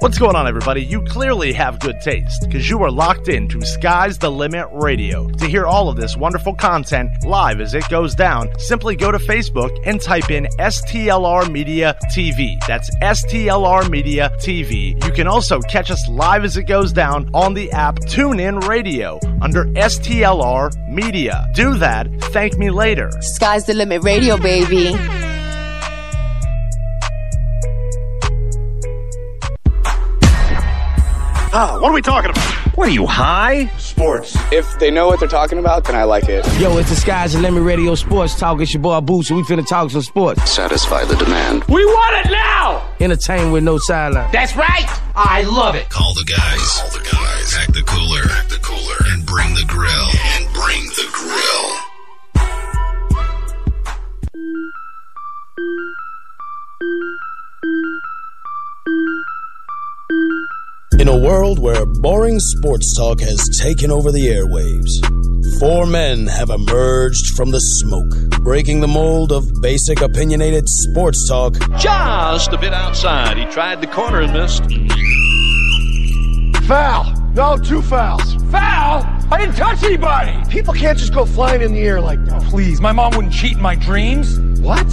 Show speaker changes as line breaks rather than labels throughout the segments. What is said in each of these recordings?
What's going on, everybody? You clearly have good taste because you are locked in to Sky's the Limit Radio. To hear all of this wonderful content live as it goes down, simply go to Facebook and type in STLR Media TV. That's STLR Media TV. You can also catch us live as it goes down on the app TuneIn Radio under STLR Media. Do that. Thank me later.
Sky's the limit radio, baby.
Ah, what are we talking about?
What are you high?
Sports.
If they know what they're talking about, then I like it.
Yo, it's the Sky's the Lemon Radio Sports Talk. It's your boy Boots, and we finna talk some sports.
Satisfy the demand.
We want it now!
Entertain with no sideline.
That's right! I love it.
Call the guys. Call the guys. Pack the cooler. Pack the cooler. And bring the grill. And bring the grill.
In a world where boring sports talk has taken over the airwaves, four men have emerged from the smoke, breaking the mold of basic opinionated sports talk.
Just a bit outside. He tried the corner and missed.
Foul! No, two fouls.
Foul? I didn't touch anybody!
People can't just go flying in the air like that.
Please, my mom wouldn't cheat in my dreams.
What?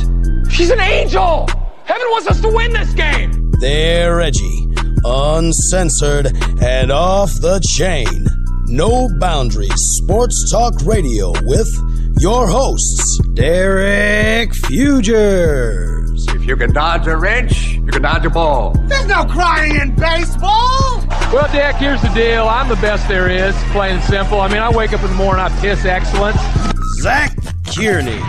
She's an angel! Heaven wants us to win this game!
There, Reggie uncensored, and off the chain. No Boundaries Sports Talk Radio with your hosts, Derek Fugers.
If you can dodge a wrench, you can dodge a ball.
There's no crying in baseball.
Well, Derek, here's the deal. I'm the best there is, plain and simple. I mean, I wake up in the morning, I piss excellence.
Zach Kearney.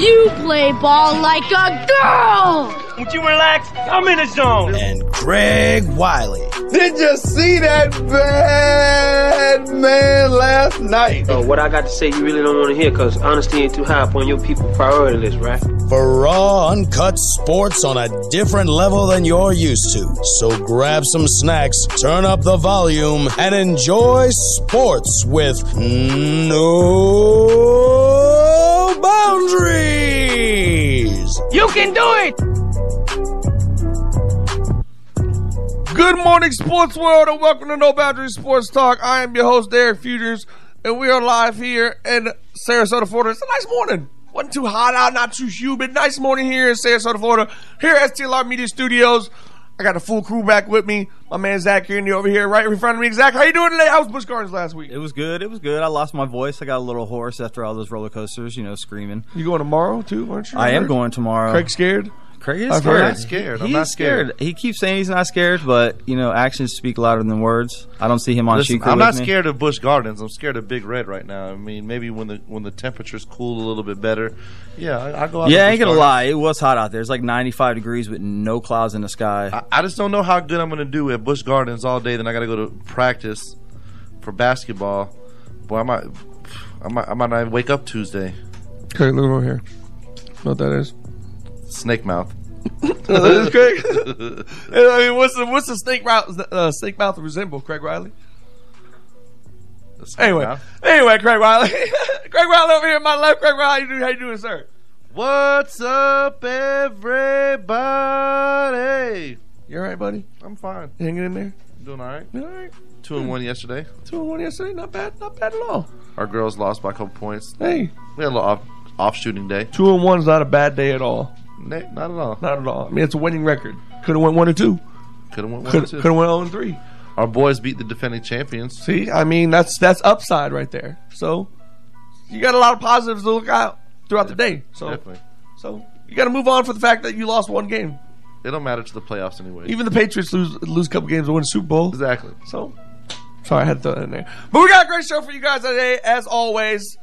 You play ball like a girl.
Would you relax? I'm in a zone.
And Craig Wiley.
Did you see that bad man last night?
Uh, what I got to say, you really don't want to hear because honesty ain't too high up on your people priority list, right?
For raw, uncut sports on a different level than you're used to. So grab some snacks, turn up the volume, and enjoy sports with no boundaries.
You can do it!
Good morning, sports world, and welcome to No Boundaries Sports Talk. I am your host, Derek Futures, and we are live here in Sarasota, Florida. It's a nice morning. Wasn't too hot out, not too humid. Nice morning here in Sarasota, Florida, here at STLR Media Studios. I got the full crew back with me. My man Zach Kearney over here, right in front of me. Zach, how you doing today? How was Busch Gardens last week?
It was good. It was good. I lost my voice. I got a little hoarse after all those roller coasters, you know, screaming.
You going tomorrow too, aren't you?
I am going tomorrow.
Craig scared?
Craig is
I've
scared.
heard.
I'm
scared.
He's
I'm not scared.
He keeps saying he's not scared, but you know, actions speak louder than words. I don't see him on
Listen,
Chico.
I'm not
with me.
scared of Bush Gardens. I'm scared of Big Red right now. I mean, maybe when the when the temperatures cool a little bit better, yeah, I, I go out.
Yeah,
to
I
Busch
ain't gonna
Gardens.
lie. It was hot out there. It's like 95 degrees with no clouds in the sky.
I, I just don't know how good I'm gonna do at Bush Gardens all day. Then I gotta go to practice for basketball. Boy, I might, I might, I might not even wake up Tuesday.
Craig, look over here. Know what that is?
Snake mouth.
That's Craig. I mean, what's the what's the snake mouth uh, snake mouth resemble, Craig Riley?
Snake
Anyway,
mouth.
anyway, Craig Riley, Craig Riley over here in my left. Craig Riley, how you doing, how you doing sir?
What's up, everybody?
You all right, buddy?
I'm fine.
You Hanging in there?
Doing all right.
You all right?
Two and one yesterday.
Two and one yesterday. Not bad. Not bad at all.
Our girls lost by a couple points.
Hey,
We had a little off, off shooting day.
two and one's not a bad day at all.
Nah, Not at all.
Not at all. I mean, it's a winning record. Could have went one or two.
Could have went one or
Could
two.
have went zero and three.
Our boys beat the defending champions.
See, I mean, that's that's upside right there. So you got a lot of positives to look out throughout the day. So
Definitely.
so you got to move on for the fact that you lost one game.
It don't matter to the playoffs anyway.
Even the Patriots lose lose a couple games to win a Super Bowl.
exactly.
So sorry, I had to throw that in there. But we got a great show for you guys today, as always.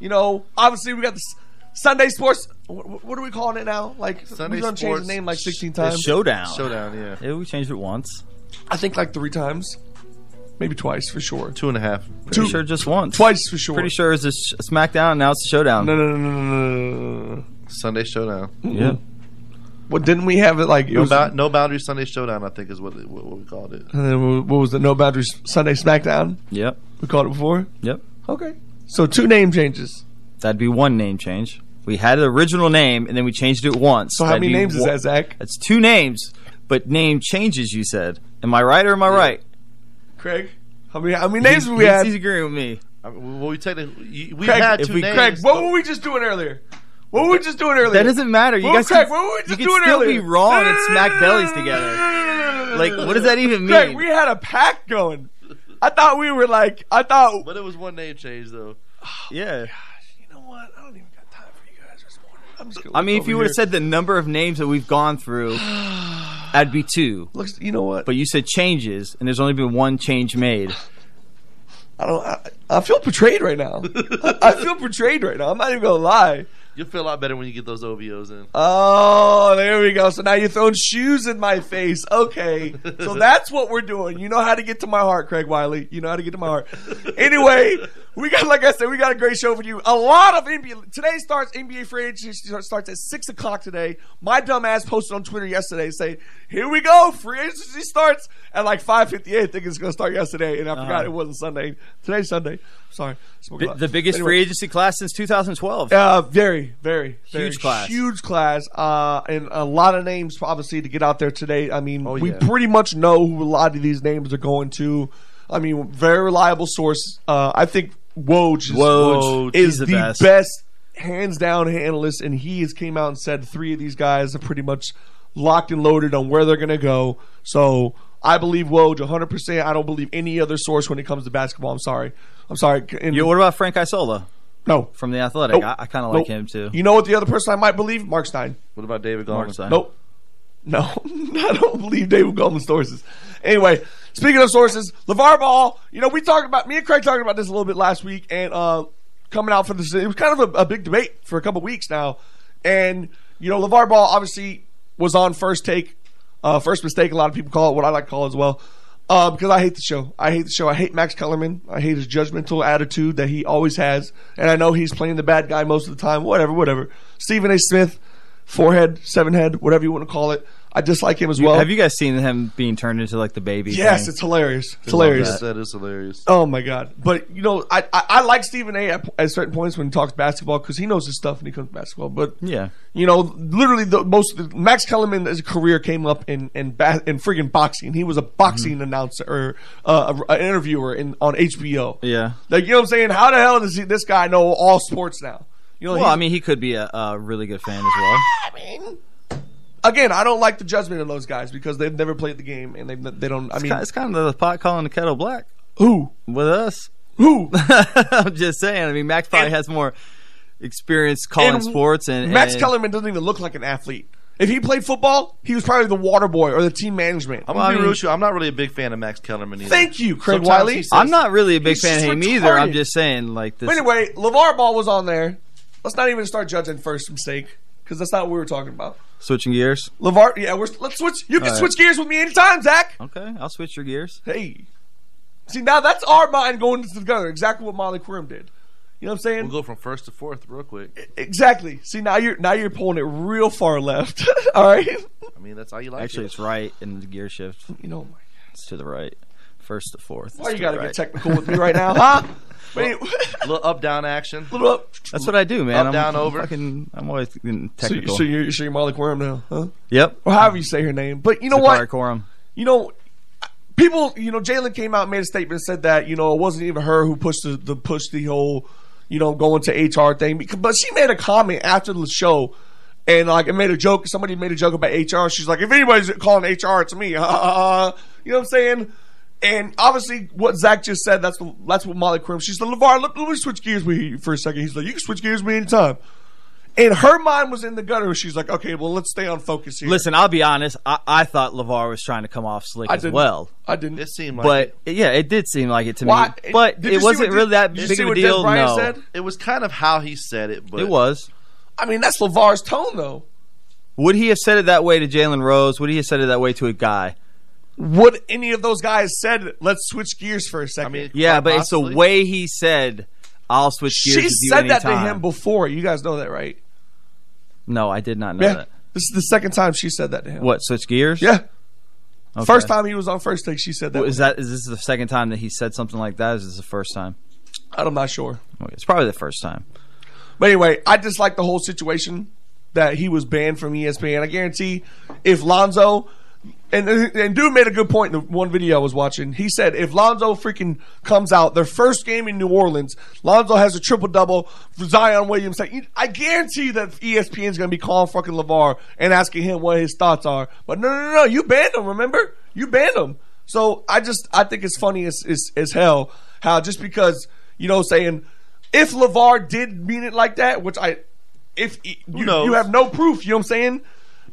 You know, obviously we got the S- Sunday sports. What, what are we calling it now? Like
Sunday
we're gonna change
sports
the name like sixteen
sh-
times.
It's showdown.
Showdown, yeah.
Yeah, we changed it once.
I think like three times, maybe twice for sure.
Two and a half.
Pretty sure just once.
Twice for sure.
Pretty sure it's a sh- SmackDown. Now it's a showdown.
No, no, no, no, no, no, no, no.
Sunday showdown.
Yeah.
What didn't we have it like? it
No,
was-
bound no boundary Sunday showdown. I think is what, what what we called it.
and then what was the No Boundaries Sunday SmackDown?
Yep.
We called it before.
Yep.
Okay, so two name changes.
That'd be one name change. We had an original name and then we changed it once.
So how
That'd
many
be
names is
one-
that, Zach?
That's two names. but name changes. You said, am I right or am I right?
Craig, how many how many names
He's-
have we
he's-
had?
He's agreeing with me.
well, we take the, we
Craig,
had
if
two
we-
names.
Craig, what were we just doing earlier? What were we just doing earlier?
That doesn't matter. You
Well,
guys
Craig,
can,
what were we just
you can
doing
still
earlier?
be wrong and smack bellies together. Like, what does that even
Craig,
mean?
we had a pact going. I thought we were like, I thought.
But it was one name change though.
Yeah.
I'm just gonna
I
look
mean, if
over
you would have
here.
said the number of names that we've gone through, that'd be two.
Looks, you know what?
But you said changes, and there's only been one change made.
I don't. I, I feel betrayed right now. I, I feel betrayed right now. I'm not even gonna lie.
You'll feel a lot better when you get those OVOs in.
Oh, there we go. So now you're throwing shoes in my face. Okay. So that's what we're doing. You know how to get to my heart, Craig Wiley. You know how to get to my heart. Anyway, we got, like I said, we got a great show for you. A lot of NBA. Today starts NBA free agency starts- starts at 6 o'clock today. My dumb ass posted on Twitter yesterday saying, here we go. Free agency starts at like 5.58. I think it's going to start yesterday. And I
Uh-huh.
forgot it wasn't Sunday. Today's Sunday. Sorry. Smoking
The,
a lot.
the biggest
Anyway.
free agency class since 2012.
Uh, very, very, very
Huge class.
huge class, uh, and a lot of names obviously to get out there today. I mean, we
Oh, yeah.
pretty much know who a lot of these names are going to. I mean, very reliable source. Uh, I think Woj is,
Woj,
is
he's
the,
the
best.
best.
hands down analyst, and he has came out and said three of these guys are pretty much locked and loaded on where they're going to go. So. I believe Woj 100%. I don't believe any other source when it comes to basketball. I'm sorry. I'm sorry. And-
Yo, what about Frank Isola?
No.
From The Athletic.
Nope.
I, I kind of
Nope.
like him, too.
You know what the other person I might believe? Mark Stein.
What about David
Mark
Goldman?
Stein.
Nope. No, I don't believe David Goldman's sources. Anyway, speaking of sources, LeVar Ball, you know, we talked about, me and Craig talked about this a little bit last week and uh, coming out for this, it was kind of a, a big debate for a couple weeks now. And, you know, LeVar Ball obviously was on first take, uh, first mistake, a lot of people call it, what I like to call it as well. Uh, because I hate the show. I hate the show. I hate Max Kellerman. I hate his judgmental attitude that he always has. And I know he's playing the bad guy most of the time. Whatever, whatever. Stephen A. Smith, forehead, seven head, whatever you want to call it. I dislike him as well.
Have you guys seen him being turned into like the baby?
Yes,
thing?
it's hilarious. It's hilarious.
That is hilarious.
Oh my god! But you know, I I, I like Stephen A. At, at certain points when he talks basketball because he knows his stuff and he comes to basketball. But
Yeah.
you know, literally the most the, Max Kellerman's career came up in in ba- in friggin' boxing. He was a boxing
Mm-hmm.
announcer or uh, a, an interviewer in on HBO.
Yeah.
Like you know what I'm saying? How the hell does he, this guy know all sports now? You know,
well,
he's-
I mean, he could be a, a really good fan as well.
again, I don't like the judgment of those guys because they've never played the game and they they don't. I
It's
mean,
ki- it's kind of the pot calling the kettle black.
Who
with us?
Who?
I'm just saying. I mean, Max probably has more experience calling
And
sports and
Max
and-
Kellerman doesn't even look like an athlete. If he played football, he was probably the water boy or the team management.
I'm gonna be real with you. I'm not really a big fan of Max Kellerman either.
Thank you, Craig
Sometimes
Wiley.
he says-
I'm not really a big
He's
fan of
just
him either. I'm
retarded.
just saying, like this.
But anyway, LeVar Ball was on there. Let's not even start judging first mistake because that's not what we were talking about.
Switching gears.
LeVar, yeah, we're, let's switch. You can
All right.
switch gears with me anytime, Zach.
Okay, I'll switch your gears.
Hey. See, now that's our mind going together. Exactly what Molly Quorum did. You know what I'm saying? E,
We'll go from first to fourth real quick.
Exactly. See, now you're now you're pulling it real far left. All right.
I mean, that's how you like
Actually,
it.
it's right in the gear shift.
You know,
it's to the right, first to fourth.
Why
It's
you
to
gotta
the
get
right.
technical with me right now, huh? Wait.
little up down action.
Little up.
That's what I do, man.
Up,
I'm,
down,
I'm
over.
Fucking, I'm always getting
So, you-
technical.
so you're, so you're Molly Quorum now, huh?
yep.
Or however you say her name. But you know
Sakari
what?
Corum.
You know, people. You know, Jalen came out and made a statement and said that you know it wasn't even her who pushed the, the push the whole you know going to HR thing. Because, but she made a comment after the show. And like it made a joke. Somebody made a joke about HR. She's like, if anybody's calling HR, it's me. you know what I'm saying? And obviously, what Zach just said, that's what, that's what Molly Crim. She's like, Levar, let, let me switch gears with you for a second. He's like, you can switch gears with me anytime. And her mind was in the gutter. She's like, okay, well, let's stay on focus here.
Listen, I'll be honest. I, I thought Levar was trying to come off slick
I
as
didn't-
well.
I didn't.
It seemed like
But yeah, it did seem like it to
Why-
me. But
Did you
it
see
wasn't
what
really
Des-
that
did you
big
see
of a
what Des
deal.
Bryant
No,
said? it was kind of how he said it, but
it was.
I mean, that's Levar's tone, though.
Would he have said it that way to Jalen Rose? Would he have said it that way to a guy?
Would any of those guys said, let's switch gears for a second?
Yeah, but it's the way he said, "I'll switch gears."
she
with you
said that to
anytime."
him before. You guys know that, right?
No, I did not know
yeah.
that.
This is the second time she said that to him.
What switch gears?
Yeah.
Okay.
First time he was on first take, she said that.
Well, Is that is this the second time that he said something like that? Is this the first time?
I'm not sure.
Okay, it's probably the first time.
But anyway, I just like E the whole situation that he was banned from ESPN. I guarantee if Lonzo, And, and dude made a good point in the one video I was watching. He said if Lonzo freaking comes out their first game in New Orleans, Lonzo has a triple double. Zion Williams, like, I guarantee that E ESPN's going to be calling fucking Levar and asking him what his thoughts are. But no, no, no, no, you banned him. Remember, you banned him. So I just I think it's funny as as, as hell how just because you know saying if Levar did mean it like that, which I if you, you have no proof, you know what I'm saying.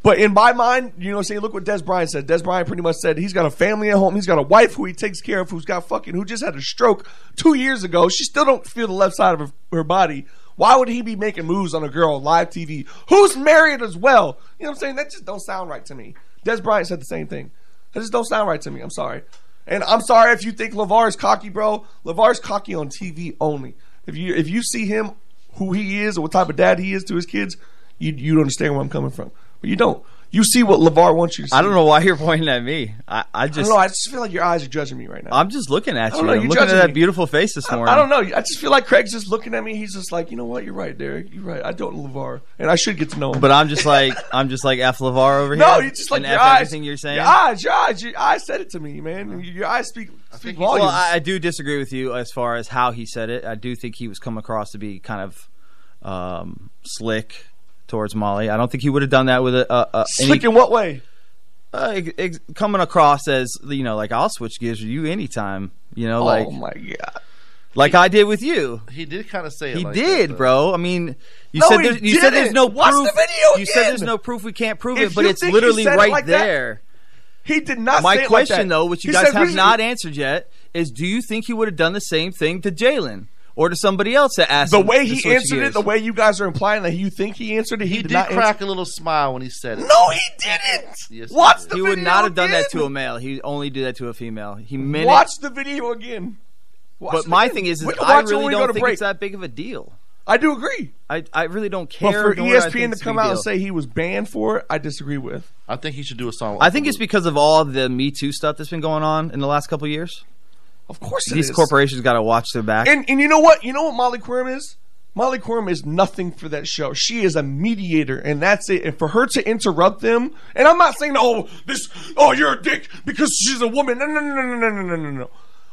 But in my mind, you know, what I'm saying, look what Des Bryant said. Des Bryant pretty much said he's got a family at home. He's got a wife who he takes care of, who's got fucking, who just had a stroke two years ago. She still don't feel the left side of her, her body. Why would he be making moves on a girl on live TV who's married as well? You know what I'm saying? That just don't sound right to me. Des Bryant said the same thing. That just don't sound right to me. I'm sorry. And I'm sorry if you think LeVar is cocky, bro. LeVar is cocky on TV only. If you if you see him, who he is, or what type of dad he is to his kids, you you understand where I'm coming from. But you don't. You see what LeVar wants you to see.
I don't know why you're pointing at me. I, I
I
just
don't know. I just feel like your eyes are judging me right now.
I'm just looking
I
at
don't
you.
know,
I'm
you're
looking at
judging
that
me.
beautiful face this morning.
I don't know. I just feel like Craig's just looking at me. He's just like, you know what? You're right, Derek. You're right. I don't LeVar, and I should get to know him.
But I'm just like I'm just like F Lavar over here.
no, you just like
and
your
F
eyes.
everything you're saying.
Your eyes, your eyes, your eyes said it to me, man. Your eyes speak speak volumes.
Well, I, I do disagree with you as far as how he said it. I do think he was come across to be kind of um, slick towards Molly. I don't think he would have done that with a, a, a any-
Slick in what way?
uh, ex- ex- coming across as you know, like I'll switch gears with you anytime. You know,
Oh
like
my god,
like I did with you.
He did kind of say it.
He
like
did,
that, though.
bro. I mean, you
No,
said
he
there's, you said there's
didn't.
no
Watch
proof.
the video
You said there's
again.
no proof. We can't prove
If
it, but
you
it's
think he
literally
said it
right
like that-
there.
He did not.
My
say it like
question,
that.
though, which you
He
guys
said
have
reason-
not answered yet, is: Do you think he would have done the same thing to Jalen or to somebody else that asked?
The
him
way
to
he
switch
answered
gears?
it, the way you guys are implying that you think he answered it, he,
He did
not
crack
answer-
a little smile when he said it.
No, he didn't.
Yes,
Watch the
he would not have done that
again.
to a male. He only did that to a female. He meant it
Watch the video again. Watch
but
the
my
video.
thing is, is
We can
I
watch it when
really
we go
don't
to
think
break.
it's that big of a deal.
I do agree.
I, I really don't care.
But for E
nor do I think
ESPN
it's
to
a
come
big
out and
deal.
say he was banned for it, I disagree with.
I think he should do a song.
I think it's because of all the Me Too stuff that's been going on in the last couple of years.
Of course, it
these
is.
corporations got to watch their back.
And and you know what? You know what Molly Quorum is? Molly Quorum is nothing for that show. She is a mediator, and that's it. And for her to interrupt them, and I'm not saying, oh, this, oh, you're a dick because she's a woman. No, no, no, no, no, no, no, no, no.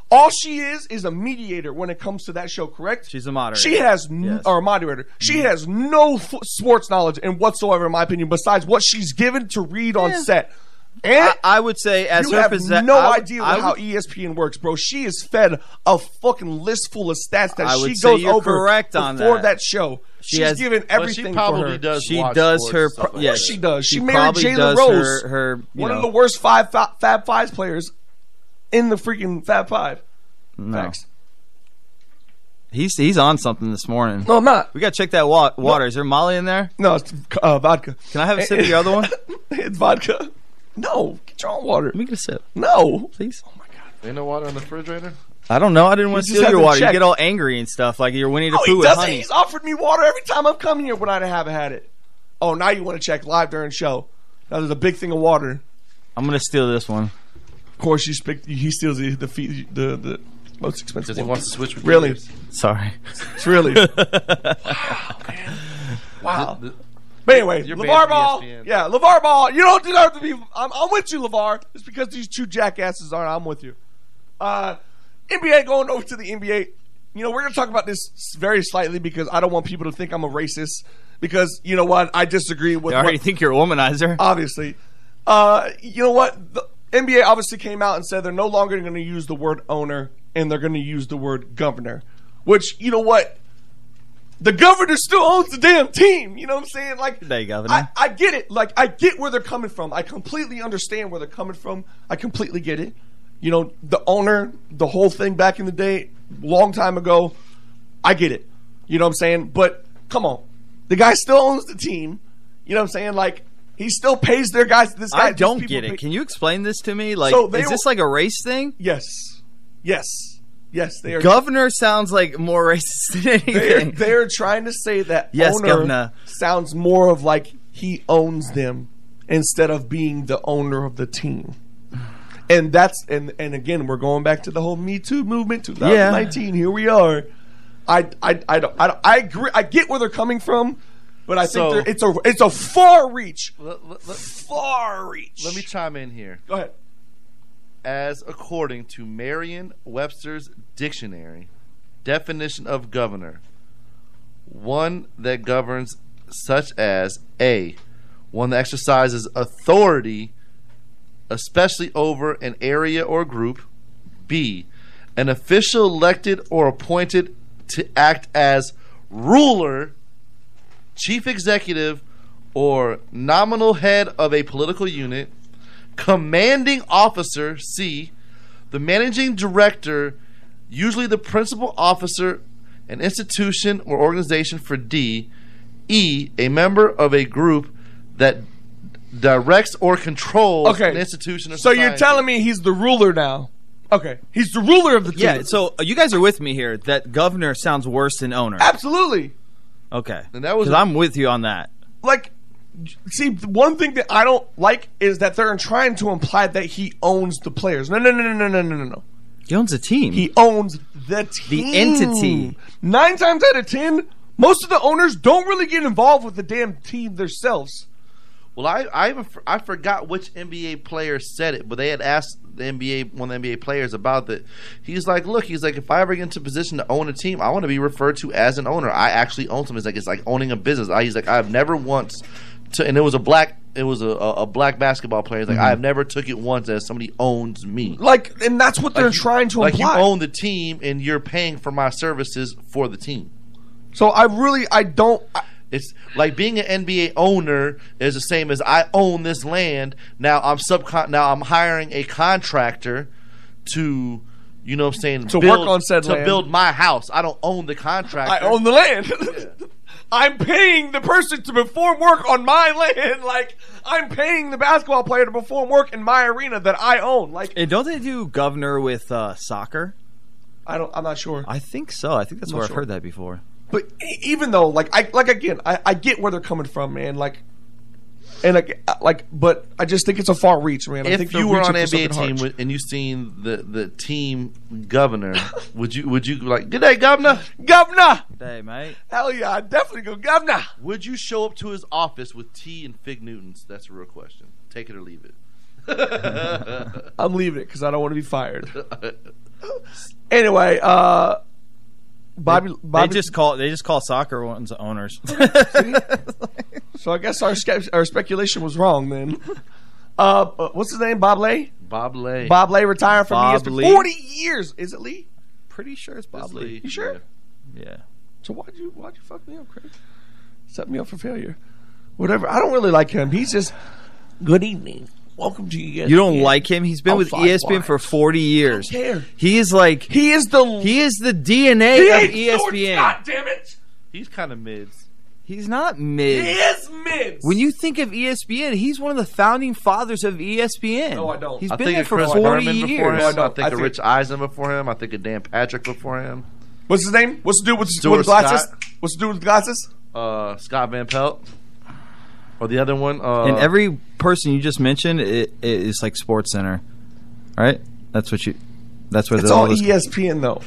All she is is a mediator when it comes to that show. Correct?
She's a moderator. Mm-hmm.
She has, n- or a moderator. She has no f- sports knowledge and whatsoever, in my opinion, besides what she's given to read on
Yeah.
set. And
I would say, as
you
her
have
possess-
no
I would-
idea
I would-
how E ESPN works, bro. She is fed a fucking list full of stats that
I
she
would
goes
say you're
over
correct
before
on
that.
that.
show.
She
She's
has-
given
But she
everything for
probably
her.
does She watch does sports her and stuff pro- like yes.
she does. She,
She
married
probably
Jalen
does
Rose,
her- her, you
one
know.
of the worst five fa- Fab Fives players in the freaking Fab Five.
No.
Facts.
He's he's on something this morning.
No, I'm not.
We got to check that wa- water. Is there Molly in there?
No, it's uh, vodka.
Can I have a sip of your other one?
it's vodka. No, get your own water. Let
me get a sip.
No,
please.
Ain't no water in the refrigerator.
I don't know. I didn't
Oh, You
want
just
to steal
have
your
to
water.
check.
You get all angry and stuff like you're Winnie the
Oh,
Pooh
he
with
doesn't.
honey.
He's offered me water every time I've come here when I haven't had it. Oh, now you want to check live during show? Now there's a big thing of water.
I'm gonna steal this one.
Of course, you speak, he steals the the fee- the, the most expensive.
Because he
one.
wants to switch with
Really?
yours.
Sorry.
It's really. wow, man. Wow. But anyway,
You're banned
LeVar
from E
Ball.
ESPN.
Yeah, LeVar Ball. You don't deserve to be. I'm, I'm with you, LeVar. It's because these two jackasses aren't. I'm with you. Uh, NBA going over to the NBA. You know, we're going to talk about this s- very slightly because I don't want people to think I'm a racist. Because, you know what? I disagree with
I already
what-
think you're a womanizer.
Obviously. Uh, you know what? The NBA obviously came out and said they're no longer going to use the word owner and they're going to use the word governor. Which, you know what? The governor still owns the damn team. You know what I'm saying? Like,
Good day, Governor.
I, I get it. Like, I get where they're coming from. I completely understand where they're coming from. I completely get it. You know, the owner, the whole thing back in the day, long time ago, I get it. You know what I'm saying? But come on. The guy still owns the team. You know what I'm saying? Like, he still pays their guys. This guy,
I
these
don't
people
get it.
pay-
Can you explain this to me? Like,
So they
is this
were-
like a race thing?
Yes. Yes. Yes, they are.
Governor sounds like more racist than
They're,
anything.
they're trying to say that
Yes,
owner
governor.
sounds more of like he owns them instead of being the owner of the team. And that's and and again we're going back to the whole Me Too movement 2019. Here we are. I I I don't, I don't I agree. I get where they're coming from. But I think
So-
there, it's a it's a far reach.
Far reach. Let me chime in here.
Go ahead.
As according to Merriam Webster's dictionary, definition of governor one that governs, such as A, one that exercises authority, especially over an area or group, B, an official elected or appointed to act as ruler, chief executive, or nominal head of a political unit, commanding officer, C, the managing director, usually the principal officer, an institution or organization for D, E, a member of a group that directs or controls
Okay.
an institution or
So you're
society.
telling me he's the ruler now? Okay, he's the ruler of the.
Yeah,
two.
so uh, you guys are with me here. That governor sounds worse than owner.
absolutely.
Okay,
and that was
I'm with you on that.
like see the one thing that I don't like is that they're trying to imply that he owns the players. No, no, no, no, no, no, no, no.
He owns a team.
He owns the team.
entity.
Nine times out of ten, most of the owners don't really get involved with the damn team themselves.
Well, I I, even, f- I forgot which NBA player said it, but they had asked the NBA one of the NBA players about that. He's like, look, he's like, if I ever get into a position to own a team, I want to be referred to as an owner. I actually own something. It's like it's like owning a business. I, he's like, I've never once. To, and it was a black, it was a, a, a black basketball player. He's like,
Mhm.
I've never took it once as somebody owns me.
Like, and that's what they're trying to
like
imply.
you own the team and you're paying for my services for the team.
So I really I don't. I,
it's like being an NBA owner is the same as I own this land. Now I'm subcon. Now I'm hiring a contractor to, you know, what I'm saying
To work on said
to
land.
build my house. I don't own the contract.
I own the land. I'm paying the person to perform work on my land. Like I'm paying the basketball player to perform work in my arena that I own. Like
And don't they do governor with uh, soccer?
I don't. I'm not sure.
I think so. I think that's
I'm not
where
sure.
I've heard that before.
But e- even though, like, I like again, I, I get where they're coming from, man. Like, and like, I- like, but I just think it's a far reach, man. I think
if
they're
you were on
reaching
an
for something
NBA team
hard.
with, and you seen the the team governor, would you would you like good day governor?
Governor,
Hey, mate.
hell yeah, I definitely go governor.
Would you show up to his office with tea and fig Newtons? That's a real question. Take it or leave it.
I'm leaving it because I don't want to be fired. Anyway, uh, Bobby, Bobby.
they just call they just call soccer ones owners.
so I guess our sca- our speculation was wrong then. Uh, uh, what's his name? Bob Lay.
Bob Lay.
Bob Lay retired from E
Bob
ESPN.
Lee.
Forty years. Is it Lee?
Pretty sure it's Bob
Lee.
You sure?
Yeah.
So why'd you why'd you fuck me up, Craig? Set me up for failure. Whatever. I don't really like him. He's just good evening. Welcome to E ESPN.
You don't like him? He's been
Oh,
with E
fuck,
ESPN
why?
for 40 years.
care.
He is like
he is the
he is the DNA of E
He is-
ESPN.
God damn it!
He's kind of mids.
He's not
He
mid.
is mids.
When you think of E ESPN, he's one of the founding fathers of E ESPN.
No, I don't.
He's
I
been
think
there
of
for
Chris
40
Berman
years.
before him.
No, I
I,
don't.
think
I
of
think-
Rich Eisen before him. I think of Dan Patrick before him.
What's his name? What's the dude with,
Stuart
with glasses?
Scott.
What's the dude with glasses?
Uh, Scott Van Pelt, or the other one. Uh,
and every person you just mentioned i- i- is like Sports Center, right? That's what you. That's where
It's
the-
all E
this-
ESPN though.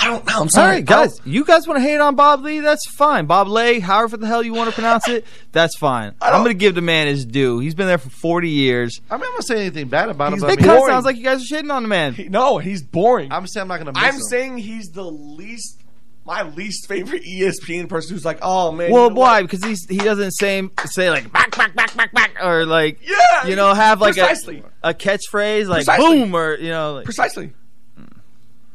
I don't know. I'm
All
sorry,
right, guys. You guys want to hate on Bob Lee? That's fine. Bob Lay, however the hell you want to pronounce it, that's fine. I'm going to give the man his due. He's been there for 40 years.
I mean, I'm not saying anything bad about him.
He's
But I
that
mean,
kind of sounds like you guys are shitting on the man.
no, he's boring.
I'm saying I'm not going to.
I'm
him.
saying he's the least, my least favorite E ESPN person who's like, oh man.
well,
you know what?
why? Because he's, he doesn't say say like back back back back back or like
Yeah,
you know have like a,
precisely.
a catchphrase like
Precisely.
boom or you know like,
Precisely.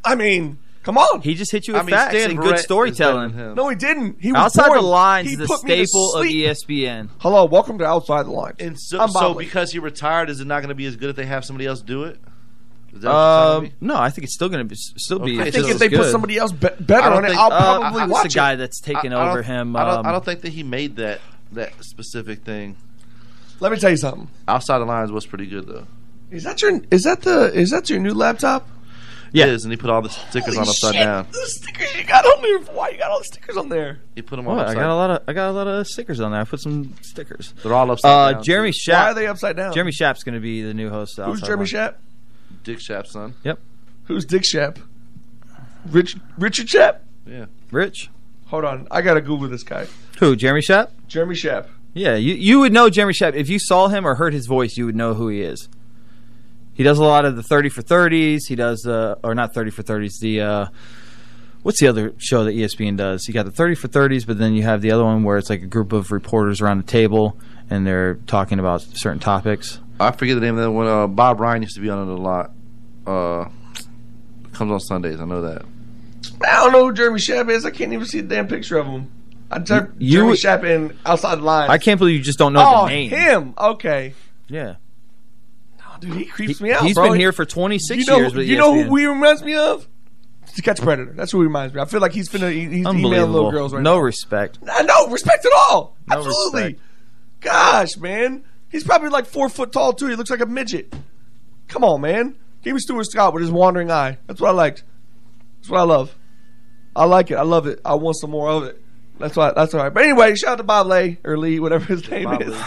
I mean, come on.
he just hit you
I
with
mean,
facts
Stan
and
Brett
good
is
storytelling.
better than him.
No, he didn't. He was
Outside
boring.
the lines
he
is a
put me to
staple of E
sleep.
ESPN.
Hello, welcome to Outside the Lines.
And so,
I'm Bob
so
Lee.
because he retired, is it not going to be as good if they have somebody else do it? Is that what you're telling
Um,
me?
no, I think it's still going to be still
Okay,
be.
I think
just
if they
as
put
good.
somebody else be-
I
better
don't
on it,
think-
I'll
uh,
probably
I- I-
watch
the guy
it.
that's
I-
taken
I don't-
over him.
I don't,
um,
I don't think that he made that that specific thing.
Let me tell you something.
Outside the lines was pretty good though.
Is that your is that the is that your new laptop?
Yeah.
It is, and he put all the stickers on
Holy
upside
shit,
down.
The stickers you got on there. Why you got all the stickers on there?
He put them on.
What? I
Upside.
got a lot of I got a lot of stickers on there. I put some stickers.
They're all upside
Uh,
down.
Jeremy
too.
Shapp.
Why are they upside down?
Jeremy Shapp's going to be the new host. of
Who's
Outside
Jeremy
Lines.
Shap?
Dick Shapp's son.
Yep,
Who's Dick Shap? Rich Richard Shap?
Yeah.
Rich.
Hold on, I gotta Google this guy.
Who? Jeremy Shep?
Jeremy Shep.
Yeah, you you would know Jeremy Shep if you saw him or heard his voice. You would know who he is. He does a lot of the thirty for thirties. He does uh, or not thirty for thirties. The uh, what's the other show that E ESPN does? You got the thirty for thirties, but then you have the other one where it's like a group of reporters around a table and they're talking about certain topics.
I forget the name of that one. Uh, Bob Ryan used to be on it a lot. Uh, comes on Sundays. I know that.
I don't know who Jeremy Shep is. I can't even see the damn picture of him. I typed
You-
Jeremy
you-
Shep in outside lines.
I can't believe you just don't know
oh,
the name.
him. Okay.
Yeah.
Oh, dude, he creeps
He-
me out.
he's
bro.
been here for 26
you know,
years with E
You know
ESPN.
who he reminds me of? To catch a predator. That's who he reminds me. of. I feel like he's finna he- he's emailing
Unbelievable.
little girls right
no
now.
respect.
I know respect at all.
No
Absolutely.
respect.
Gosh, man, he's probably like four foot tall too. He looks like a midget. Come on, man. Give me Stuart Scott with his wandering eye. That's what I liked. That's what I love. I like it. I love it. I want some more of it. That's why. That's all right. But anyway, shout out to Bob Lay or Lee, whatever his name
Bob
is.
Lee.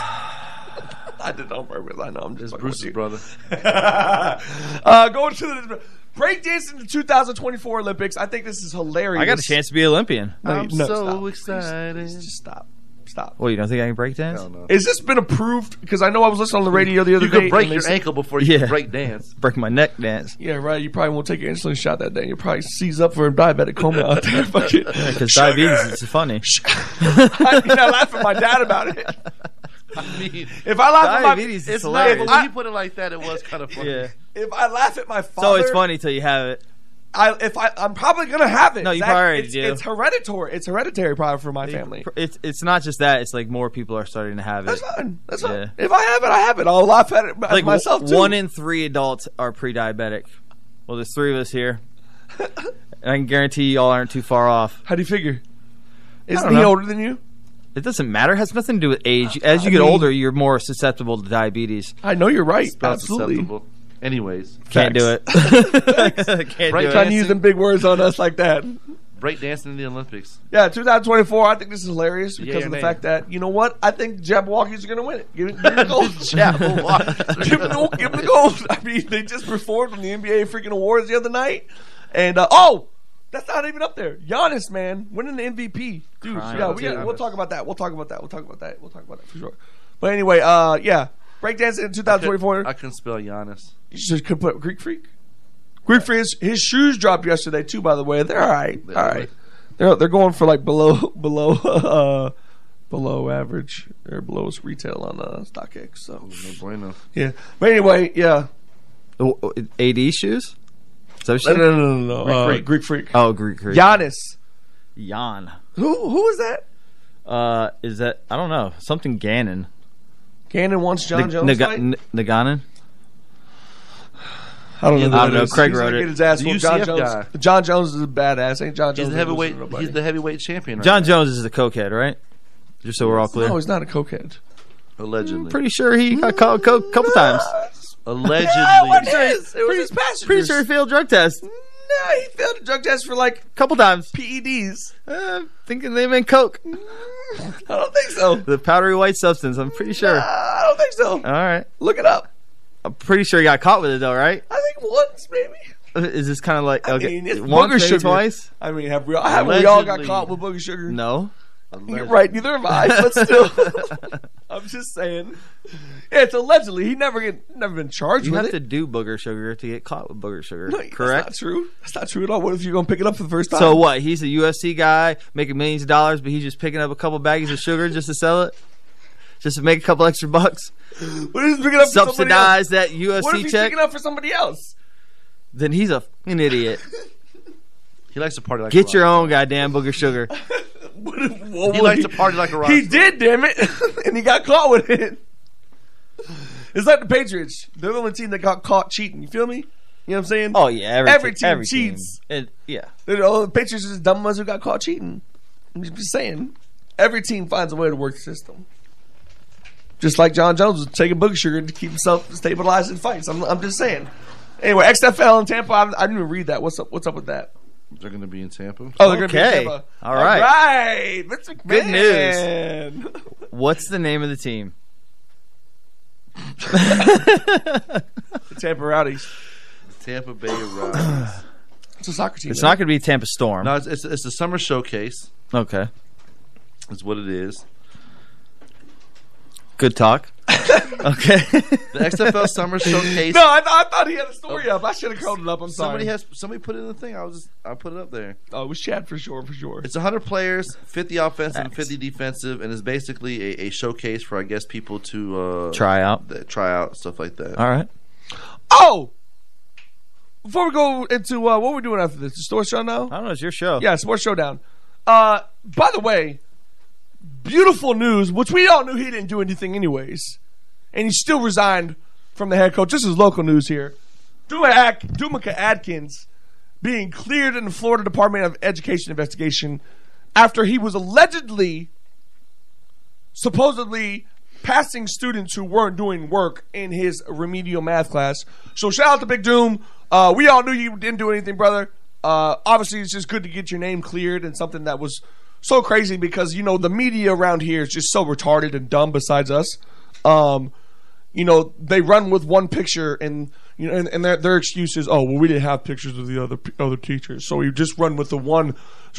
I did it on purpose. I know. I'm just fucking
It's
with
Bruce's
you.
brother.
uh, going to the breakdancing in the 2024 Olympics. I think this is hilarious.
I got a chance to be Olympian.
I'm
no,
so
stop.
excited.
Please just stop. Stop.
Well, you don't think I can break dance?
Has this been approved? Because I know I was listening on the radio the other
You
day.
could break
and they
your
said-
ankle before you
Yeah.
can break dance.
Break my neck dance.
Yeah, right. You probably won't take your insulin shot that day. You'll probably seize up for a diabetic coma out there. Fucking.
Because diabetes is funny.
I mean, I laugh at my dad about it.
I mean,
If I laugh at my
Diabetes is
it's
Nah, but
hilarious.
If
when
I,
you put it like that, it was kind of funny.
Yeah.
if I laugh at my
It's
father,
always funny till you have it.
I if I I'm probably gonna have it.
No, you
Zach.
probably already
it's,
do.
It's hereditary. It's hereditary, probably for my family.
It's it's not just that. It's like more people are starting to have it.
That's fine. That's
Yeah.
fine. If I have it, I have it. I'll laugh at it
Like w-
myself too.
one in three adults are pre-diabetic. Well, there's three of us here, and I can guarantee y'all aren't too far off.
How do you figure? Isn't
don't
he
know.
older than you?
It doesn't matter. It has nothing to do with age. As
Uh,
you
I
get
mean-
older, you're more susceptible to diabetes.
I know you're right.
It's not
Absolutely.
susceptible. Anyways,
Can't do it. Can't
Right,
do
Trying
it.
to use them big words on us like that.
break dancing in the Olympics.
Yeah, 2024. I think this is hilarious
Yeah,
because
yeah,
of the
man.
fact that you know what? I think Jabberwockies are going to win it. Give, it- give him the gold.
Jabberwocky.
give, him the, give him the gold. I mean, they just performed on the NBA freaking awards the other night, and uh, oh, that's not even up there. Giannis, man, winning the MVP, dude.
Crying
yeah,
out
we
to
got, we'll
Giannis.
talk about that. We'll talk about that. We'll talk about that. We'll talk about that for sure. But anyway, uh, yeah, breakdancing in
I couldn't-
2024.
I couldn't spell Giannis.
You just could put Greek Freak. Greek Freak, his, his shoes dropped yesterday too. By the way, they're all right. All right, they're they're going for like below below uh, below average or below its retail on uh, StockX. So
No bueno.
yeah, but anyway, yeah.
Oh, oh, AD shoes? Is that what
No,
she-
no, no, no, no. Uh,
Freak.
Greek Freak.
Oh, Greek Greek.
Giannis.
Jan.
Who who is that?
Uh, is that I don't know something Gannon?
Cannon wants John
Nag-
Jones.
Naga-
fight?
N- Naganon?
I don't know.
I
who
don't
that
know.
is.
Craig
He's
wrote
gonna
it.
Get his ass
The
whooped. John
UCF
Jones.
guy.
John Jones is a badass. Ain't John Jones? gonna lose
He's the
to
heavyweight.
nobody.
He's the heavyweight champion. Right
John Jones is the cokehead, right? Just so we're all clear.
No, he's not a cokehead.
now. allegedly.
Pretty sure he got caught a coke a couple times.
allegedly.
It is. It was his passenger.
Pretty sure he failed drug test a
No, he failed a drug test for like
couple times.
PEDs.
Uh, thinking they meant coke,
I don't think so.
the powdery white substance. I'm pretty Oh, sure.
I don't think so.
All right,
Look it up.
I'm pretty sure he got caught with it though, right?
I think once, maybe.
Is this kind of like okay,
mean, it's
once,
booger
maybe
sugar.
twice?
I mean, have we all, have we all got
Allegedly.
caught with booger sugar?
No.
You're right, neither have I, but still. I'm just saying. Yeah, it's allegedly. He never get, never been charged
You
with
have
it.
to do booger sugar to get caught with booger sugar,
No,
correct?
That's not true. That's not true at all. What if you're going to pick it up for the first time?
So what? He's a UFC guy making millions of dollars, but he's just picking up a couple baggies of sugar just to sell it, just to make a couple extra bucks.
What if he's picking it up for somebody else?
Subsidize that UFC
What if he's
check.
picking it up for somebody else?
then he's a fucking idiot.
He likes to party like.
Get
a
your own goddamn booger sugar.
What if, what
He
would
likes to party like a rock.
He did, damn it, and he got caught with it. It's like the Patriots. They're the only team that got caught cheating. You feel me? You know what I'm saying?
Oh yeah, every,
Every
te-
team
every
cheats.
Team. And- yeah,
They're the only Patriots is the dumb ones who got caught cheating. I'm just saying. Every team finds a way to work the system. Just like John Jones was taking booger sugar to keep himself stabilized in fights. I'm, I'm just saying. Anyway, XFL in Tampa. I, I didn't even read that. What's up? What's up with that?
They're going to be in Tampa.
Oh, they're going to be
Okay.
in Tampa.
All right.
All right. Vince
Good
McMahon.
what's the name of the team?
Tampa Rowdies.
Tampa Bay Rock.
It's a soccer team.
It's not going to be Tampa Storm.
No, it's, it's it's the summer showcase.
Okay.
Is what it is.
Good talk. okay.
The XFL summer showcase.
No, I, th- I thought he had a story up. I should have called it up. I'm
Oh. somebody
sorry.
has somebody put it in the thing. I was just, I put it up there.
Oh, it was Chad for sure, for sure.
It's 100 players, 50 offensive, and 50 defensive, and it's basically a, a showcase for I guess people to uh,
Try out.
that, try out stuff like that.
All right.
Oh! Before we go into uh, what we're doing after this, the Sports Showdown?
I don't know. It's your show.
Yeah, Sports Showdown. Uh, by the way, beautiful news, which we all knew he didn't do anything anyways. And he still resigned from the head coach. This is local news here. Duma Ak- Dumika Adkins being cleared in the Florida Department of Education investigation after he was allegedly, supposedly passing students who weren't doing work in his remedial math class. So shout out to Big Doom. Uh, we all knew you didn't do anything, brother. Uh, obviously, it's just good to get your name cleared and something that was so crazy because you know the media around here is just so retarded and dumb. Besides us, um, you know they run with one picture and you know and, and their their excuse is oh well we didn't have pictures of the other p- other teachers so we just run with the one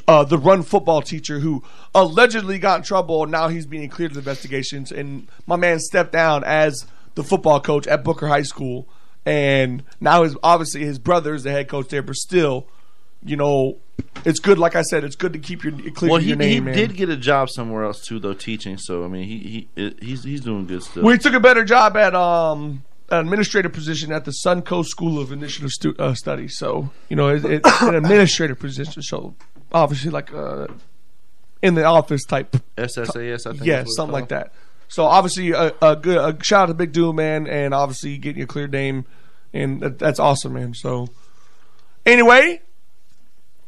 uh, the run football teacher who allegedly got in trouble and now he's being cleared of investigations and my man stepped down as the football coach at Booker High School and now his obviously his brother is the head coach there but still you know it's good like I said it's good to keep your clear
Well, he,
your
he
name man.
did get a job somewhere else too, though teaching. So I mean, he he he's he's doing good stuff.
We took a better job at um an administrative position at the Suncoast School of Initiative Stu- uh, Studies. So you know, it, it, an administrative position. So obviously, like uh, in the office type.
SSAS, I think.
yeah,
is what it's
something like
called.
that. So obviously, a, a good a shout out to Big Doom man, and obviously getting a clear name, and that, that's awesome, man. So anyway,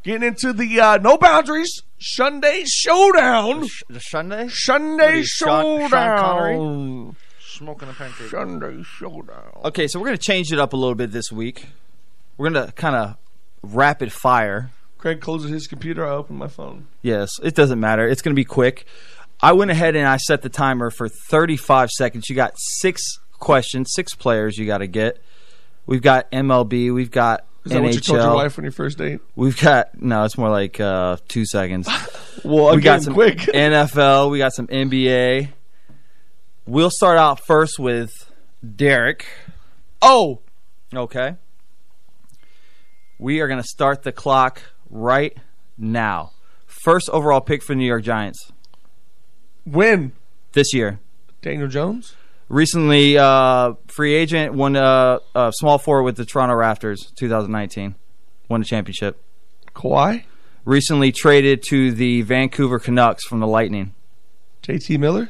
getting into the uh, no boundaries Sunday showdown.
The Sunday? What
Sunday
is Sean- Sean
showdown.
Connery?
Smoking a pancake.
Sunday showdown.
Okay, so we're going to change it up a little bit this week. We're going to kind of rapid fire.
Craig closes his computer. I open my phone.
Yes, it doesn't matter. It's going to be quick. I went ahead and I set the timer for 35 seconds. You got six questions, six players you got to get. We've got MLB. We've got
Is that
NHL.
what you told your wife on your first date?
We've got no, it's more like uh, two seconds.
Well,
we got
again,
some
quick.
NFL. We got some NBA. We'll start out first with Derek.
Oh,
Okay. We are going to start the clock right now. First overall pick for the New York Giants
when
this year.
Daniel Jones.
Recently, uh, free agent won a, a small four with the Toronto Raptors, 2019. Won a championship.
Kawhi.
Recently traded to the Vancouver Canucks from the Lightning.
JT Miller.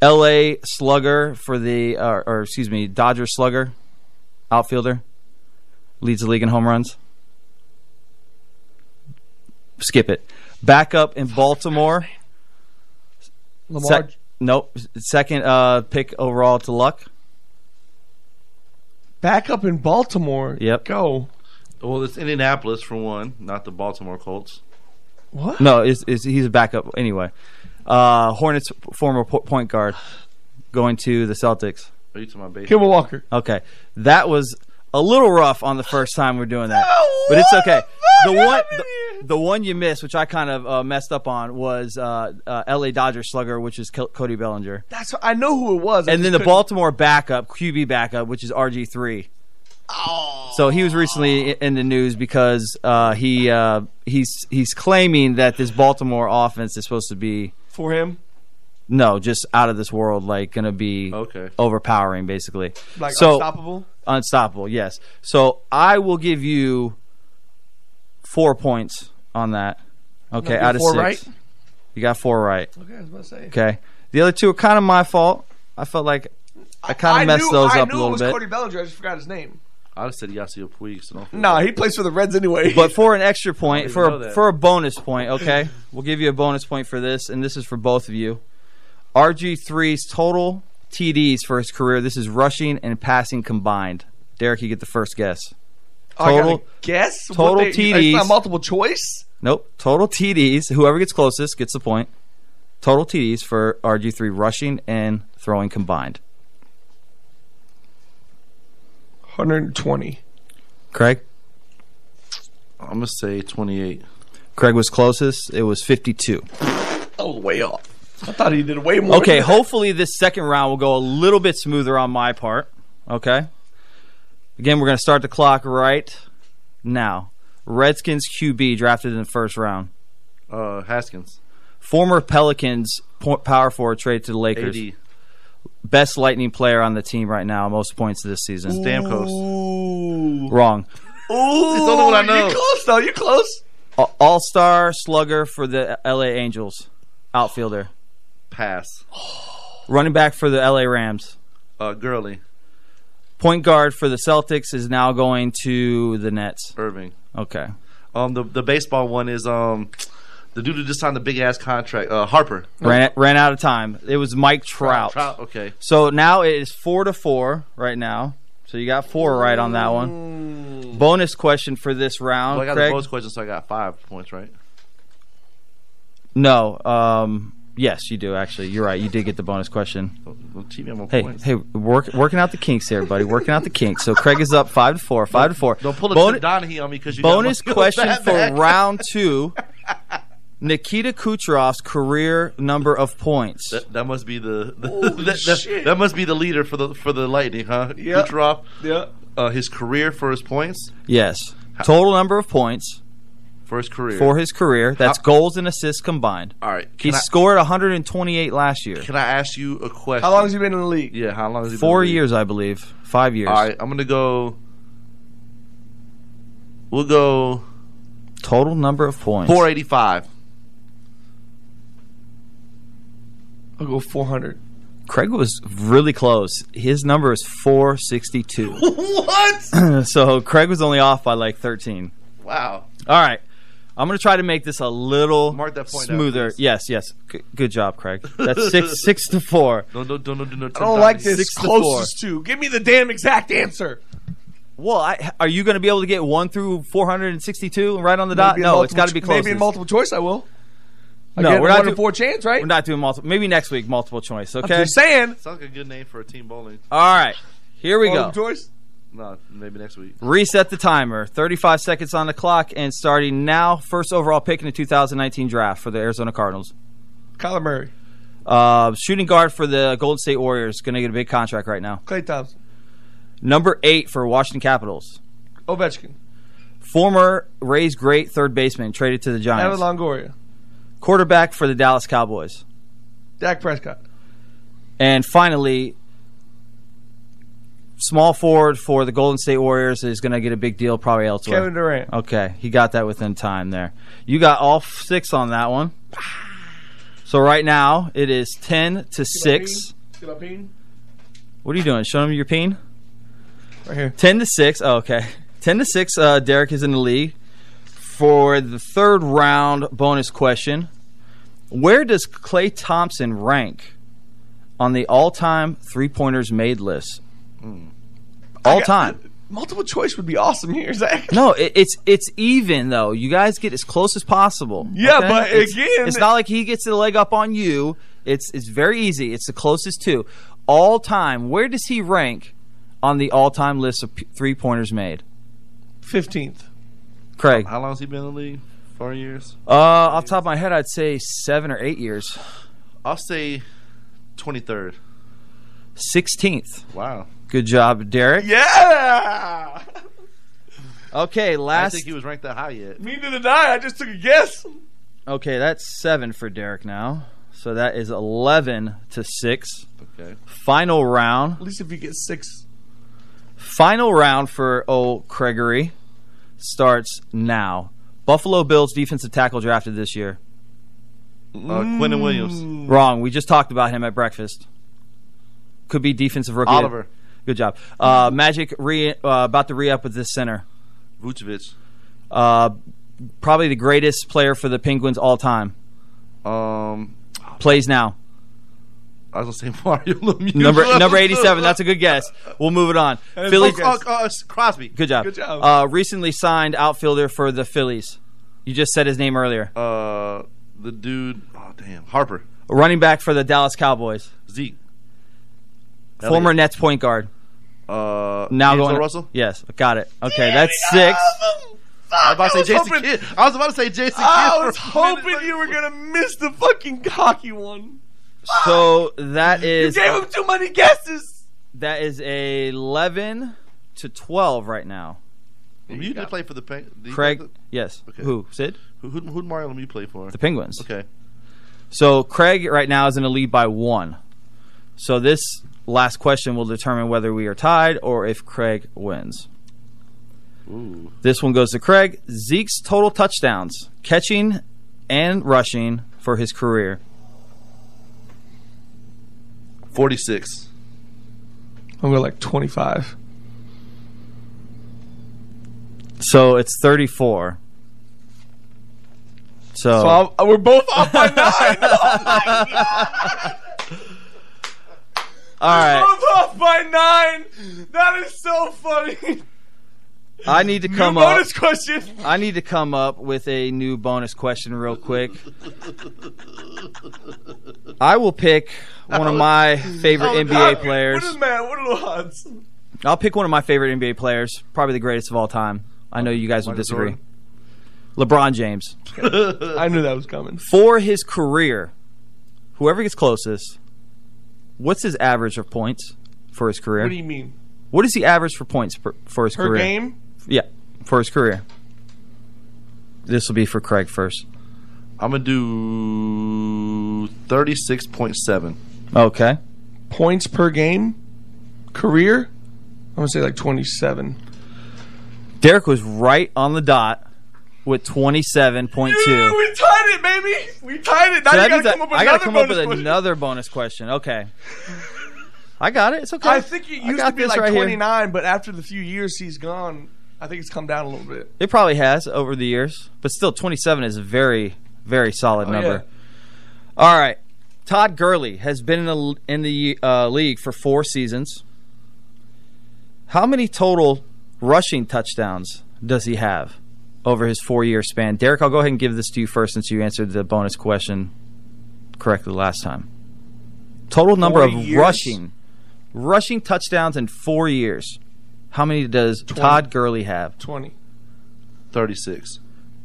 L.A. Slugger for the, or, or excuse me, Dodger Slugger, outfielder, leads the league in home runs. Skip it. Back up in Baltimore.
Lamar.
Sec- nope. Second uh, pick overall to Luck.
back up in Baltimore.
Yep.
Go.
Well, it's Indianapolis for one, not the Baltimore Colts.
What?
No, is is he's a backup anyway. Uh, Hornets former po- point guard going to the Celtics.
Are you to my base?
Kimball Walker.
Okay, that was a little rough on the first time we're doing that, but it's okay. The one, the, the one you missed, which I kind of uh, messed up on, was uh, uh, L.A. Dodger slugger, which is Kel- Cody Bellinger,
That's I know who it was. I
and
just
then the
couldn't-
Baltimore backup, QB backup, which is RG three.
Oh.
So he was recently i- in the news because uh, he uh, he's he's claiming that this Baltimore offense is supposed to be
for him.
no just out of this world, like going to be
Okay.
overpowering, basically.
Like
Oh, so,
unstoppable.
Unstoppable, yes. So I will give you four points on that. Okay,
Not do
out of
four
six.
right?
You got four right.
Okay, I was about to say.
Okay. The other two are kind of my fault. I felt like I kind
I
of messed
knew,
those
I
up
knew
a
it
little
was
bit.
Cody Bellinger. I just forgot his name.
I'd have said Yasiel Puig. So don't feel
Nah,
bad.
he plays for the Reds anyway.
But for an extra point,
even
for
know
a,
that.
for a bonus point, okay? We'll give you a bonus point for this, and this is for both of you. RG3's total TDs for his career. This is rushing and passing combined. Derek, you get the first guess.
Oh,
I gotta
Total
guess what
total
they- It's
TDs.
not multiple choice.
Nope. Total TDs. Whoever gets closest gets the point. Total TDs for RG3 rushing and throwing combined.
120.
Craig?
I'm gonna say 28.
Craig was closest. It was 52.
Oh, way off. I thought he did way more. than
Okay,
that.
hopefully this second round will go a little bit smoother on my part. Okay. Again, we're going to start the clock right now. Redskins QB drafted in the first round.
Uh, Haskins.
Former Pelicans po- power forward traded to the Lakers.
AD.
Best Lightning player on the team right now, most points this season.
Stamkos.
Wrong.
Ooh,
It's the only one I know.
You close though. You close.
All star slugger for the LA Angels. Outfielder.
Pass.
Running back for the LA Rams.
Uh, Gurley.
Point guard for the Celtics is now going to the Nets.
Irving.
Okay.
Um, the the baseball one is um, the dude who just signed the big ass contract. Uh, Harper.
Ran, ran out of time. It was Mike Trout.
Trout. Okay.
So now it is four to four right now. So you got four right on that one. Bonus question for this round,
Well, I got
Craig.
the bonus question, so I got five points, right?
no. Um, yes, you do. Actually, you're right. You did get the bonus question.
Well, cheat me on my
Hey,
points.
hey, work, working out the kinks here, buddy. Working out the kinks. So Craig is up five to four. Five to four.
Don't pull a
Bonu-
Tim Donahue on me because you
bonus
got my-
question
that
for
back.
round two. Nikita Kucherov's career number of points.
That, that must be the, the- that, that, that must be the leader for the for the Lightning, huh?
Yeah.
Kucherov,
Yeah.
uh, his career for his points
Yes. Total number of points
for his career.
for his career. That's goals and assists combined.
All right,
He
can I,
scored 128 last year.
can I ask you a question?
How long has he been in the league?
Yeah, how long has he been in
Four
the league?
years, I believe. Five years.
All right, I'm gonna go. We'll go
Total number of points.
485.
I'll go 400.
Craig was really close. His number is 462.
what?
so Craig was only off by like 13.
Wow.
All right. I'm going to try to make this a little
Mark that point down,
smoother.
please.
yes, yes. G- good job, Craig. That's six, six to four.
Don't don't don't don't do no
I
Tim
don't like
Donahue.
this.
Six to
Closest to. Give me the damn exact answer.
Well, I, are you going to be able to get one through 462 right on the dot?
Maybe in
No, it's
multiple-
got to be close.
Maybe in multiple choice, I will. I
No,
get
we're
a
not
one in
do-
four chance, right?
We're not doing multiple. Maybe next week, multiple choice.
I'm
Okay.
just saying.
Sounds like a good name for a team bowling.
All right. Here we go.
Multiple choice.
No, maybe next week.
Reset the timer. 35 seconds on the clock and starting now. First overall pick in the 2019 draft for the Arizona Cardinals.
Kyler Murray,
Uh, shooting guard for the Golden State Warriors. Going to get a big contract right now.
Clay Thompson,
Number eight for Washington Capitals.
Ovechkin,
Former Rays great third baseman traded to the
Evan
Giants.
Longoria,
Quarterback for the Dallas Cowboys.
Dak Prescott,
And finally, small forward for the Golden State Warriors is going to get a big deal probably elsewhere.
Kevin Durant.
Okay, he got that within time there. You got all f- six on that one. So right now it is ten to six.
Get up, Peen.
What are you doing? Showing him your peen.
Right here.
Ten to six. Oh, okay, ten to six. Uh, Derek is in the lead for the third round bonus question. Where does Clay Thompson rank on the all-time three-pointers made list?
Hmm.
All time.
Multiple choice would be awesome here, Zach.
No, it, it's it's even though. You guys get as close as possible.
Yeah, but
It's-
again-
it's not like he gets the leg up on you. It's it's very easy. It's the closest to all time. Where does he rank on the all time list of p- three pointers made?
Fifteenth.
Craig, uh,
How long has he been in the league? Four years.
off the top of my head, I'd say seven or eight years.
I'll say 23rd.
Sixteenth.
Wow.
Good job, Derek.
Yeah.
Okay,
I didn't
last.
think he was ranked that high yet.
Me to the die. I just took a guess.
Okay, that's seven for Derek now. So that is eleven to six.
Okay.
Final round.
At least if you get six.
Final round for old Gregory starts now. Buffalo Bills defensive tackle drafted this year.
Uh,
Mm.
Quentin Williams.
Wrong. We just talked about him at breakfast. Could be defensive rookie.
Oliver.
Good job. Uh, Magic re, uh, about to re up with this center.
Vucevic.
Uh, probably the greatest player for the Penguins all time.
Um,
Plays now.
I was going to say Mario Lemieux.
Number number 87. That's a good guess. We'll move it on. Philly.
Oh, oh, oh, Crosby.
Good job.
Good job.
Uh, recently signed outfielder for the Phillies. You just said his name earlier.
Uh, the dude. Oh, damn. Harper.
running back for the Dallas Cowboys,
Zeke.
former Nets point guard.
Uh,
Now
D'Angelo
going
Russell.
Yes, got it. Okay, that's six.
I was about to say Jason Kidd. I was about to say Jason
I
Kidd
was
for a minute.
hoping you were gonna miss the fucking cocky one.
So that is
you gave him too many guesses.
that is a eleven to twelve right now.
Lemieux did play for the Peng- did he
Craig,
play for the-
yes.
Okay.
Who? Sid?
Who, who, who'd Mario Lemieux play for?
The Penguins.
Okay.
So Craig right now is in the lead by one. So this last question will determine whether we are tied or if Craig wins.
Ooh.
This one goes to Craig. Zeke's total touchdowns, catching and rushing for his career.
46.
I'm going like 25.
So it's 34. So,
So I'm-
Uh,
we're both off by nine. Oh my
all right.
Both off by nine. That is so funny.
I need to come
New
up.
bonus question.
I need to come up with a new bonus question real quick. I will pick one of my favorite
Oh,
NBA
God.
players.
What is man? What are the odds?
I'll pick one of my favorite NBA players, probably the greatest of all time. I know you guys will
Michael
disagree. LeBron James.
I knew that was coming.
For his career, whoever gets closest, what's his average of points for his career?
What do you mean?
What is the average for points per, for his
Per
career?
game?
Yeah, for his career. This will be for Craig first.
I'm going to do 36.7.
Okay.
Points per game, career. I'm gonna say like 27.
Derek was right on the dot with
Yeah,
27.2.
we tied it, baby. We tied it. Now
So
you
that
gotta
means
come up with
I gotta
another
come
bonus
up with
question.
another bonus question. Okay. I got it. It's okay.
I think it used
got
to be
this
like
right here.
29, but after the few years he's gone, I think it's come down a little bit.
It probably has over the years, but still, 27 is a very, very solid
Oh,
number. All right. Todd Gurley has been in the, in the uh, league for four seasons. How many total rushing touchdowns does he have over his four year span? Derek, I'll go ahead and give this to you first since you answered the bonus question correctly last time. Total number
Four
of
years?
rushing rushing touchdowns in four years. How many does Todd Gurley have?
20.
36.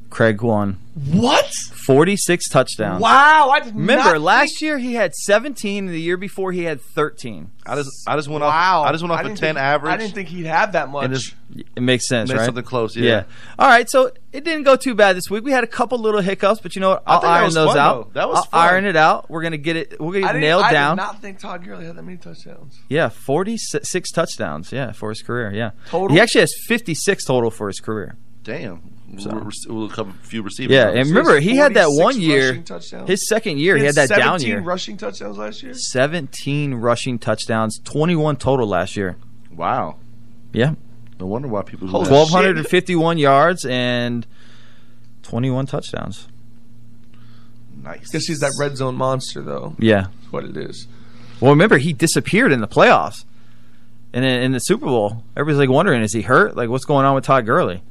Craig won.
What?
46 touchdowns.
Wow, I did
Remember,
not
last year he had 17, and the year before he had 13.
I just, I just went
Wow.
off. I just went off a
didn't
10
think-
average.
I didn't think he'd have that much.
and just
It makes sense,
made
right?
something close. Yeah.
All right, so it didn't go too bad this week. We had a couple little hiccups, but you know what?
I
I'll
think that
iron
was
those
fun,
out.
though. That was
I'll
fun.
iron it out. We're gonna get it. We're
I
gonna get
didn't-
it nailed
I
down.
did not think Todd Gurley had that many touchdowns.
Yeah, 46 touchdowns. Yeah, for his career. Yeah,
Total?
He actually has 56 total for his career.
Damn.
So-
We'll, we'll cover a few receivers.
Yeah, and remember he had that
46
one year,
rushing touchdowns.
his second year, he had that down
17
year.
rushing touchdowns last year.
17 rushing touchdowns, 21 total last year.
Wow.
Yeah.
No wonder why people.
Holy
left.
1,251 yards and 21 touchdowns.
Nice.
Guess he's that red zone monster, though.
Yeah.
That's what it is.
Well, remember, he disappeared in the playoffs and in, in the Super Bowl. Everybody's like wondering, is he hurt? Like, what's going on with Todd Gurley?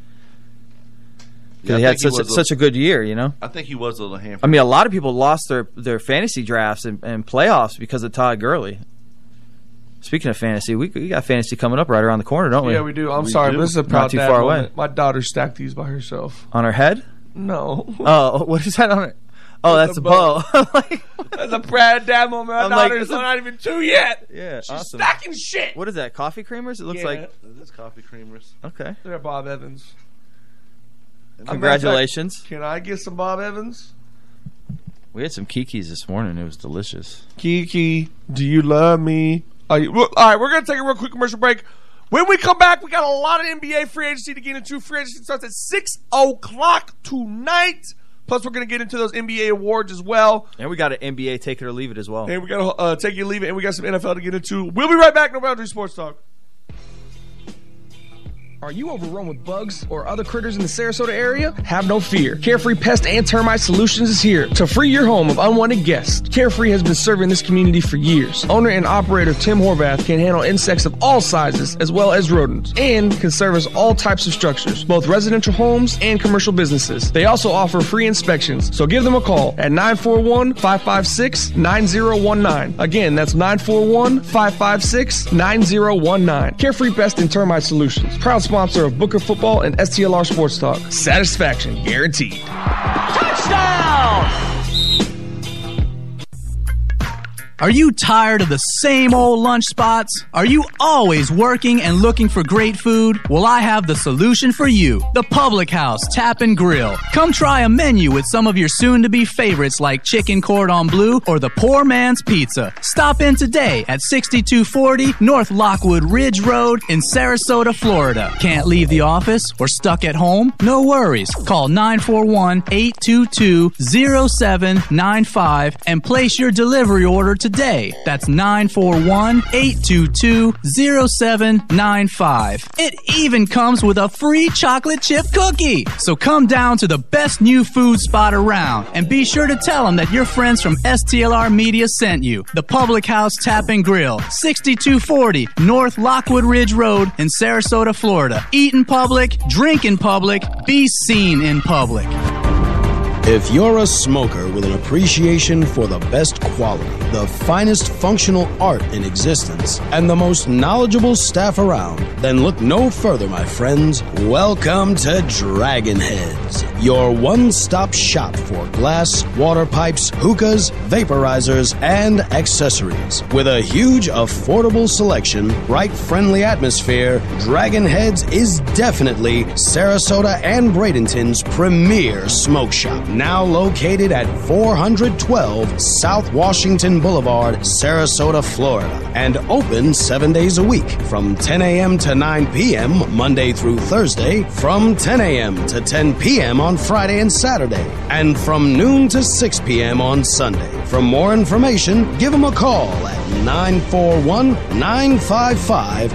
Yeah,
Because
I
he had
think he
such, a,
was a-
such a good year, you know?
I think he was a little hampered.
I mean, a lot of people lost their, their fantasy drafts and, and playoffs because of Todd Gurley. Speaking of fantasy, we, we got fantasy coming up right around the corner, don't we?
yeah, we do. I'm
We
sorry,
do.
but this is a
Oh, Not
proud
too
dad
far away.
moment. My daughter stacked these by herself.
On our head?
No,
Oh, what is that on it? Oh, that's,
That's
a
a
bow.
that's a proud dad moment. My
I'm like,
daughter's
it's a-
not even two yet.
yeah,
she's
awesome.
stacking shit.
What is that? Coffee creamers? It looks
Yeah.
like
That's coffee creamers.
okay.
They're Bob Evans.
Congratulations.
Can I get some Bob Evans?
We had some kikis this morning. It was delicious.
Kiki, do you love me? Are you, well, all right, we're going to take a real quick commercial break. When we come back, we got a lot of NBA free agency to get into. Free agency starts at 6 o'clock tonight. Plus, we're going to get into those NBA awards as well.
And we got an NBA take it or leave it as well.
And we got to uh, take you, leave it, and we got some NFL to get into. We'll be right back. No Boundary Sports Talk.
Are you overrun with bugs or other critters in the Sarasota area? Have no fear. Carefree Pest and Termite Solutions is here to free your home of unwanted guests. Carefree has been serving this community for years. Owner and operator Tim Horvath can handle insects of all sizes as well as rodents and can service all types of structures, both residential homes and commercial businesses. They also offer free inspections, so give them a call at 941 556 9019. Again, that's 941 556 9019. Carefree Pest and Termite Solutions, proud
sponsor of Booker Football and STLR Sports Talk. Satisfaction guaranteed.
Touchdown!
Are you tired of the same old lunch spots? Are you always working and looking for great food? Well, I have the solution for you. The Public House Tap and Grill. Come try a menu with some of your soon to be favorites like chicken cordon bleu or the poor man's pizza. Stop in today at 6240 North Lockwood Ridge Road in Sarasota, Florida. Can't leave the office or stuck at home? No worries. Call 941 822 0795 and place your delivery order today today. That's 941 822 0795. It even comes with a free chocolate chip cookie. So come down to the best new food spot around and be sure to tell them that your friends from STLR Media sent you. The Public House Tap and Grill, 6240 North Lockwood Ridge Road in Sarasota, Florida. Eat in public, drink in public, be seen in public.
If you're a smoker with an appreciation for the best quality, the finest functional art in existence, and the most knowledgeable staff around, then look no further, my friends. Welcome to Dragon Heads, your one stop shop for glass, water pipes, hookahs, vaporizers, and accessories. With a huge, affordable selection, bright, friendly atmosphere, Dragon Heads is definitely Sarasota and Bradenton's premier smoke shop now located at 412 South Washington Boulevard, Sarasota, Florida, and open seven days a week from 10 a.m. to 9 p.m. Monday through Thursday, from 10 a.m. to 10 p.m. on Friday and Saturday, and from noon to 6 p.m. on Sunday. For more information, give them a call at 941 955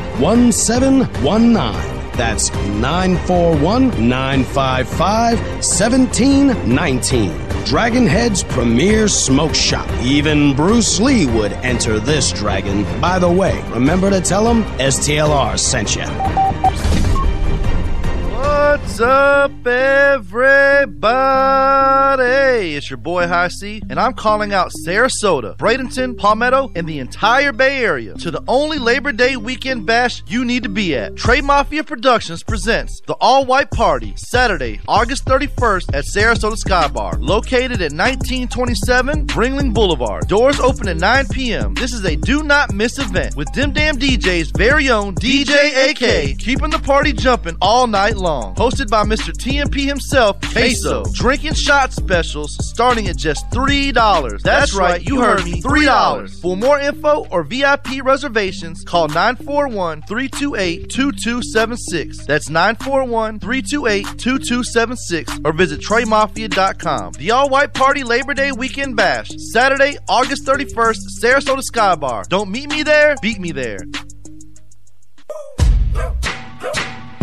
1719. That's 941 955 1719. Dragonhead's premier smoke shop. Even Bruce Lee would enter this dragon. By the way, remember to tell him STLR sent you.
What's up, everybody? It's your boy High C, and I'm calling out Sarasota, Bradenton, Palmetto, and the entire Bay Area to the only Labor Day weekend bash you need to be at. Trey Mafia Productions presents the All White Party Saturday, August 31st at Sarasota Sky Bar, located at 1927 Ringling Boulevard. Doors open at 9 p.m. This is a do not miss event with Dim Dam DJ's very own DJ AK, keeping the party jumping all night long hosted by Mr. TMP himself, Queso. Drinking shot specials starting at just $3. That's, That's right, you heard me, $3. For more info or VIP reservations, call 941 328 2276. That's 941 328 2276 or visit TreyMafia.com. The All White Party Labor Day Weekend Bash, Saturday, August 31st, Sarasota Sky Bar. Don't meet me there, beat me there.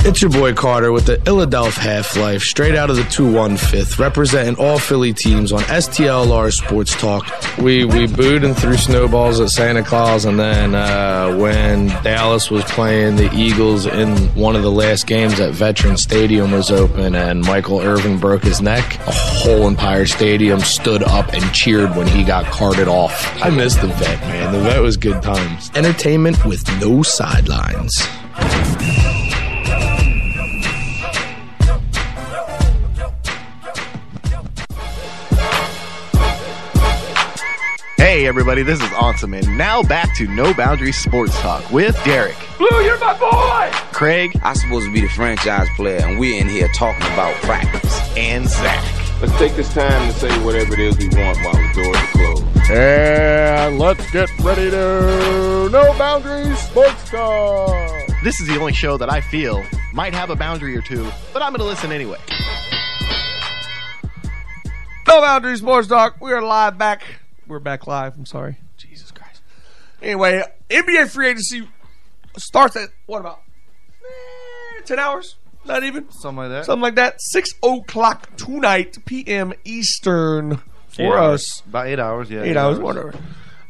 It's your boy Carter with the Illadelph Half Life, straight out of the 215th, representing all Philly teams on STLR Sports Talk. We we booed and threw snowballs at Santa Claus, and then uh, when Dallas was playing the Eagles in one of the last games at Veterans Stadium was open, and Michael Irvin broke his neck, a whole entire stadium stood up and cheered when he got carted off. I miss the vet, man. The vet was good times. Entertainment with no sidelines.
Hey, everybody, this is Awesome, and now back to No Boundary Sports Talk with Derek.
Blue, you're my boy!
Craig
I'm supposed to be the franchise player, and we're in here talking about practice.
and Zach.
Let's take this time to say whatever it is we want while the doors are closed. And let's get ready to No Boundaries Sports Talk.
This is the only show that I feel might have a boundary or two, but I'm going to listen anyway.
No Boundary Sports Talk. We are live back. We're back live. I'm sorry. Jesus Christ. Anyway, NBA free agency starts at what about eh, ten hours? Not even
Something like that.
something like that. Six o'clock tonight, p.m. Eastern for
Eight hours.
us.
About eight hours, yeah.
Eight hours, whatever.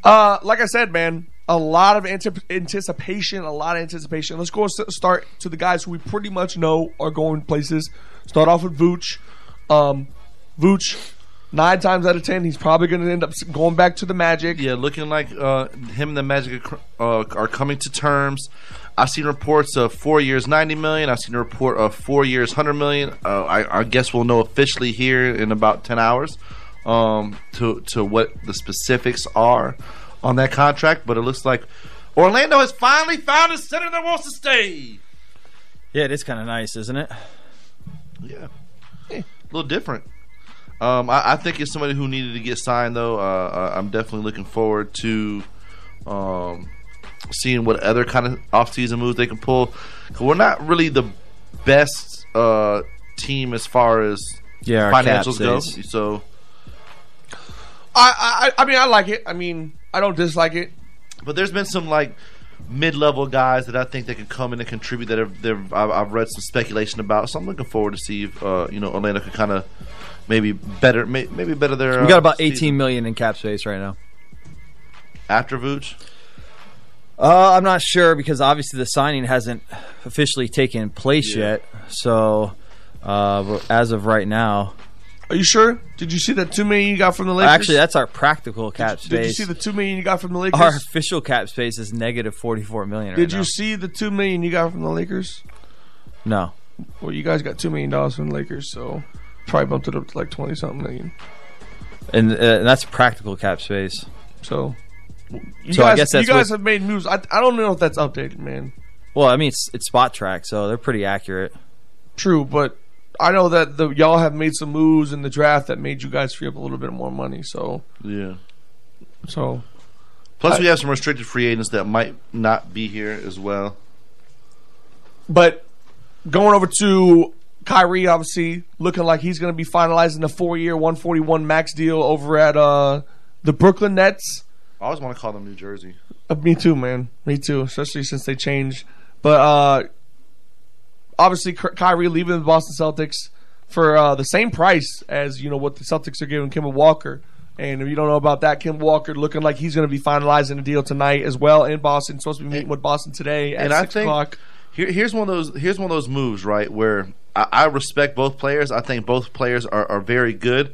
Uh, like I said, man, a lot of antip anticipation, a lot of anticipation. Let's go s- start to the guys who we pretty much know are going places. Start off with Vooch. Um, Vooch, nine times out of ten, he's probably going to end up s- going back to the Magic.
Yeah, looking like uh, him and the Magic are, cr- uh, are coming to terms.
I've seen reports of four years, ninety million. I've seen a report of four years, hundred million. Uh, I, I guess we'll know officially here in about ten hours um, to to what the specifics are on that contract. But it looks like Orlando has finally found a center that wants to stay.
Yeah, it is kind of nice, isn't it?
Yeah, a little different. Um, I, I think it's somebody who needed to get signed, though. Uh, I- I'm definitely looking forward to um, seeing what other kind of offseason moves they can pull. 'Cause we're not really the best uh, team as far as
Yeah, our cap
financials go.
stays.
So
I, I I mean I like it. I mean I don't dislike it.
But there's been some like mid-level guys that I think that can come in and contribute that have, that have- I've, I've read some speculation about. So I'm looking forward to see if uh, you know Orlando can kind of maybe better may, maybe better their.
We got about
uh, season.
eighteen million in cap space right now.
after Vooch.
Uh, I'm not sure because obviously the signing hasn't officially taken place yet. So, uh, but as of right now,
Are you sure? Did you see that two million you got from the Lakers?
actually that's our practical cap
Did you-
space.
Did you see the two million you got from the Lakers?
our official cap space is negative forty four million.
Did
right
you see the two million you got from the Lakers?
No.
Well, you guys got two million dollars from the Lakers, so probably bumped it up to like twenty something million.
now. and, uh, and that's practical cap space.
So, You
so
guys,
I guess that's
you guys
what-
have made moves. I, I don't know if that's updated, man.
well. I mean, it's, it's spot track, so they're pretty accurate.
True, but I know that the y'all have made some moves in the draft that made you guys free up a little bit more money. So
Yeah.
so
Plus,
I-
we have some restricted free agents that might not be here as well.
But going over to Kyrie, obviously looking like he's going to be finalizing the four-year, one forty-one max deal over at uh, the Brooklyn Nets.
I always want to call them New Jersey.
Uh, me too, man. Me too. Especially since they changed. But uh, obviously, Ky- Kyrie leaving the Boston Celtics for uh, the same price as you know what the Celtics are giving Kim Walker. And if you don't know about that, Kim Walker looking like he's going to be finalizing a deal tonight as well in Boston. Supposed to be meeting with Boston today at
and I
six
think
o'clock.
here, here's one of those here's one of those moves right where I, I respect both players. I think both players are, are very good.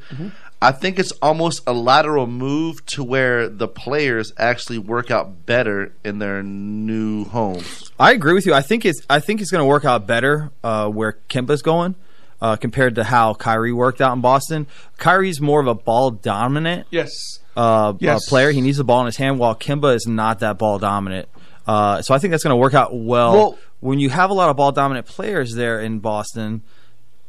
I think it's almost a lateral move to where the players actually work out better in their new homes.
I agree with you. I think it's I think it's going to work out better uh, where Kemba's going uh, compared to how Kyrie worked out in Boston. Kyrie's more of a ball dominant
Yes.
uh,
Yes.
uh, player. He needs the ball in his hand, while Kimba is not that ball dominant. Uh, so I think that's going to work out well.
Well-
when you have a lot of ball dominant players there in Boston.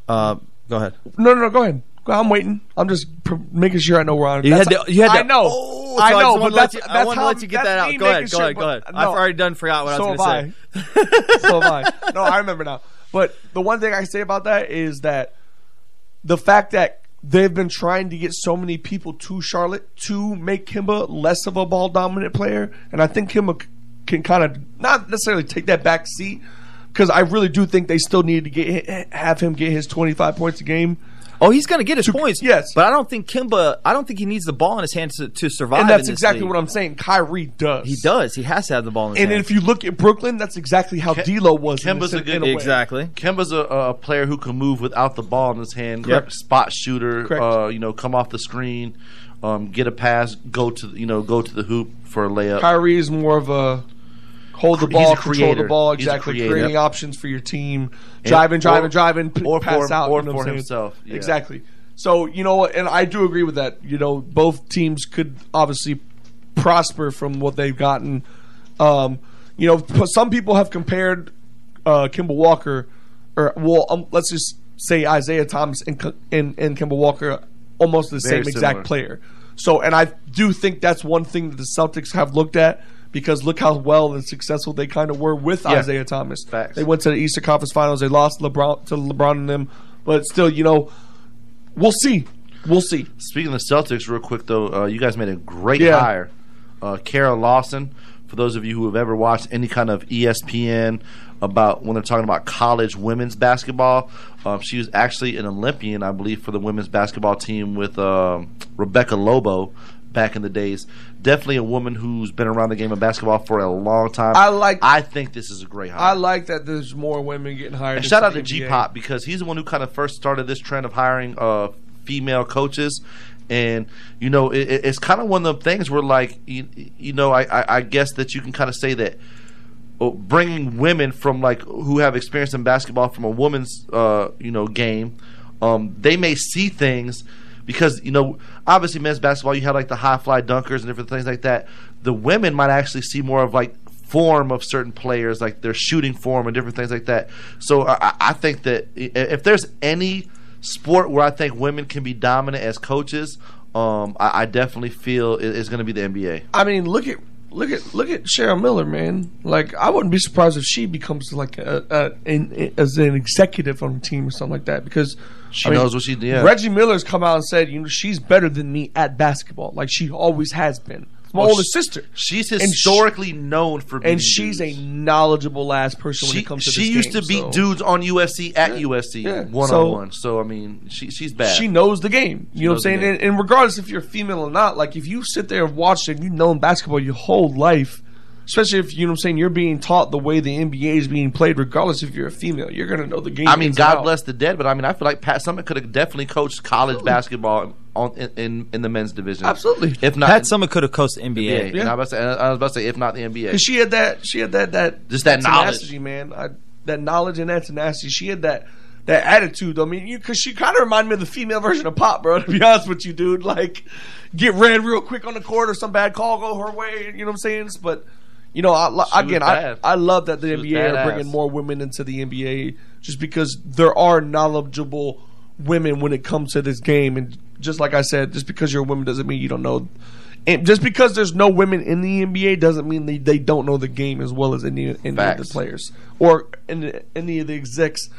Uh, go ahead.
No, no, no. Go ahead. Go- I'm waiting. I'm just pr- making sure I know where I'm.
You had
that's-
to- you had to-
I know.
Oh, so
I
I just
know.
wanted
but
to let
that's,
you- I
that's
wanted to
how-
let you get that
that's
out.
me
Go ahead,
making
go ahead, go
but-
ahead. I've already done forgot what I was
so
gonna
have I. so have I. No, I remember now. But the one thing I say about that is that the fact that they've been trying to get so many people to Charlotte to make Kimba less of a ball dominant player, and I think Kimba c- can kind of not necessarily take that back seat because I really do think they still need to get have him get his 25 points a game.
Oh, he's going to get his points.
Yes,
but I don't think Kimba. I don't think he needs the ball in his hands to, to survive.
and that's
in this
exactly
league.
what I'm saying. Kyrie does.
He does. He has to have the ball in his
And
hands.
if you look at Brooklyn, that's exactly how D'Lo was. in
Kemba's
a,
a good
in a way.
exactly.
Kemba's a, a player who can move without the ball in his hand.
Correct.
Spot shooter.
Correct.
Uh, you know, come off the screen, um, get a pass, go to you know, go to the hoop for a layup.
Kyrie is more of a hold the
He's
ball,
a
control the
creator.
ball,
He's a
exactly,
creator.
creating
Yep.
options for your team,
And-
driving, driving,
or-
driving, p-
or
pass
for-
out,
or
you know what
for
I'm saying?
himself, yeah.
Exactly. So you know, what, and I do agree with that. You know, both teams could obviously prosper from what they've gotten. Um, you know, p- some people have compared uh, Kimball Walker, or well, um, let's just say Isaiah Thomas and K- and, and Kimball Walker, almost the
Very
same exact
similar.
player. So, and I do think that's one thing that the Celtics have looked at because look how well and successful they kind of were with
Yeah.
Isaiah Thomas.
Facts.
They went to the Eastern Conference Finals. They lost LeBron to LeBron and them, but still, you know, we'll see. We'll see.
Speaking of Celtics, real quick though, uh, you guys made a great
Yeah.
hire, uh, Kara Lawson. For those of you who have ever watched any kind of E ESPN about when they're talking about college women's basketball, um, she was actually an Olympian, I believe, for the women's basketball team with um, Rebecca Lobo back in the days. Definitely a woman who's been around the game of basketball for a long time.
I like-
Um, I think this is a great hire.
I like that there's more women getting hired.
And
into
shout out
the
to
NBA.
G Pop because he's the one who kind of first started this trend of hiring uh, female coaches. And you know, it, it- it's kind of one of the things where, like, you, you know, I, I, I guess that you can kind of say that bringing women from like who have experience in basketball from a woman's uh, you know game, um, they may see things because you know obviously men's basketball you have like the high fly dunkers and different things like that. The women might actually see more of like form of certain players, like their shooting form and different things like that. So I, I think that i- if there's any sport where I think women can be dominant as coaches, um, I, I definitely feel it, it's going to be the NBA.
I mean, look at look at look at Cheryl Miller, man. Like, I wouldn't be surprised if she becomes like a, a, an, as an executive on the team or something like that because
She knows what she- yeah.
Reggie Miller's come out and said, you know, she's better than me at basketball. Like she always has been. It's my
Well,
older
sh-
sister.
She's
And she-
historically known for being
and she's a knowledgeable ass person when
She,
it comes to
she
this
used
game,
to beat
so-
dudes on UFC at USC one
So-
on one. So I mean, she she's bad.
She knows the game. You
She
know what I'm
knows the
saying?
game.
And, and regardless if you're female or not, like if you sit there and watch and you've known basketball your whole life, especially if you know what I'm saying, you're being taught the way the NBA is being played, regardless if you're a female, you're gonna know the game.
I mean,
ins and
God
out.
bless the dead, but I mean, I feel like Pat Summit could have definitely coached college basketball on in, in, in the men's division.
Absolutely.
if not
Pat Summit could have coached the NBA.
NBA. And I, was about to say, I was about to say, if not the NBA,
Cause she had that, she had that, that
Just that knowledge.
tenacity, man. I, that knowledge and that tenacity. She had that, that attitude. I mean, you, cause she kind of reminded me of the female version of Pop, bro. To be honest with you, dude, like get red real quick on the court or some bad call go her way. You know what I'm saying? But you know, I,
She was
again,
bad.
I, I love that the
was
NBA are
badass.
bringing more women into the NBA just because there are knowledgeable women when it comes to this game. And just like I said, just because you're a woman doesn't mean you don't know. And just because there's no women in the NBA doesn't mean they, they don't know the game as well as any, any of the
Facts.
players or any, any of the execs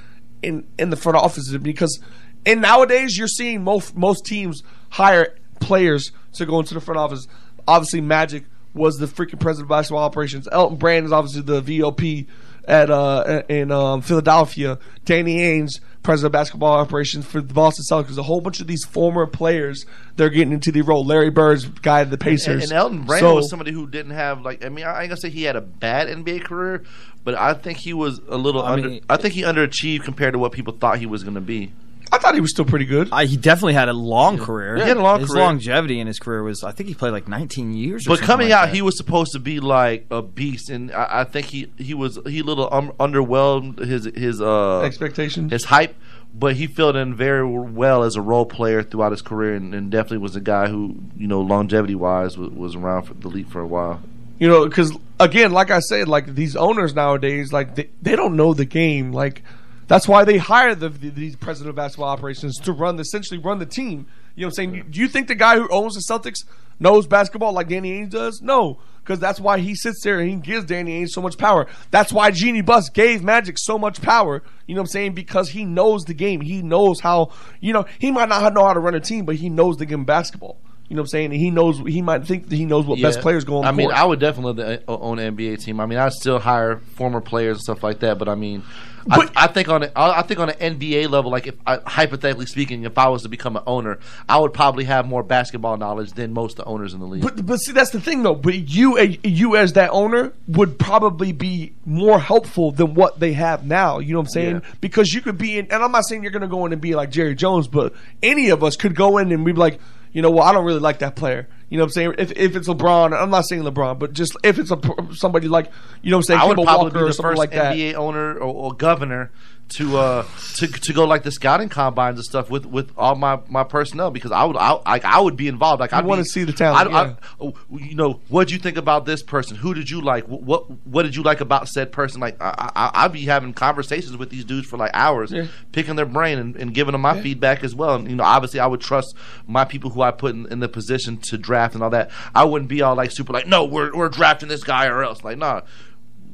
in, in the front offices. Because and nowadays you're seeing most most teams hire players to go into the front office. Obviously, Magic was the freaking president of basketball operations. Elton Brand is obviously the VOP at uh, in um, Philadelphia. Danny Ainge, president of basketball operations for the Boston Celtics. A whole bunch of these former players they're getting into the role. Larry Bird's guy at the Pacers.
and, and Elton Brand
So-
was somebody who didn't have like. I mean, I ain't gonna say he had a bad NBA career, but I think he was a little.
I
under,
mean-
I think he underachieved compared to what people thought he was gonna be.
I thought he was still pretty good.
he definitely had a long career.
He had a long
his
career.
longevity in his career was, I think he played like 19 years. Or
But
something
coming
like
out,
that.
he was supposed to be like a beast, and I, I think he he was he little um, underwhelmed his his uh,
Expectations?
his hype. But he filled in very well as a role player throughout his career, and, and definitely was a guy who you know longevity wise was, was around for the league for a while.
You know, because again, like I said, like these owners nowadays, like they, they don't know the game. Like that's why they hire the, the these president of basketball operations to run essentially run the team. You know what I'm saying? Do you think the guy who owns the Celtics knows basketball like Danny Ainge does? No, because that's why he sits there and he gives Danny Ainge so much power. That's why Genie Bus gave Magic so much power. You know what I'm saying? Because he knows the game. He knows how. You know, he might not know how to run a team, but he knows the game of basketball. You know what I'm saying? And he knows. He might think that he knows what best
Yeah.
players go on.
I
the
mean,
court.
I would definitely love to uh, own an NBA team. I mean, I'd still hire former players and stuff like that. But I mean, I, I think on a, I I think on an NBA level, like if I, hypothetically speaking, if I was to become an owner, I would probably have more basketball knowledge than most of the owners in the league.
But but see that's the thing though. But you you as that owner would probably be more helpful than what they have now. You know what I'm saying? Because you could be in, and I'm not saying you're going to go in and be like Jerry Jones, but any of us could go in and we'd be like, you know, well, I don't really like that player. You know what I'm saying? If, if it's LeBron, I'm not saying LeBron, but just if it's a pr- somebody like you know what I'm saying,
I would
Kemba
probably
Walker
be
or
the
something
first
like that.
NBA owner or, or governor to uh to to go like the scouting combines and stuff with with all my my personnel because I would I like I would be involved like
You
I
wanna see the talent, yeah.
you know what do you think about this person who did you like Wh- what what did you like about said person like I, I I'd be having conversations with these dudes for like hours
Yeah.
picking their brain and, and giving them my feedback as well and you know obviously I would trust my people who I put in, in the position to draft and all that I wouldn't be all like super like no we're we're drafting this guy or else like nah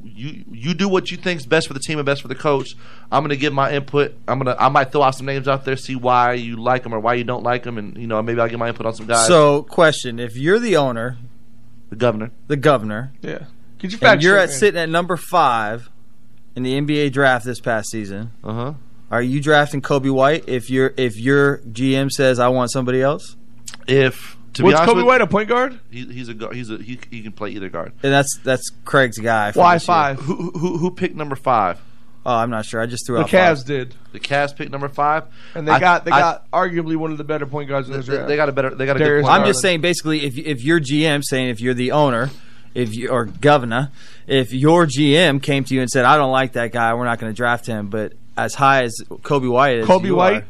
you you do what you think's best for the team and best for the coach. I'm gonna give my input. I'm gonna I might throw out some names out there, see why you like them or why you don't like them, and you know maybe I'll get my input on some guys.
So, question: If you're the owner,
the governor,
the governor,
yeah, Get your
and
facts
you're
straight,
at
man.
sitting at number five in the NBA draft this past season,
uh huh.
Are you drafting Kobe White if your if your GM says I want somebody else?
If to be
What's
honest
Kobe
with-
White,
a point guard?
He, he's a gu- he's a he, he can play either guard.
and that's that's Craig's guy. from
Why
this year.
five? Who, who who picked number five?
Oh, I'm not sure. I just threw
The
out five.
Cavs did,
The Cavs picked number five,
and they
I-
got they
I-
got arguably one of the better point guards in
They-
the draft.
they got a better- they got a good
Darius
point
I'm
Garland.
just saying, basically, if if your GM saying if you're the owner if you or governor, if your GM came to you and said, "I don't like that guy, we're not going to draft him," but as high as Kobe White is,
Kobe
you
White?
are,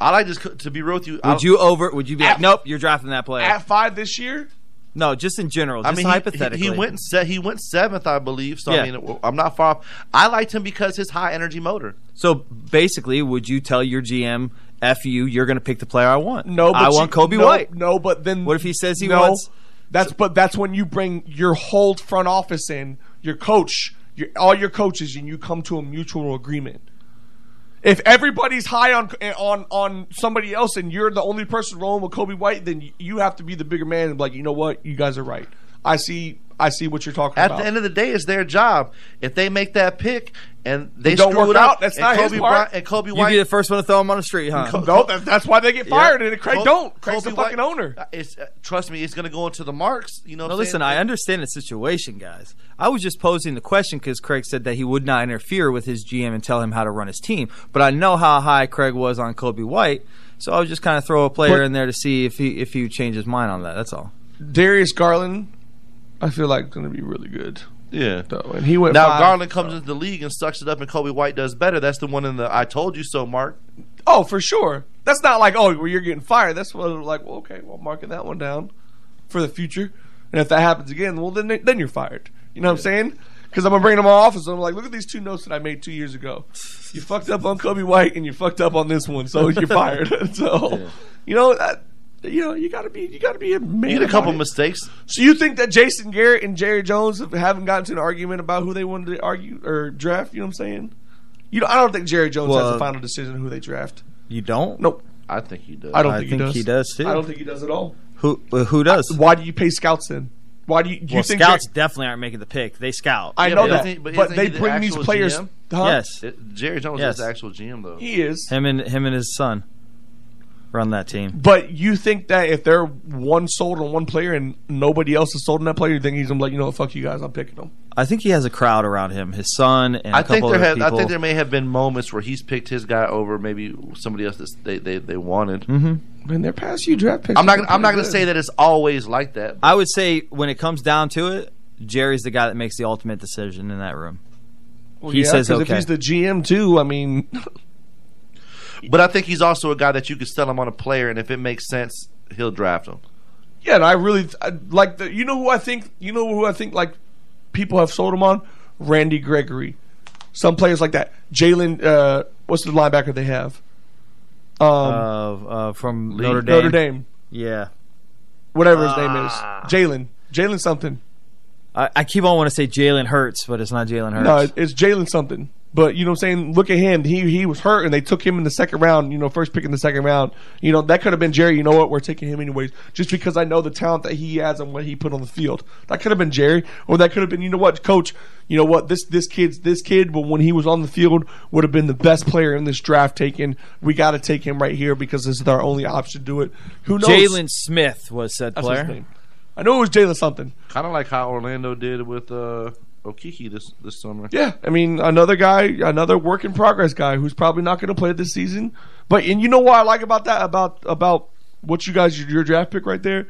I like this co- to be real with you. I
would
don't-
you over? Would you be like, "Nope, you're drafting that player"?
at five this year?
no, just in general, just
I mean, he-
hypothetically.
he, he went se- he went seventh, I believe. So
Yeah.
I mean, I'm not far off. I liked him because his high energy motor.
So basically, would you tell your GM, "F you, you're going to pick the player I want"?
No, but
I
you-
want Kobe
no,
White.
No, but then
What if he says he
no,
wants?
That's but that's when you bring your whole front office in, your coach, your, all your coaches, and you come to a mutual agreement. If everybody's high on on on somebody else, and you're the only person rolling with Kobe White, then you have to be the bigger man and be like, you know what, you guys are right. I see, I see what you're talking
At
about.
the end of the day, it's their job. If they make that pick and they
It don't
screw
work
it up,
out, that's
and
not his
Kobe
part.
Bryant and Kobe
You'd
White.
be the first one to throw him on the street, huh?
Co-
no, that, that's why they get fired. And Craig
Kobe-
don't. Craig's
Kobe
the fucking
White-
owner.
It's, uh, trust me, it's going to go into the marks. You know.
No,
what I'm
listen,
saying?
I understand the situation, guys. I was just posing the question because Craig said that he would not interfere with his GM and tell him how to run his team. But I know how high Craig was on Kobe White, so I was just kind of throw a player
But-
in there to see if he if he would change his mind on that. That's all.
Darius Garland, I feel like going to be really good.
Yeah.
though, and he went
now
five.
Garland comes into the league and sucks it up, and Kobe White does better. That's the one in the I told you so, Mark.
Oh, for sure. That's not like oh, well, you're getting fired. That's what like well, okay, well, marking that one down for the future. And if that happens again, well, then then you're fired. You know what I'm saying? Because I'm gonna bring them all office. And I'm like, look at these two notes that I made two years ago. You fucked up on Kobe White, and you fucked up on this one, so you're fired. so, you know, that, you know, you gotta be, you gotta be a man.
Made a
about
couple
it.
mistakes.
So you think that Jason Garrett and Jerry Jones have- haven't gotten to an argument about who they wanted to argue or draft? You know what I'm saying? You know, I don't think Jerry Jones has
Well-
the final decision on who they draft.
You don't?
Nope.
uh, I think he does.
I don't think, he, does.
too.
I don't think he does at all.
Who uh, who does?
Why do you pay scouts then? Why do you, do you
well,
think
scouts definitely aren't making the pick. They scout.
I
Yeah,
know
but
that,
isn't he-
but,
isn't
they
he the
bring these
actual
players.
GM?
Huh?
Yes,
It- Jerry Jones
Yes.
is the actual GM though.
he is.
him and him and his son run that team.
But you think that if they're one sold on one player and nobody else is sold on that player, you think he's gonna be like, you know what, fuck you guys, I'm picking them.
I think he has a crowd around him. His son and a
I think
couple
there
other
have, I
people.
think there may have been moments where he's picked his guy over maybe somebody else that they, they, they wanted. Mm-hmm.
Man, their past few draft picks.
I'm not
have
gonna,
been
I'm not
pretty
going to say that it's always like that.
I would say when it comes down to it, Jerry's the guy that makes the ultimate decision in that room.
Well,
he
yeah,
says
'cause
okay.
if he's the GM too, I mean,
But I think he's also a guy that you could sell him on a player, and if it makes sense, he'll draft him.
Yeah, and I really I, like the. You know who I think? You know who I think? Like people have sold him on Randy Gregory, some players like that. Jalen, uh, what's the linebacker they have? Um,
uh, uh, from
Lee-
Notre Dame. Ah.
Notre Dame,
Yeah,
whatever his name is, Jalen, Jalen something.
I, I keep on want to say Jalen Hurts, but it's not Jalen Hurts.
No, it- it's Jalen something. But you know what I'm saying? Look at him. He he was hurt, and they took him in the second round. You know, first pick in the second round. You know that could have been Jerry. You know what? We're taking him anyways, just because I know the talent that he has and what he put on the field. That could have been Jerry, or that could have been you know what, coach. You know what? This this kid's this kid, but when he was on the field, would have been the best player in this draft. Taken. We got to take him right here because this is our only option to do it. Who knows?
Jalen Smith was said
That's
player.
his name. I know it was Jalen something.
Kind of like how Orlando did with uh, Okiki this this summer.
Yeah, I mean another guy, another work in progress guy who's probably not going to play this season. But and you know what I like about that about about what you guys your, your draft pick right there.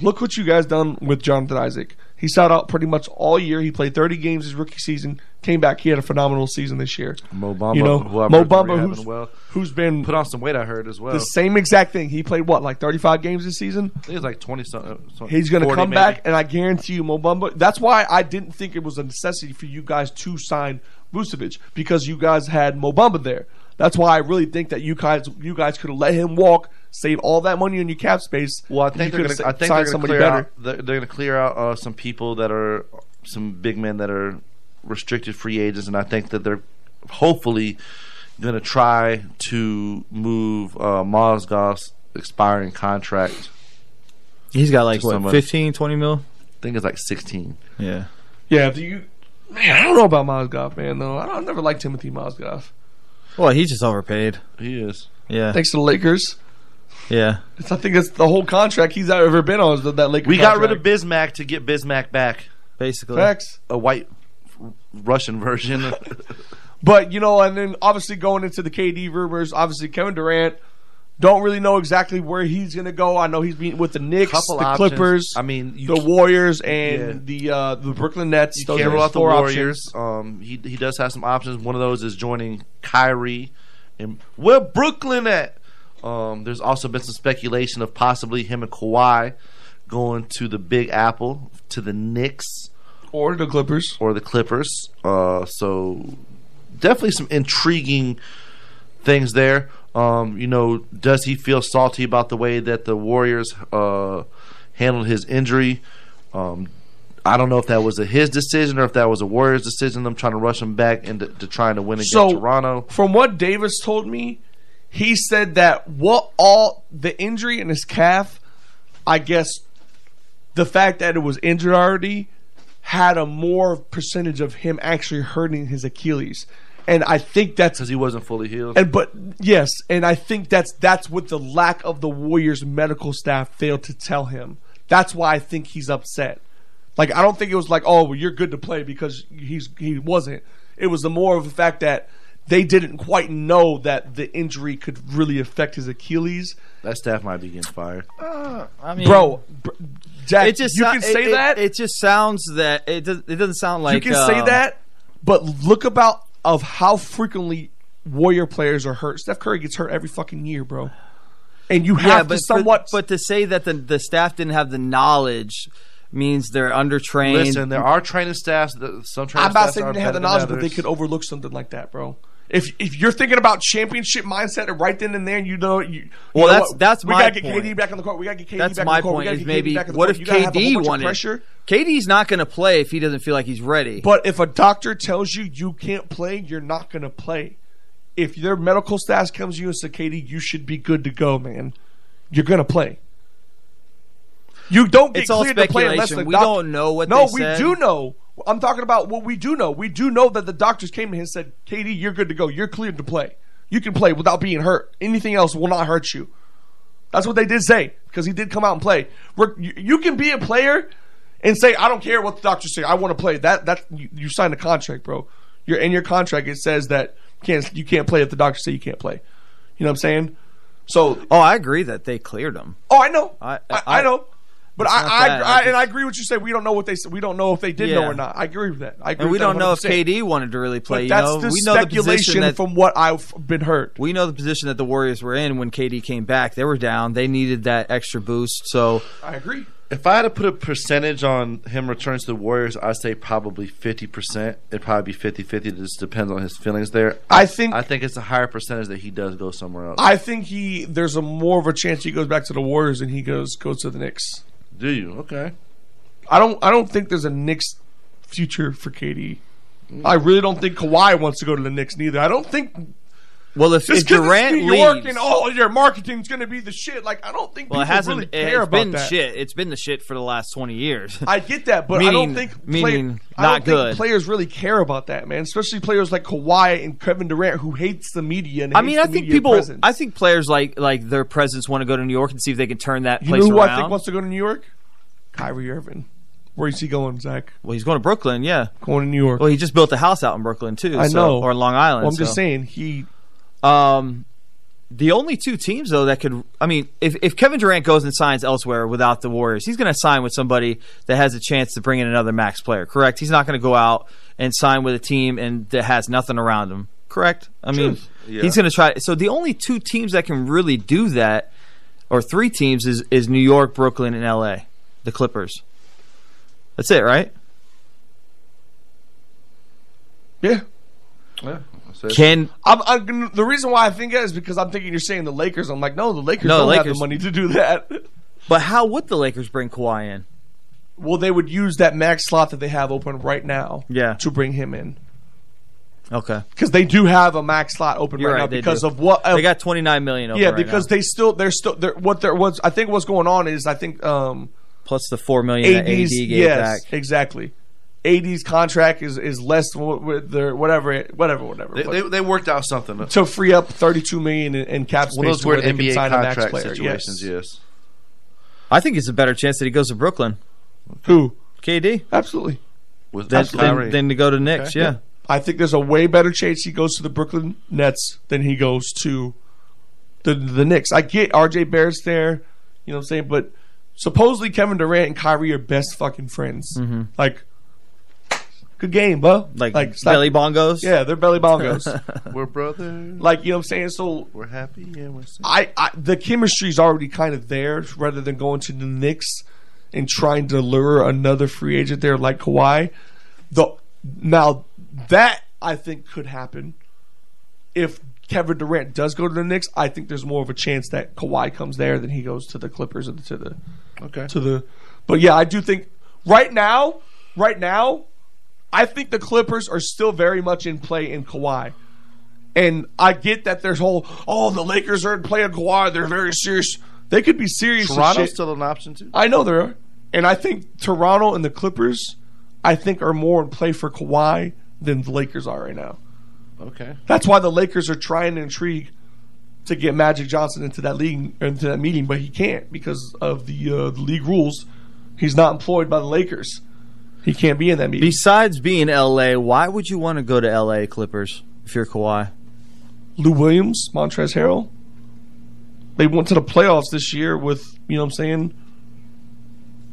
Look what you guys done with Jonathan Isaac. He sat out pretty much all year. He played 30 games his rookie season. Came back. He had a phenomenal season this year.
Mo Bamba,
you know,
who I
Mo
heard been
Bamba,
rehabbing
who's,
well.
who's been
Put on some weight, I heard as well.
the same exact thing. He played what, like 35 games this season?
I think it's like twenty something.
He's going to
40
come
maybe.
back, and I guarantee you, Mobamba. That's why I didn't think it was a necessity for you guys to sign Vucevic because you guys had Mobamba there. That's why I really think that you guys you guys could have let him walk, save all that money on your cap space.
Well, I
and
think
you
they're
coulda
gonna, I
si-
think they're
signed
gonna
somebody
clear
better.
out. They're, they're gonna clear out uh, some people that are some big men that are restricted free agents, and I think that they're hopefully gonna try to move uh, Mozgov's expiring contract.
He's got like
To
what
someone.
15, 20 mil.
I think it's like sixteen.
Yeah,
Yeah, do you? Man, I don't know about Mozgov, man. Though I, don't, I never liked Timothy Mozgov.
well, he's just overpaid.
He is.
Yeah,
Thanks to the Lakers,
yeah.
It's- I think that's the whole contract he's ever been on is that Lakers.
We got rid of
contract.
Bismack to get Bismack back,
Basically,
Facts.
a white r- Russian version.
But you know, and then obviously going into the KD rumors, obviously Kevin Durant, Don't really know exactly where he's going to go. I know he's been with the Knicks,
Couple
the
options.
Clippers,
I mean, you
the
can't-
Warriors, and the uh, the Brooklyn Nets.
You
Those
can't
are
rule
his
out the
four
Warriors.
options.
Um, he he does have some options. One of those is joining Kyrie, and where Brooklyn at? Um, there's also been some speculation of possibly him and Kawhi going to the Big Apple to the Knicks
or the Clippers
or the Clippers. Uh, so definitely some intriguing things there. Um, you know, does he feel salty about the way that the Warriors uh, handled his injury? Um, I don't know if that was a his decision or if that was a Warriors decision. Them trying to rush him back into to trying to win against
So,
Toronto.
From what Davis told me, he said that what all the injury in his calf, I guess the fact that it was injured already had a more percentage of him actually hurting his Achilles. And I think that's because
he wasn't fully healed.
And but yes, and I think that's that's what the lack of the Warriors medical staff failed to tell him. That's why I think he's upset. Like I don't think it was like, oh, well, you're good to play because he's he wasn't. It was the more of the fact that they didn't quite know that the injury could really affect his Achilles.
That staff might be getting fired.
I mean,
bro, br- Jack,
it just
you
sou-
can say
it- it-
that.
It, just sounds that it does, it doesn't sound like
you can say
uh,
that, but look about of how frequently Warrior players are hurt. Steph Curry gets hurt every fucking year, bro. And you have
yeah,
to
but for-
somewhat.
but to say that the the staff didn't have the knowledge means they're undertrained.
Listen, there are training staffs. That some training
I'm not
staffs
saying
are
they have the
better than
knowledge, but they
others.
could overlook something like that, bro. If if you're thinking about championship mindset and right then and there, you know you. you
Well,
know
that's-
what?
that's
we
my
gotta get
point.
KD back on the court. We gotta get KD
That's
back on
my
the court. We
point.
gotta
Is
get
maybe
KD back on the
what
court.
if
You gotta have a whole
KD
bunch of
wanted?
pressure?
KD's not going to play if he doesn't feel like he's ready.
But if a doctor tells you you can't play, you're not going to play. If their medical staff comes to you and says, Katie, you should be good to go, man, you're going to play. You don't get
It's all
cleared to play unless the
speculation. We
doc-
don't know what
No,
they
we
said.
do know. I'm talking about what we do know. We do know that the doctors came to him and said, Katie, you're good to go. You're cleared to play. You can play without being hurt. Anything else will not hurt you. That's what they did say because he did come out and play. Rick, you- You can be a player and say, "I don't care what the doctors say. I want to play." That that you, you signed a contract, bro. You're in your contract. It says that you can't you can't play if the doctors say you can't play. You know what I'm saying? So,
oh, I agree that they cleared him.
Oh, I know.
I
I, I know. But
It's
I,
not
I,
that.
I,
I
and I agree with you say we don't know what they said. We don't know if they did know
Yeah.
or not. I agree with that. I agree
and we
with that
don't know if
100%.
KD wanted to really play.
But
you
that's
know?
the
we know the
speculation
position that,
from what I've been heard.
We know the position that the Warriors were in when KD came back. They were down. They needed that extra boost. So
I agree.
If I had to put a percentage on him returns to the Warriors, I'd say probably 50%. It'd probably be 50 50. It just depends on his feelings there.
I think-
I think it's a higher percentage that he does go somewhere
Uh,
else.
I think he there's a more of a chance he goes back to the Warriors than he goes goes to the Knicks.
Do you? Okay.
I don't. I don't think there's a Knicks future for KD. I really don't think Kawhi wants to go to the Knicks neither. I don't think.
Well, if,
Just
if
'cause it's
Durant
New York
leaves,
and all your marketing's going to be the shit. Like I don't think
well, it
people
hasn't.
really
it-
care
it's
about
been
that.
shit. It's been the shit for the last twenty years.
I get that, but I don't
Meaning-
think
meaning
I don't
not
think
good.
players really care about that, man. Especially players like Kawhi and Kevin Durant, who hates the media. And
I
hates
mean, I
the
think
media
people.
presence.
I think players like like their presence want to go to New York and see if they can turn that
You
place
know who
around.
I think wants to go to New York? Kyrie Irving. Where is he going, Zach?
well, he's going to Brooklyn. Yeah,
going to New York.
Well, he just built a house out in Brooklyn too.
I
so-
know.
or Long Island.
Well, I'm just
so.
saying he.
Um, the only two teams though that could, I mean, if, if Kevin Durant goes and signs elsewhere without the Warriors, he's going to sign with somebody that has a chance to bring in another max player. Correct? He's not going to go out and sign with a team and that has nothing around him. Correct? I mean,
Yeah.
he's going to try. So the only two teams that can really do that, or three teams, is is New York, Brooklyn, and L.A. The Clippers. That's it, right?
Yeah.
Can
I'm, I'm, the reason why I think that is because I'm thinking you're saying the Lakers. I'm like, no, the Lakers
No,
don't have
Lakers.
the money to do that.
but how would the Lakers bring Kawhi in?
Well, they would use that max slot that they have open right now
Yeah.
to bring him in
Okay.
because they do have a max slot open
You're
right,
right,
now
they
because
do.
of what
they got 29 million over
yeah,
right
because
now.
they still they're still they're, what they're what's I think what's going on is I think um
plus the 4 million that AD
AD's
gave
yes
back.
exactly. AD's contract is is less than what- what their whatever it- whatever whatever
They,
but-
they, they worked out something. One
to free up 32 million in, in cap space
of those
to where
weird
they can
NBA
sign a max
contract
player.
situations, yes.
I think it's a better chance that he goes to Brooklyn.
Who?
KD.
Absolutely.
With
Than,
Absolutely.
than- than to go to Knicks, yeah.
I think there's a way better chance he goes to the Brooklyn Nets than he goes to the the Knicks. I get RJ Barrett's there, you know what I'm saying, but supposedly Kevin Durant and Kyrie are best fucking friends.
Mhm.
Like, good game, bro.
Like belly bongos?
Yeah, they're belly bongos.
we're brothers.
like you know what I'm saying. So
we're happy and we're. Sad.
I, I the chemistry's already kind of there rather than going to the Knicks and trying to lure another free agent there like Kawhi. The now that I think could happen if Kevin Durant does go to the Knicks. I think there's more of a chance that Kawhi comes there than he goes to the Clippers or to the
okay
to the. But yeah, I do think right now, right now, I think the Clippers are still very much in play in Kawhi. And I get that there's whole oh the Lakers are in play in Kawhi. They're very serious. They could be serious. as
Toronto's
shit.
still an option too.
I know there are. And I think Toronto and the Clippers, I think, are more in play for Kawhi than the Lakers are right now.
Okay.
That's why the Lakers are trying to intrigue to get Magic Johnson into that league or into that meeting, but he can't because of the, uh, the league rules. He's not employed by the Lakers. He can't be in that meeting.
Besides being LA, why would you want to go to LA Clippers if you're Kawhi? Um,
Lou Williams, Montrez Harrell. They went to the playoffs this year with you know what I'm saying.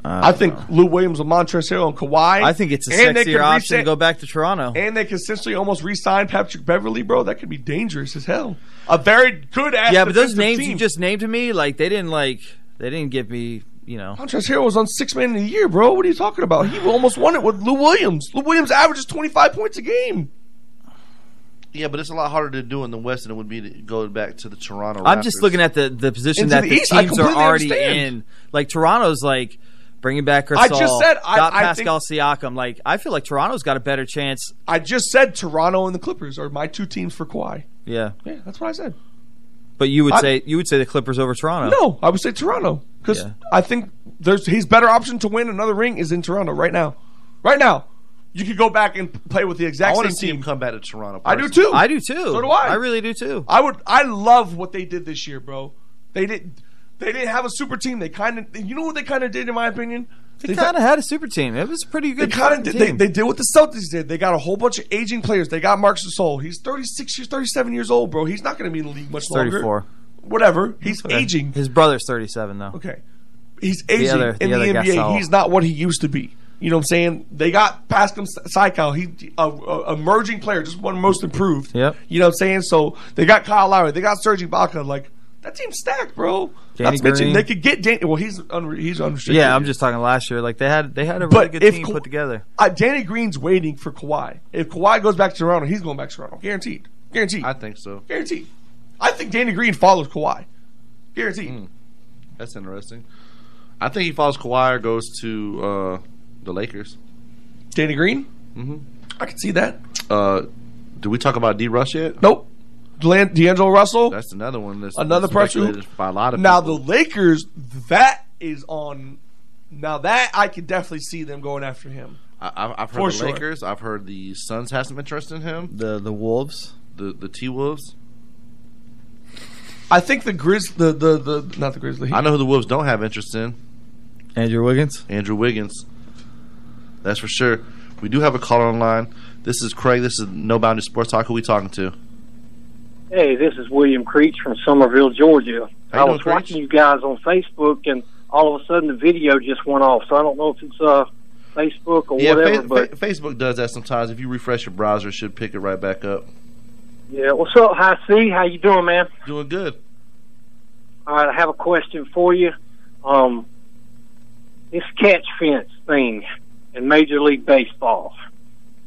I, think Lou Williams and Montrezl Harrell and Kawhi.
I think it's a
and they could
sexier option to
reset-
go back to Toronto.
And they could essentially almost re-sign Patrick Beverly, bro. That could be dangerous as hell. A very good ass.
yeah, but those
defensive
names
team.
you just named to me, like they didn't like they didn't give me, you know.
Montrezl Harrell was on six man of the year, bro. What are you talking about? He almost won it with Lou Williams. Lou Williams averages twenty five points a game.
Yeah, but it's a lot harder to do in the West than it would be to go back to the Toronto.
I'm just
Raptors.
looking at the the position
Into
that
the
the,
East, I
teams are
completely
already
understand.
in. Like Toronto's like bringing back Gasol,
I just said, I-
got
I think-
Pascal Siakam. Like I feel like Toronto's got a better chance.
I just said Toronto and the Clippers are my two teams for Kawhi.
Yeah,
Yeah, that's what I said.
but you would
I-
say you would say the Clippers over Toronto.
No, I would say Toronto because
Yeah.
I think there's his better option to win another ring is in Toronto right now. Right now, you could go back and play with the
I
exact
want
same
to see him
team.
come back to Toronto.
I do
personally.
too.
I do too.
So do I.
I really do too.
I would. I love what they did this year, bro. They did. They didn't have a super team. They kind of. You know what they kind of did, in my opinion.
They kind of had a super team. It was a pretty
They
good.
kind of
fucking
did, they,
team.
they did what the Celtics did. They got a whole bunch of aging players. They got Mark Gasol. He's thirty six years, thirty seven years old, bro. He's not going to be in the league much longer.
34.
Whatever. He's
Okay.
aging.
His brother's 37 though.
Okay. He's aging
other-
in
the
the,
other
NBA.
Gasol.
He's not what he used to be. You know what I'm saying? They got Pascal Psycho. He a, a emerging player, just one most improved.
Yep.
You know what I'm saying? So they got Kyle Lowry. They got Serge Ibaka. Like that team's stacked, bro.
Danny
That's mentioned.
Green.
They could get Danny. Well, he's unre- he's unrestricted.
Yeah, I'm just talking last year. Like they had they had a really
But
good
if
team
Ka-
put together.
Uh, Danny Green's waiting for Kawhi. If Kawhi goes back to Toronto, he's going back to Toronto. Guaranteed. Guaranteed.
I think so.
Guaranteed. I think Danny Green follows Kawhi. Guaranteed.
That's interesting. I think he follows Kawhi or goes to uh, the Lakers.
Danny Green?
hmm
I can see that.
Uh, do we talk about D Rush yet?
Nope. Delan- D'Angelo Russell?
That's another one. That's
Another
that's
person who-
speculated by a lot of
now
people.
the Lakers, that is on. Now that I can definitely see them going after him.
I, I've, I've
for
heard the
sure.
Lakers. I've heard the Suns has some interest in him.
The the Wolves.
The the T Wolves.
I think the Grizz, the the the not the Grizzlies.
I know who the Wolves don't have interest in.
Andrew Wiggins.
Andrew Wiggins. That's for sure. We do have a caller online. This is Craig. This is No Boundary Sports Talk. Who we talking to?
Hey, this is William Creech from Somerville, Georgia. I
How you doing,
was
Creech?
watching you guys on Facebook, and all of a sudden the video just went off. So I don't know if it's uh, Facebook or
yeah, Fa-
whatever,
Fa-
but
Facebook does that sometimes. If you refresh your browser, it should pick it right back up.
yeah. What's up, Hi C? How you doing, man?
Doing good.
All right, I have a question for you. Um, this catch fence thing in Major League Baseball.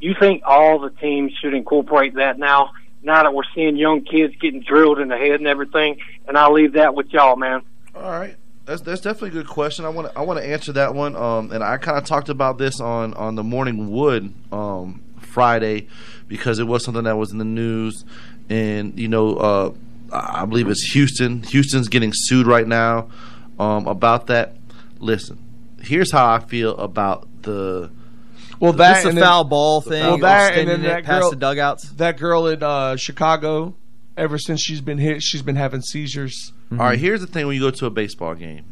You think all the teams should incorporate that now? Now that we're seeing young kids getting drilled in the head and everything, and I'll leave that with y'all, man.
All right. That's, that's definitely a good question. I want to I want to answer that one. Um, and I kind of talked about this on on the morning wood um, Friday because it was something that was in the news, and you know uh, I I believe it's Houston. Houston's getting sued right now um, about that. Listen, here's how I feel about the
Well, that
Just a
and then-
foul ball thing.
Well, that and then
extending it
that
past
girl,
the dugouts.
That girl in uh, Chicago. Ever since she's been hit, she's been having seizures.
All right, here's the thing when you go to a baseball game.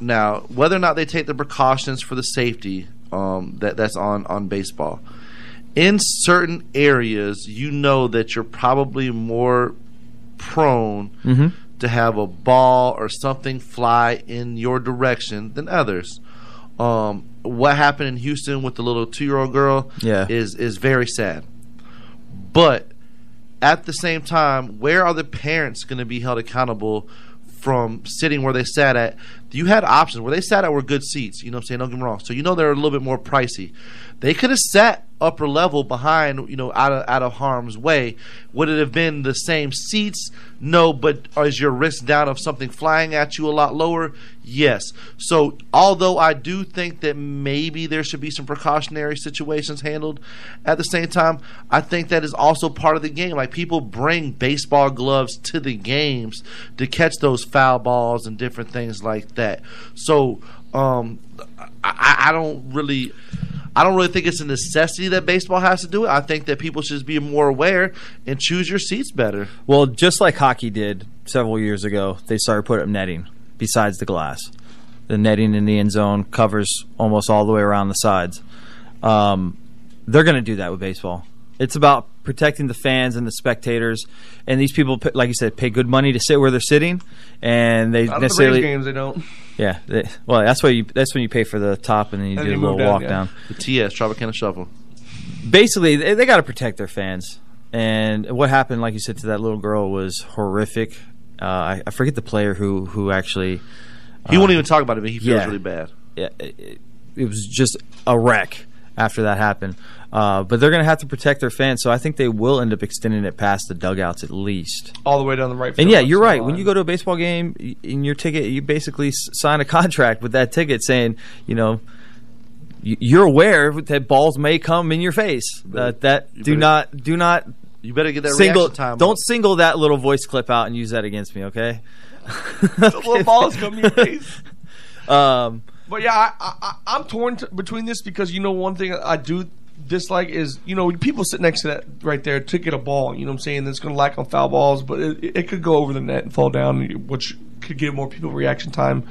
Now, whether or not they take the precautions for the safety um, that that's on on baseball, in certain areas, you know that you're probably more prone
Mhm.
to have a ball or something fly in your direction than others. Um, what happened in Houston with the little two year old girl
Yeah.
is is very sad. But at the same time, where are the parents going to be held accountable from sitting where they sat at? You had options. Where they sat at were good seats. You know what I'm saying? Don't get me wrong. So you know they're a little bit more pricey. They could have sat upper level behind, you know, out of out of harm's way. Would it have been the same seats? No, but is your risk down of something flying at you a lot lower? Yes. So although I do think that maybe there should be some precautionary situations handled, at the same time, I think that is also part of the game. Like people bring baseball gloves to the games to catch those foul balls and different things like that. So um, I- I, I don't really. I don't really think it's a necessity that baseball has to do it. I think that people should be more aware and choose your seats better.
Well, just like hockey did several years ago, they started putting up netting besides the glass. The netting in the end zone covers almost all the way around the sides. Um, they're going to do that with baseball. It's about protecting the fans and the spectators, and these people, pa- like you said, pay good money to sit where they're sitting, and they
Out of the
necessarily
Braves games, they don't.
Yeah, they- well, that's why you. That's when you pay for the top, and then you
And
do
you
a little
move down,
walk
yeah.
down.
The TS Tropicana Shuffle.
Basically, they, they got to protect their fans, and what happened, like you said, to that little girl was horrific. Uh, I, I forget the player who who actually.
He
uh,
won't even talk about it, but he feels
yeah.
really bad.
Yeah, it, it- it was just a wreck after that happened. Uh, but they're going to have to protect their fans, so I think they will end up extending it past the dugouts at least.
all the way down the right.
And yeah,
field
you're
line.
right. When you go to a baseball game, y- in your ticket, you basically s- sign a contract with that ticket saying, you know, y- you're aware that balls may come in your face. That that do
better-
not do not.
You better get that
single.
reaction time
Don't single that little voice clip out and use that against me. Okay.
little balls come in your face.
Um,
But yeah, I, I, I- I'm torn t- between this because you know one thing I do dislike is you know people sit next to that right there to get a ball. You know what I'm saying? That's going to lack on foul balls, but it, it could go over the net and fall down, which could give more people reaction time.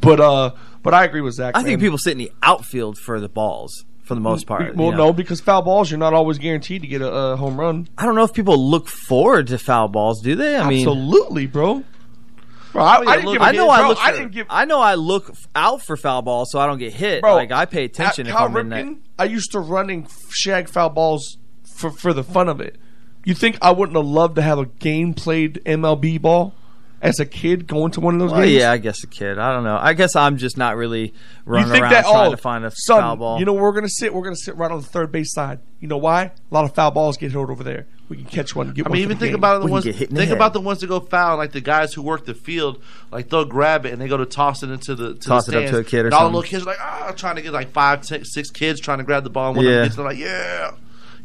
But uh, but I agree with Zach.
I think
man.
people sit in the outfield for the balls for the most part.
Well,
you know.
no, because foul balls you're not always guaranteed to get a, a home run.
I don't know if people look forward to foul balls, do they? I mean,
absolutely, bro. Bro, I,
Oh, yeah,
I didn't
look-
give a
I know I
bro,
look.
I
for-
didn't give
I know I look f- out for foul balls, so I don't get hit.
Bro,
like I pay attention
At
if
Cal
I'm in that.
Ripken, I used to running shag foul balls for for the fun of it. You think I wouldn't have loved to have a game played MLB ball as a kid going to one of those
Well,
games?
Oh, yeah, I guess a kid. I don't know. I guess I'm just not really running
you think
around
that
trying
oh,
to find a f-
son,
foul ball.
You know where we're gonna sit? We're gonna sit right on the third base side. You know why? A lot of foul balls get hit over there. We can catch one. and Get
I
one
mean,
for
even
the
think
game.
about the ones. think about the ones that go foul, like the guys who work the field. Like they'll grab it and they go to toss it into the to
Toss
the
it up to
stands,
a kid or
and all
something.
the little kids are like ah, trying to get like five, six, six kids trying to grab the ball. And one of
Yeah.
them gets it, they're like yeah.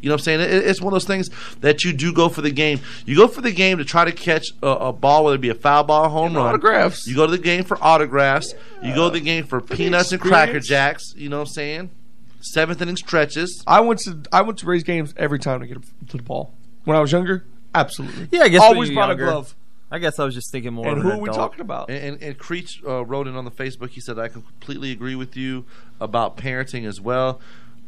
You know what I'm saying? It- It's one of those things that you do go for the game. You go for the game to try to catch a, a ball, whether it be a foul ball, a home run.
autographs.
You go to the game for autographs. You go to the game for peanuts and cracker
experience.
jacks. You know what I'm saying? Seventh inning stretches.
I went to I went to raise games every time to get to the ball. When I was younger, absolutely.
yeah, I guess when
always
you're
brought
younger,
a glove.
I guess I was just thinking more.
And
of
who
an
are we
adult.
talking about?
And, and, and Creech uh, wrote in on the Facebook. He said, "I completely agree with you about parenting as well.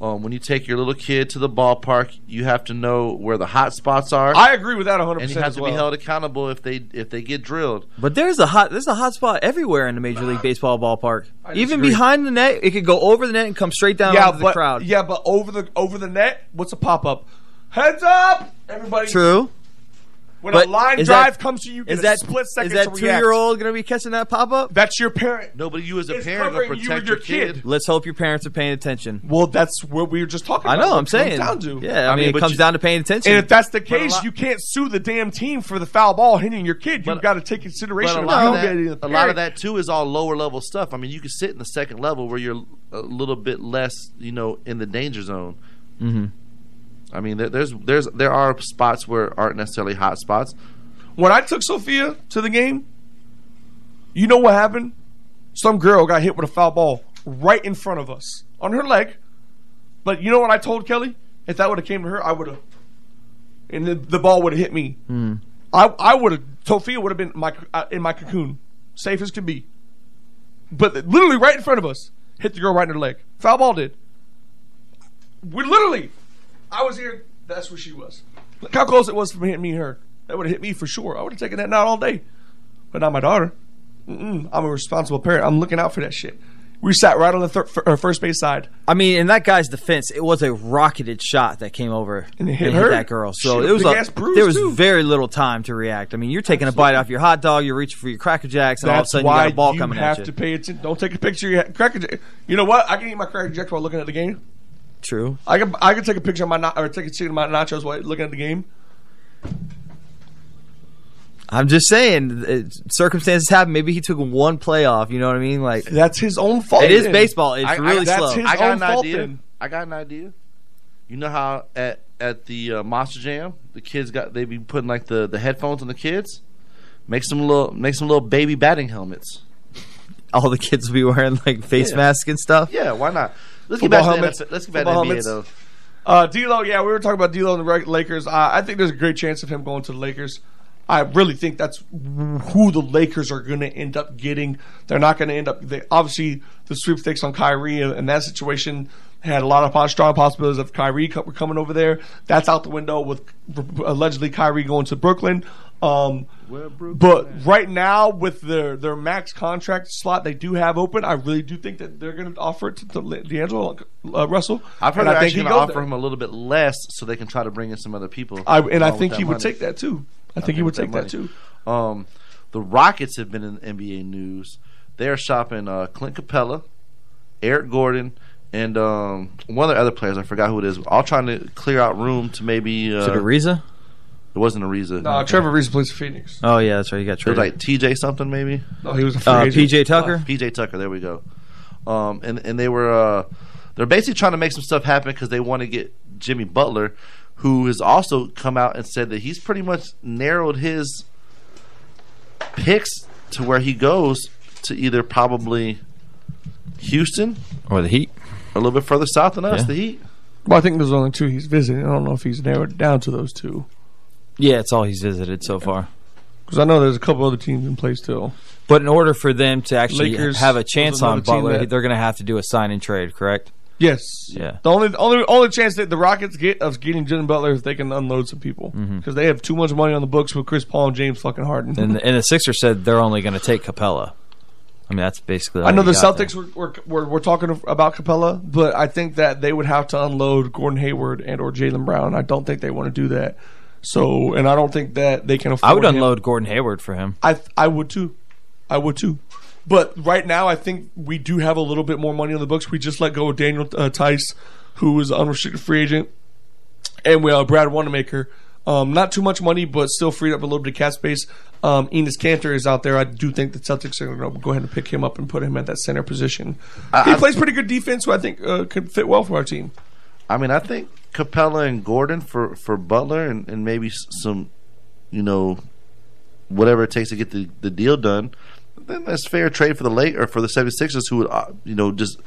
Um, when you take your little kid to the ballpark, you have to know where the hot spots are.
I agree with that 100.
and you
percent
have to be held accountable if they if they get drilled.
But there's a hot there's a hot spot everywhere in the Major League Baseball ballpark. Even
disagree.
behind the net, it could go over the net and come straight down
yeah,
onto
but,
the crowd.
Yeah, but over the over the net, what's a pop up? Heads up, everybody!
True.
When
But
a line
is
drive
that-
comes to you, you get
is
a
that-
split second
is that
to react.
two-year-old going to be catching that pop up?
That's your parent.
No, but you as a
It's
parent are
covering
gonna
you
protect
and
your,
your
kid.
Kid. Let's hope your parents are paying attention.
Well, that's what we were just talking.
I
about.
know. I'm
It comes
saying.
down to.
Yeah, I,
I
mean,
mean,
it
but
comes
you-
down to paying attention.
And if that's the
But a
case,
lot-
you can't sue the damn team for the foul ball hitting your kid. You've got to take consideration.
But a
of
lot,
you
of
being
that,
the
a lot
parent.
of that too is all lower level stuff. I mean, you can sit in the second level where you're a little bit less, you know, in the danger zone.
Mm-hmm.
I mean, there, there's there's there are spots where aren't necessarily hot spots.
When I took Sophia to the game, you know what happened? Some girl got hit with a foul ball right in front of us on her leg. But you know what I told Kelly? If that would have came to her, I would have, and the, the ball would have hit me. I I would have. Sophia would have been in my uh, in my cocoon, safe as could be. But literally right in front of us, hit the girl right in her leg. Foul ball did. We literally, I was here. That's where she was. Look how close it was from hitting me and her. That would have hit me for sure. I would have taken that knot all day. but not my daughter. Mm-mm, I'm a responsible parent. I'm looking out for that shit. We sat right on the thir- f- uh, first base side.
I mean, in that guy's defense, it was a rocketed shot that came over
And it hit her.
that girl. So
She had
it was
a
a,
big-ass bruise,
there was
too.
very little time to react. I mean, you're taking a bite off your hot dog, you're reaching for your cracker jacks, and all of a
That's
sudden you
why
got a ball
you
coming
have
at you.
to pay attention. Don't take a picture. Of your cracker jack. You know what? I can eat my cracker jack while looking at the game.
True.
I can I can take a picture of my na- or take a picture of my nachos while looking at the game.
I'm just saying, it, circumstances happen. Maybe he took one play off. You know what I mean? Like
that's his own fault.
It is
then.
baseball. It's
I- I-
really
that's
slow.
his
I got an
fault
idea.
then.
Oh, I got an idea. You know how at at the uh, Monster Jam, the kids got they be putting like the, the headphones on the kids. Make some little make some little baby batting helmets.
All the kids will be wearing like face
Yeah.
masks and stuff.
Yeah, why not? Let's
Football
get back
helmets.
to the NFL. Let's get back
Football
to the NBA
helmets.
though.
Uh, D'Lo, yeah, we were talking about D'Lo and the Ra- Lakers. Uh, I think there's a great chance of him going to the Lakers. I really think that's who the Lakers are going to end up getting. They're not going to end up. They, obviously, the sweepstakes on Kyrie and, and that situation had a lot of pos- strong possibilities of Kyrie co- coming over there. That's out the window with allegedly Kyrie going to Brooklyn. Um, but right now, with their, their max contract slot they do have open, I really do think that they're going to offer it to, to D'Angelo uh, Russell.
I've heard
And
they're
I think he
actually going to
goes
offer
there.
him a little bit less so they can try to bring in some other people.
I, and I
along with
think he would
money.
take that too. I think he would take that too.
too. Um, the Rockets have been in NBA news. They are shopping uh, Clint Capella, Eric Gordon, and um, one of the other players. I forgot who it is. All trying to clear out room to maybe. Uh,
Is it Ariza?
It wasn't Ariza.
No, Trevor Reese plays for Phoenix.
Oh yeah, that's right. You got
It was
traded.
like TJ something maybe.
No, he was a free
Uh,
agent.
PJ Tucker.
PJ Tucker. There we go. Um, and and they were uh, they're basically trying to make some stuff happen because they want to get Jimmy Butler, who has also come out and said that he's pretty much narrowed his picks to where he goes to either probably Houston
or the Heat,
a little bit further south than us,
Yeah.
the Heat.
Well, I think there's only two he's visiting. I don't know if he's narrowed it down to those two
Yeah, it's all he's visited so far.
because I know there's a couple other teams in play still.
But in order for them to actually
Lakers
have a chance
was
on
another team
Butler,
that-
they're going to have to do a sign and trade, correct?
Yes.
Yeah.
The only the only only chance that the Rockets get of getting Jimmy Butler is they can unload some people because
Mhm.
they have too much money on the books with Chris Paul and James fucking Harden.
And the, and the Sixers said they're only going to take Capella. I mean, that's basically. all
I know
you
the
got
Celtics were, were, were, were talking about Capella, but I think that they would have to unload Gordon Hayward and or Jalen Brown. I don't think they want to do that. So, and I don't think that they can
there.
afford.
I would
him.
unload Gordon Hayward for him.
I I would too, I would too. But right now, I think we do have a little bit more money on the books. We just let go of Daniel uh, Tice, who is an unrestricted free agent, and we uh, Brad Wanamaker. Um, not too much money, but still freed up a little bit of cap space. Um, Enos Cantor is out there. I do think the Celtics are going to go ahead and pick him up and put him at that center position. he plays pretty good defense, who I think uh, could fit well for our team.
I mean, I think Capella and Gordon for, for Butler and, and maybe s- some, you know, whatever it takes to get the, the deal done. Then that's fair trade for the late or for the 76ers who would, uh, you know, just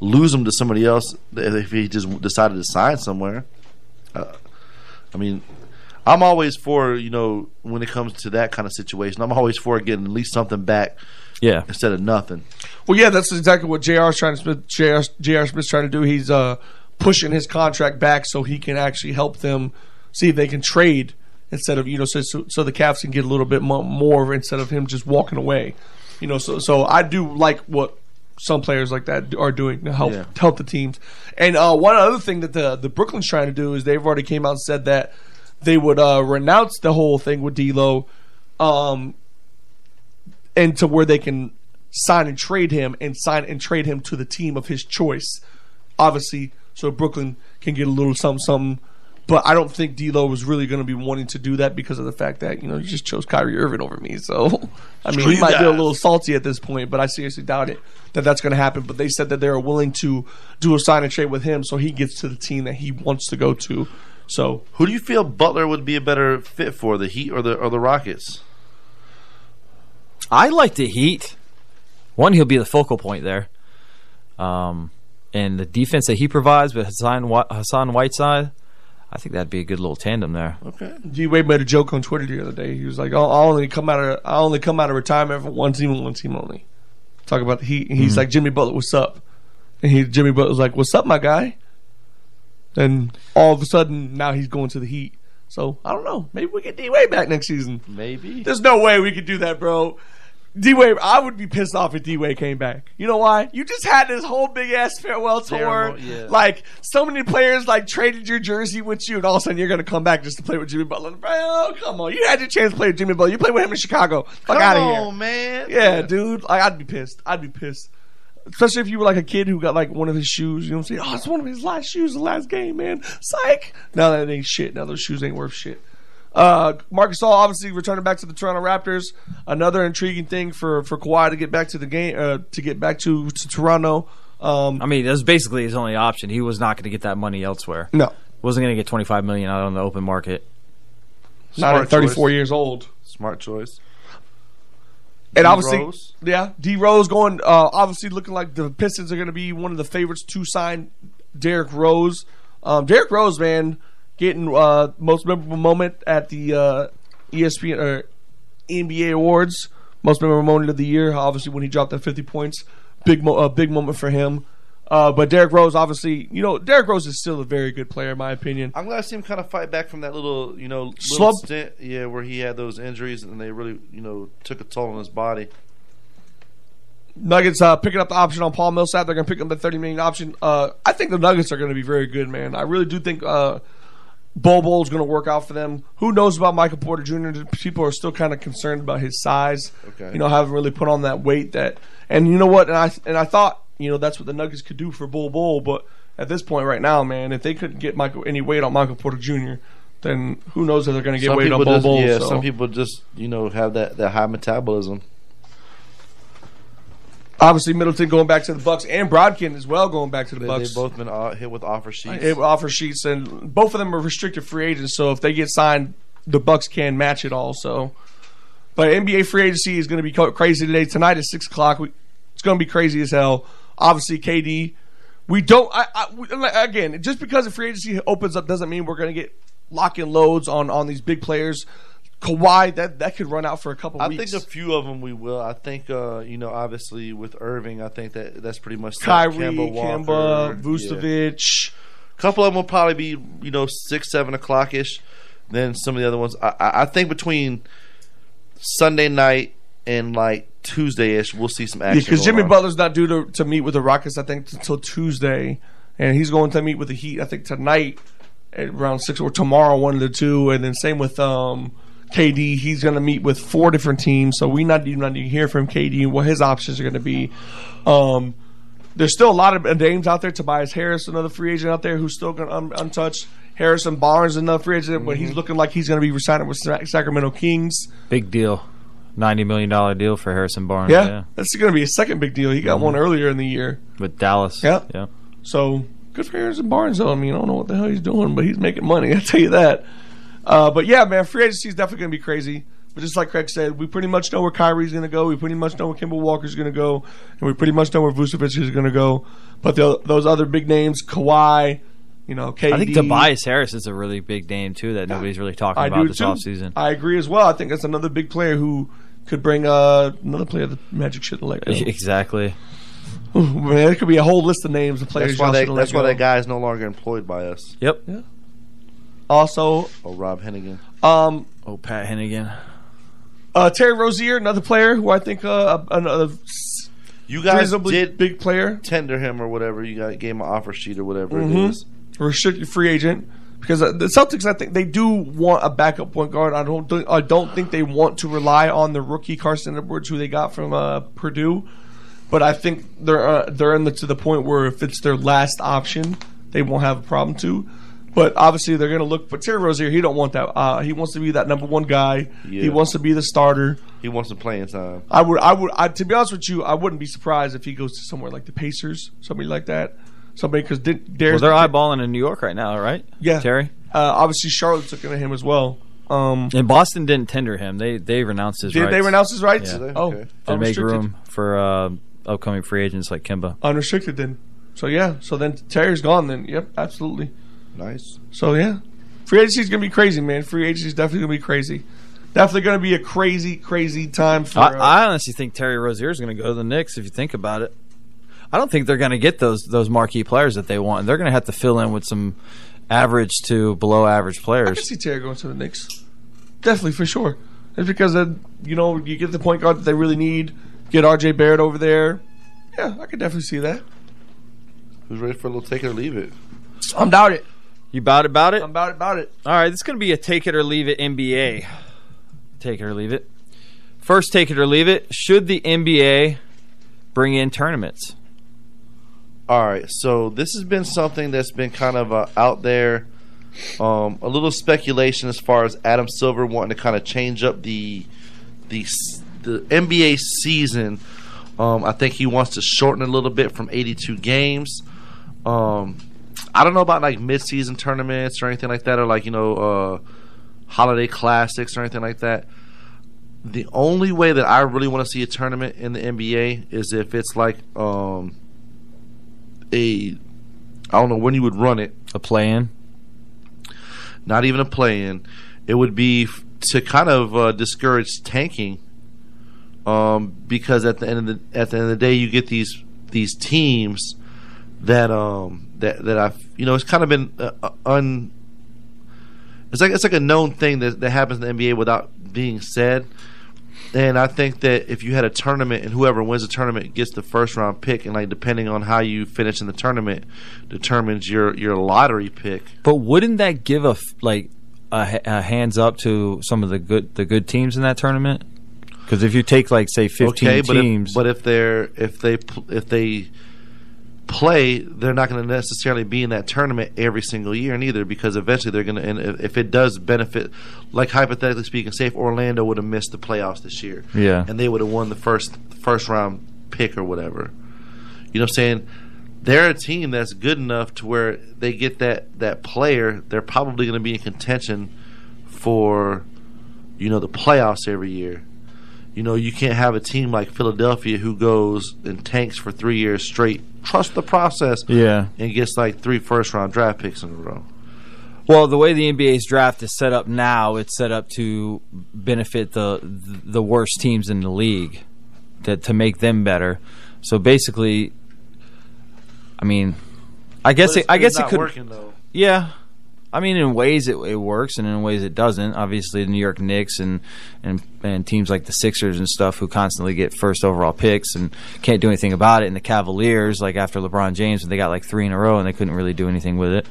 lose him to somebody else if if he just decided to sign somewhere. Uh, I mean, I'm always for, you know, when it comes to that kind of situation, I'm always for getting at least something back
yeah.
instead of nothing.
Well, yeah, that's exactly what Jr. Smith, Smith, Jr. Jr. Smith's trying to do. He's uh, pushing his contract back so he can actually help them see if they can trade instead of you know so so, so the Cavs can get a little bit mo- more instead of him just walking away. You know, so so I do like what some players like that are doing to help
Yeah.
help the teams. And uh, one other thing that the the Brooklyn's trying to do is they've already came out and said that they would uh, renounce the whole thing with D'Lo, um, and to where they can sign and trade him and sign and trade him to the team of his choice. Obviously, so Brooklyn can get a little something, something. But I don't think D'Lo was really going to be wanting to do that because of the fact that you know you just chose Kyrie Irving over me. So I mean, he
Screw
might be
that.
a little salty at this point, but I seriously doubt it that that's going to happen. But they said that they are willing to do a sign and trade with him, so he gets to the team that he wants to go to. So
Who do you feel Butler would be a better fit for, the Heat or the or the Rockets?
I like the Heat. One, he'll be the focal point there, um, and the defense that he provides with Hassan Whi- Hassan Whiteside, I think that'd be a good little tandem there.
Okay.
D Wade made a joke on Twitter the other day. He was like, "Oh, I only come out of I only come out of retirement for one team and one team only." Talk about the Heat, and he's
Mm-hmm.
Mhm.
like, "Jimmy Butler, what's up?" And he Jimmy Butler was like, "What's up, my guy?" And all of a sudden, now he's going to the Heat. So I don't know. Maybe we get D Wade back next season.
Maybe.
There's no way we could do that, bro. D Wade, I would be pissed off if D Wade came back. You know why? You just had this whole big ass farewell tour.
Terrible, yeah.
Like so many players like traded your jersey with you, and all of a sudden you're gonna come back just to play with Jimmy Butler, bro. Come on, you had your chance to play with Jimmy Butler. You played with him in Chicago. Fuck
Come
out of here,
on, man.
Yeah, dude. Like I'd be pissed. I'd be pissed. Especially if you were like a kid who got like one of his shoes. You know what I'm saying? Oh, it's one of his last shoes, the last game, man. Psych. Now that ain't shit. Now those shoes ain't worth shit. Uh, Marcus All obviously returning back to the Toronto Raptors. Another intriguing thing for for Kawhi to get back to the game, uh, to get back to to Toronto. Um,
I mean, that was basically his only option. He was not going to get that money elsewhere.
No.
wasn't going to get twenty five million out on the open market.
Not at
Smart
34
choice.
years old.
Smart choice.
And
D
obviously,
Rose?
yeah, D Rose going. Uh, obviously, looking like the Pistons are going to be one of the favorites to sign Derrick Rose. Um, Derrick Rose, man, getting uh, most memorable moment at the uh, ESPN or NBA Awards. Most memorable moment of the year, obviously when he dropped that 50 points. Big, mo- uh, big moment for him. Uh, but Derrick Rose, obviously, you know, Derrick Rose is still a very good player in my opinion.
I'm glad to see him kind of fight back from that little, you know, little
Slump?
stint, yeah, where he had those injuries and they really, you know, took a toll on his body.
Nuggets uh, picking up the option on Paul Millsap. They're going to pick up the thirty million option. Uh, I think the Nuggets are going to be very good, man. I really do think uh, Bol Bol is going to work out for them. Who knows about Michael Porter Jr.? People are still kind of concerned about his size.
Okay.
You know, haven't really put on that weight that. And you know what? And I and I thought you know that's what the Nuggets could do for Bol Bol, but at this point right now, man, if they couldn't get Michael any weight on Michael Porter Jr., then who knows if they're going to get weight on Bol
just,
Bol?
yeah,
so.
some people just, you know, have that, that high metabolism.
Obviously, Middleton going back to the Bucks and Brodkin as well going back to the
They,
Bucks.
they've both been uh, hit with offer sheets.
It offer sheets, and both of them are restricted free agents. So if they get signed, the Bucks can match it all. So, but NBA free agency is going to be co- crazy today. Tonight at six o'clock, we, it's going to be crazy as hell. Obviously, KD. We don't. I, I we, again, just because the free agency opens up doesn't mean we're going to get lock in loads on on these big players. Kawhi, that that could run out for a couple
I
weeks.
think a few of them we will. I think, uh, you know, obviously with Irving, I think that that's pretty much set.
Kyrie,
Kemba, Walker,
Kemba,
yeah.
Vucevic.
couple of them will probably be, you know, six, seven o'clock ish. Then some of the other ones, I, I I think between Sunday night and like Tuesday ish, we'll see some action.
Yeah, because
going
Jimmy
on.
Butler's not due to, to meet with the Rockets, I think, until Tuesday, and he's going to meet with the Heat, I think, tonight at around six or tomorrow, one of the two, and then same with um, KD. He's going to meet with four different teams, so we not even not even hear from KD what his options are going to be. Um, there's still a lot of names out there. Tobias Harris, another free agent out there who's still going un- untouched. Harrison Barnes, another free agent, but he's looking like he's going to be resigning with Sac- Sacramento Kings.
Big deal, ninety million dollar deal for Harrison Barnes.
Yeah,
Oh, Yeah,
that's going to be a second big deal. He got one earlier in the year.
with Dallas.
Yeah.
yeah.
So good for Harrison Barnes. Though. I mean, I don't know what the hell he's doing, but he's making money. I'll tell you that. Uh, but yeah, man, free agency is definitely going to be crazy. But just like Craig said, we pretty much know where Kyrie's going to go. We pretty much know where Kimball Walker's going to go, and we pretty much know where Vucevic is going to go. But the, those other big names, Kawhi, you know, KD.
I think Tobias Harris is a really big name too that nobody's really talking
I
about
do
this
too.
offseason.
I agree as well. I think that's another big player who could bring uh, another player the Magic shouldn't let go.
Exactly.
Ooh, man, there could be a whole list of names of players.
That's why,
y'all
they,
shouldn't let
that's why
go.
that guy is no longer employed by us.
Yep.
Also,
Oh, Rob Hennigan.
um,
Oh, Pat Hennigan.
Uh, Terry Rozier, another player who I think uh, another s-
You guys
reasonably
did
big player,
tender him or whatever. You got gave him an offer sheet or whatever it
Mm-hmm.
Mhm.
is.
restricted free agent. Because uh, the Celtics, I think they do want a backup point guard. I don't, think- I don't think they want to rely on the rookie Carson Edwards, who they got from uh, Purdue. But I think they're uh, they're in the, to the point where if it's their last option, they won't have a problem to. But obviously they're going to look. But Terry Rozier, he don't want that. Uh, he wants to be that number one guy. He
Yeah.
wants to be the starter.
He wants to play in time.
I would, I would, I, to be honest with you, I wouldn't be surprised if he goes to somewhere like the Pacers, somebody like that, somebody because
Well,
there's
they're eyeballing in New York right now, right?
yeah,
Terry.
Uh, obviously, Charlotte's looking at him as well. Um,
And Boston didn't tender him. They they renounced his
did
rights.
they renounce his rights?
Yeah.
Oh,
to make
unrestricted.
room for uh, upcoming free agents like Kimba.
unrestricted then. So yeah, so then Terry's gone then. Yep, absolutely.
Nice.
So yeah, free agency's gonna be crazy, man. Free agency's definitely gonna be crazy. Definitely gonna be a crazy, crazy time for.
I,
uh,
I honestly think Terry Rozier is going to go to the Knicks if you think about it. I don't think they're going to get those those marquee players that they want. They're going to have to fill in with some average to below average
I can
players.
see Terry going to the Knicks. Definitely, for sure. It's because then you know you get the point guard that they really need. Get R.J. Barrett over there. Yeah, I could definitely see that.
Who's ready for a little take it or leave it?
I'm about it.
You about it? About it?
I'm about it. About it.
All right, this is going to be a take it or leave it NBA. Take it or leave it. First, take it or leave it. Should the NBA bring in tournaments?
All right, so this has been something that's been kind of uh, out there. Um, a little speculation as far as Adam Silver wanting to kind of change up the the s- the NBA season. Um, I think he wants to shorten it a little bit from 82 games. Um, I don't know about like mid-season tournaments or anything like that, or like you know uh, holiday classics or anything like that. The only way that I really want to see a tournament in the NBA is if it's like um, a I don't know when you would run it.
A play in?
Not even a play in. It would be f- to kind of uh, discourage tanking. Um, because at the end of the at the end of the day you get these these teams that um that that I've you know it's kind of been uh, uh, un it's like it's like a known thing that that happens in the NBA without being said. And I think that if you had a tournament and whoever wins the tournament gets the first round pick, and like depending on how you finish in the tournament, determines your your lottery pick.
But wouldn't that give a f- like a, h- a hands up to some of the good the good teams in that tournament? Because if you take like say fifteen
okay, but
teams,
if, but if they're if they pl- if they play, they're not going to necessarily be in that tournament every single year, neither, because eventually they're going to. And if- if it does benefit, like hypothetically speaking, say if Orlando would have missed the playoffs this year,
Yeah.
and they would have won the first first round pick or whatever, you know, what I'm saying. They're a team that's good enough to where they get that, that player. They're probably going to be in contention for, you know, the playoffs every year. You know, you can't have a team like Philadelphia who goes and tanks for three years straight. Trust the process.
Yeah.
And gets like three first round draft picks in a row.
Well, the way the NBA's draft is set up now, it's set up to benefit the the worst teams in the league, that to make them better. So basically, I mean, I guess
But
it,
it's-
I
it's
guess it
not
could.
working, though.
Yeah, I mean, in ways it, it works, and in ways it doesn't. Obviously, the New York Knicks and and and teams like the Sixers and stuff who constantly get first overall picks and can't do anything about it, and the Cavaliers, like after LeBron James, and they got like three in a row and they couldn't really do anything with it.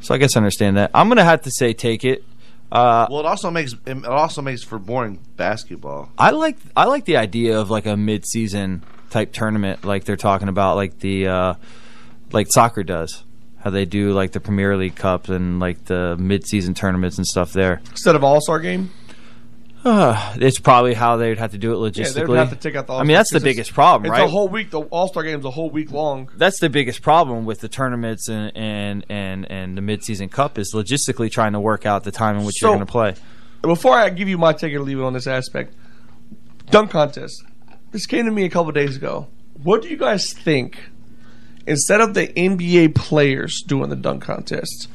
So I guess I understand that. I'm gonna have to say take it. Uh,
well, it also makes it also makes for boring basketball.
I like I like the idea of like a mid-season type tournament, like they're talking about, like the uh, like soccer does, how they do like the Premier League Cup and like the mid-season tournaments and stuff. There,
Instead of All Star game,
uh, it's probably how they'd have to do it
yeah,
logistically.
they would have to take out the.
I mean, that's the
All-Star 'cause
biggest problem,
it's
right?
It's a whole week. The All Star game's a whole week long.
that's the biggest problem with the tournaments and and and, and the mid-season cup is logistically trying to work out the time in which
So-
you're going to play.
Before I give you my take it or leave it on this aspect, dunk contest. This came to me a couple days ago. What do you guys think? Instead of the NBA players doing the dunk contest,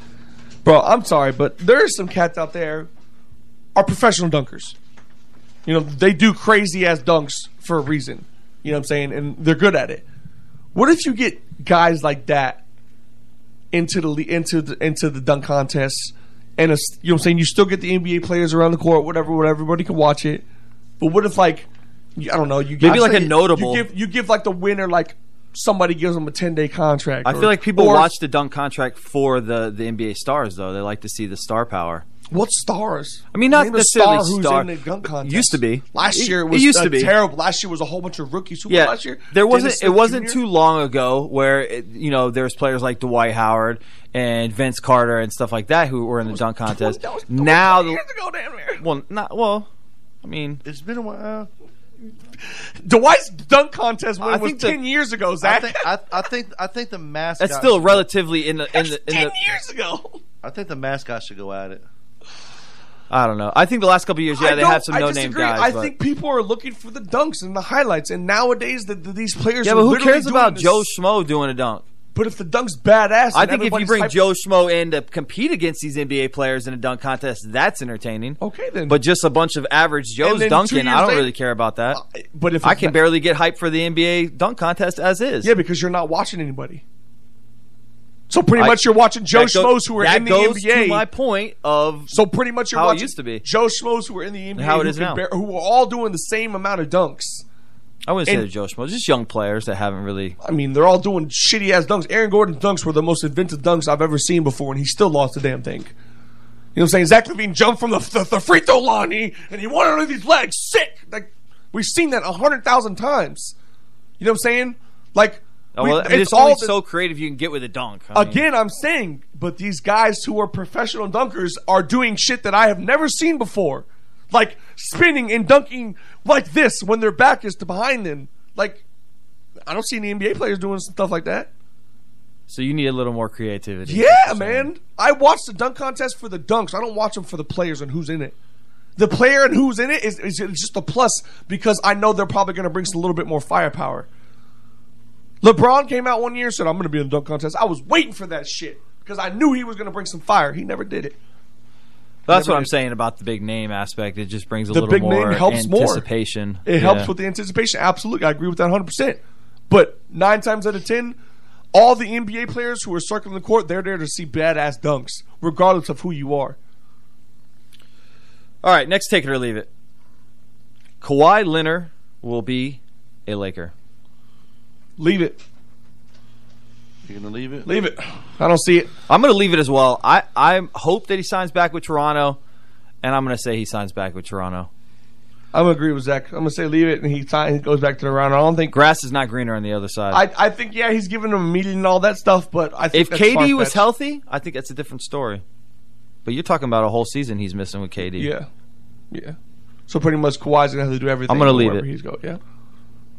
bro, I'm sorry, but there's some cats out there are professional dunkers. You know, they do crazy ass dunks for a reason. You know what I'm saying? And they're good at it. What if you get guys like that into the le- into the into the dunk contest, and it's, you know what I'm saying? You still get the NBA players around the court, whatever, whatever. Everybody can watch it. But what if like you- I don't know? You give,
Maybe like a
you-
notable-
You give, you give like the winner like somebody gives them a 10 day contract.
I
or-
feel like people
or-
watch the dunk contract for the the NBA stars though. They like to see the star power.
What stars?
I mean, not
Name a
necessarily
star who's
star-
in the dunk contest.
Used to be
Last
It-
year
it
was
used
uh,
to be
terrible. Last year was a whole bunch of rookies who
Yeah,
last year.
there wasn't.
Dennis
It
Smith
wasn't
Jr.
too long ago where it, you know there was players like Dwight Howard and Vince Carter and stuff like that who were in the dunk contest. now, the, well, not well. I mean,
it's been a while.
Dwight's dunk contest win
I
was
think the-
ten years ago.
I
Zach,
think I, I think I think the mascot.
That's still relatively in the in the, in the
years ago.
I think the mascot should go at it.
I don't know. I think the last couple of years,
I
yeah, they
don't-
have some
I
no name
disagree.
guys.
I
but-
think people are looking for the dunks and the highlights, and nowadays the, the- these players.
yeah,
are
but who
literally
cares
doing
about
this-
Joe Schmo doing a dunk?
But if the dunk's badass,
I
and
think if you
everybody's
bring
hyped-
Joe Schmo in to compete against these NBA players in a dunk contest, that's entertaining.
Okay, then.
But just a bunch of average Joes
Oh, then Uh, two
dunking,
years
I don't
later-
really care about that.
But if
I
it's
can
not-
barely get hyped for the NBA dunk contest as is.
yeah, because you're not watching anybody. So pretty
I-
much you're watching Joe
that go-
Schmoes who were
that
in the
goes
NBA.
to my point of
so pretty much you're
how
watching
it used to be.
Joe Schmoes who were in the NBA
how it
who,
is
could
now.
bear- who were all doing the same amount of dunks.
I wouldn't say
and-
they're Joe Schmo, just young players that haven't really.
I mean, they're all doing shitty ass dunks. Aaron Gordon's dunks were the most inventive dunks I've ever seen before, and he still lost the damn thing. You know what I'm saying? Zach Levine jumped from the, the, the free throw line, he, and he wanted to leave his legs sick. Like we've seen that a hundred thousand times. You know what I'm saying? Like
Oh,
we-
well, I mean, it's, only
the-
so creative you can get with a dunk. I mean,
Again, I'm saying, but these guys who are professional dunkers are doing shit that I have never seen before. Like spinning and dunking like this when their back is to behind them. Like, I don't see any NBA players doing stuff like that.
so you need a little more creativity.
Yeah, man. I watch the dunk contest for the dunks. I don't watch them for the players and who's in it. The player and who's in it is, is just a plus because I know they're probably going to bring a little bit more firepower. LeBron came out one year and said, I'm going to be in the dunk contest. I was waiting for that shit because I knew he was going to bring some fire. He never did it.
That's
Never
what I'm
did.
saying about the big name aspect. It just brings a
The
little
big
more
name helps more.
anticipation.
It helps
Yeah.
with the anticipation. Absolutely. I agree with that 100%. But nine times out of 10, all the NBA players who are circling the court, they're there to see badass dunks, regardless of who you are.
All right, next take it or leave it. Kawhi Leonard will be a Laker.
Leave it.
You're gonna leave it.
Leave it. I don't see it.
I'm going to leave it as well. I I hope that he signs back with Toronto, and I'm going to say he signs back with Toronto.
I'm gonna agree with Zach. I'm gonna say leave it, and he ti- he goes back to the round. I don't think.
Grass is not greener on the other side.
I, I think yeah, he's giving him a meeting and all that stuff, but I think
if
that's
KD
far-fetched.
was healthy, I think that's a different story. But you're talking about a whole season he's missing with KD.
yeah, yeah. So pretty much Kawhi's gonna have to do everything.
I'm gonna leave
wherever
it.
He's go. Yeah,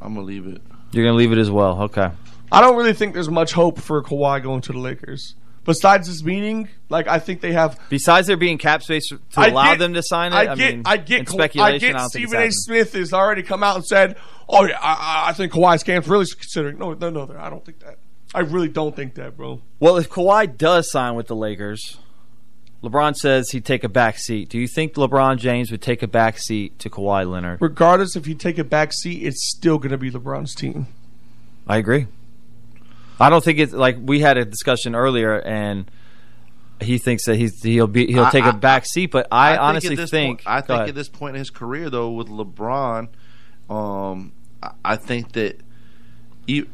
I'm gonna leave it.
You're going to leave it as well. Okay.
I don't really think there's much hope for Kawhi going to the Lakers. Besides this meeting, like I think they have.
Besides there being cap space to
I
allow
get-
them to sign it,
I get, I,
mean,
get,
and
Ka-
speculation.
I
I
get
don't think it's
Stephen A.
happening.
Smith has already come out and said, "Oh yeah, I, I- I think Kawhi's camp's really considering." No, no, no, I don't think that. I really don't think that, bro.
Well, if Kawhi does sign with the Lakers, LeBron says he'd take a back seat. Do you think LeBron James would take a back seat to Kawhi Leonard?
Regardless if you take a back seat, it's still gonna be LeBron's team.
I agree. I don't think it's like we had a discussion earlier, and he thinks that he's, he'll be he'll
I-
take a
I-
back seat. But I,
think at
honestly
this
think,
point, I
go
think
ahead.
at this point in his career, though, with LeBron, um, I, I think that you,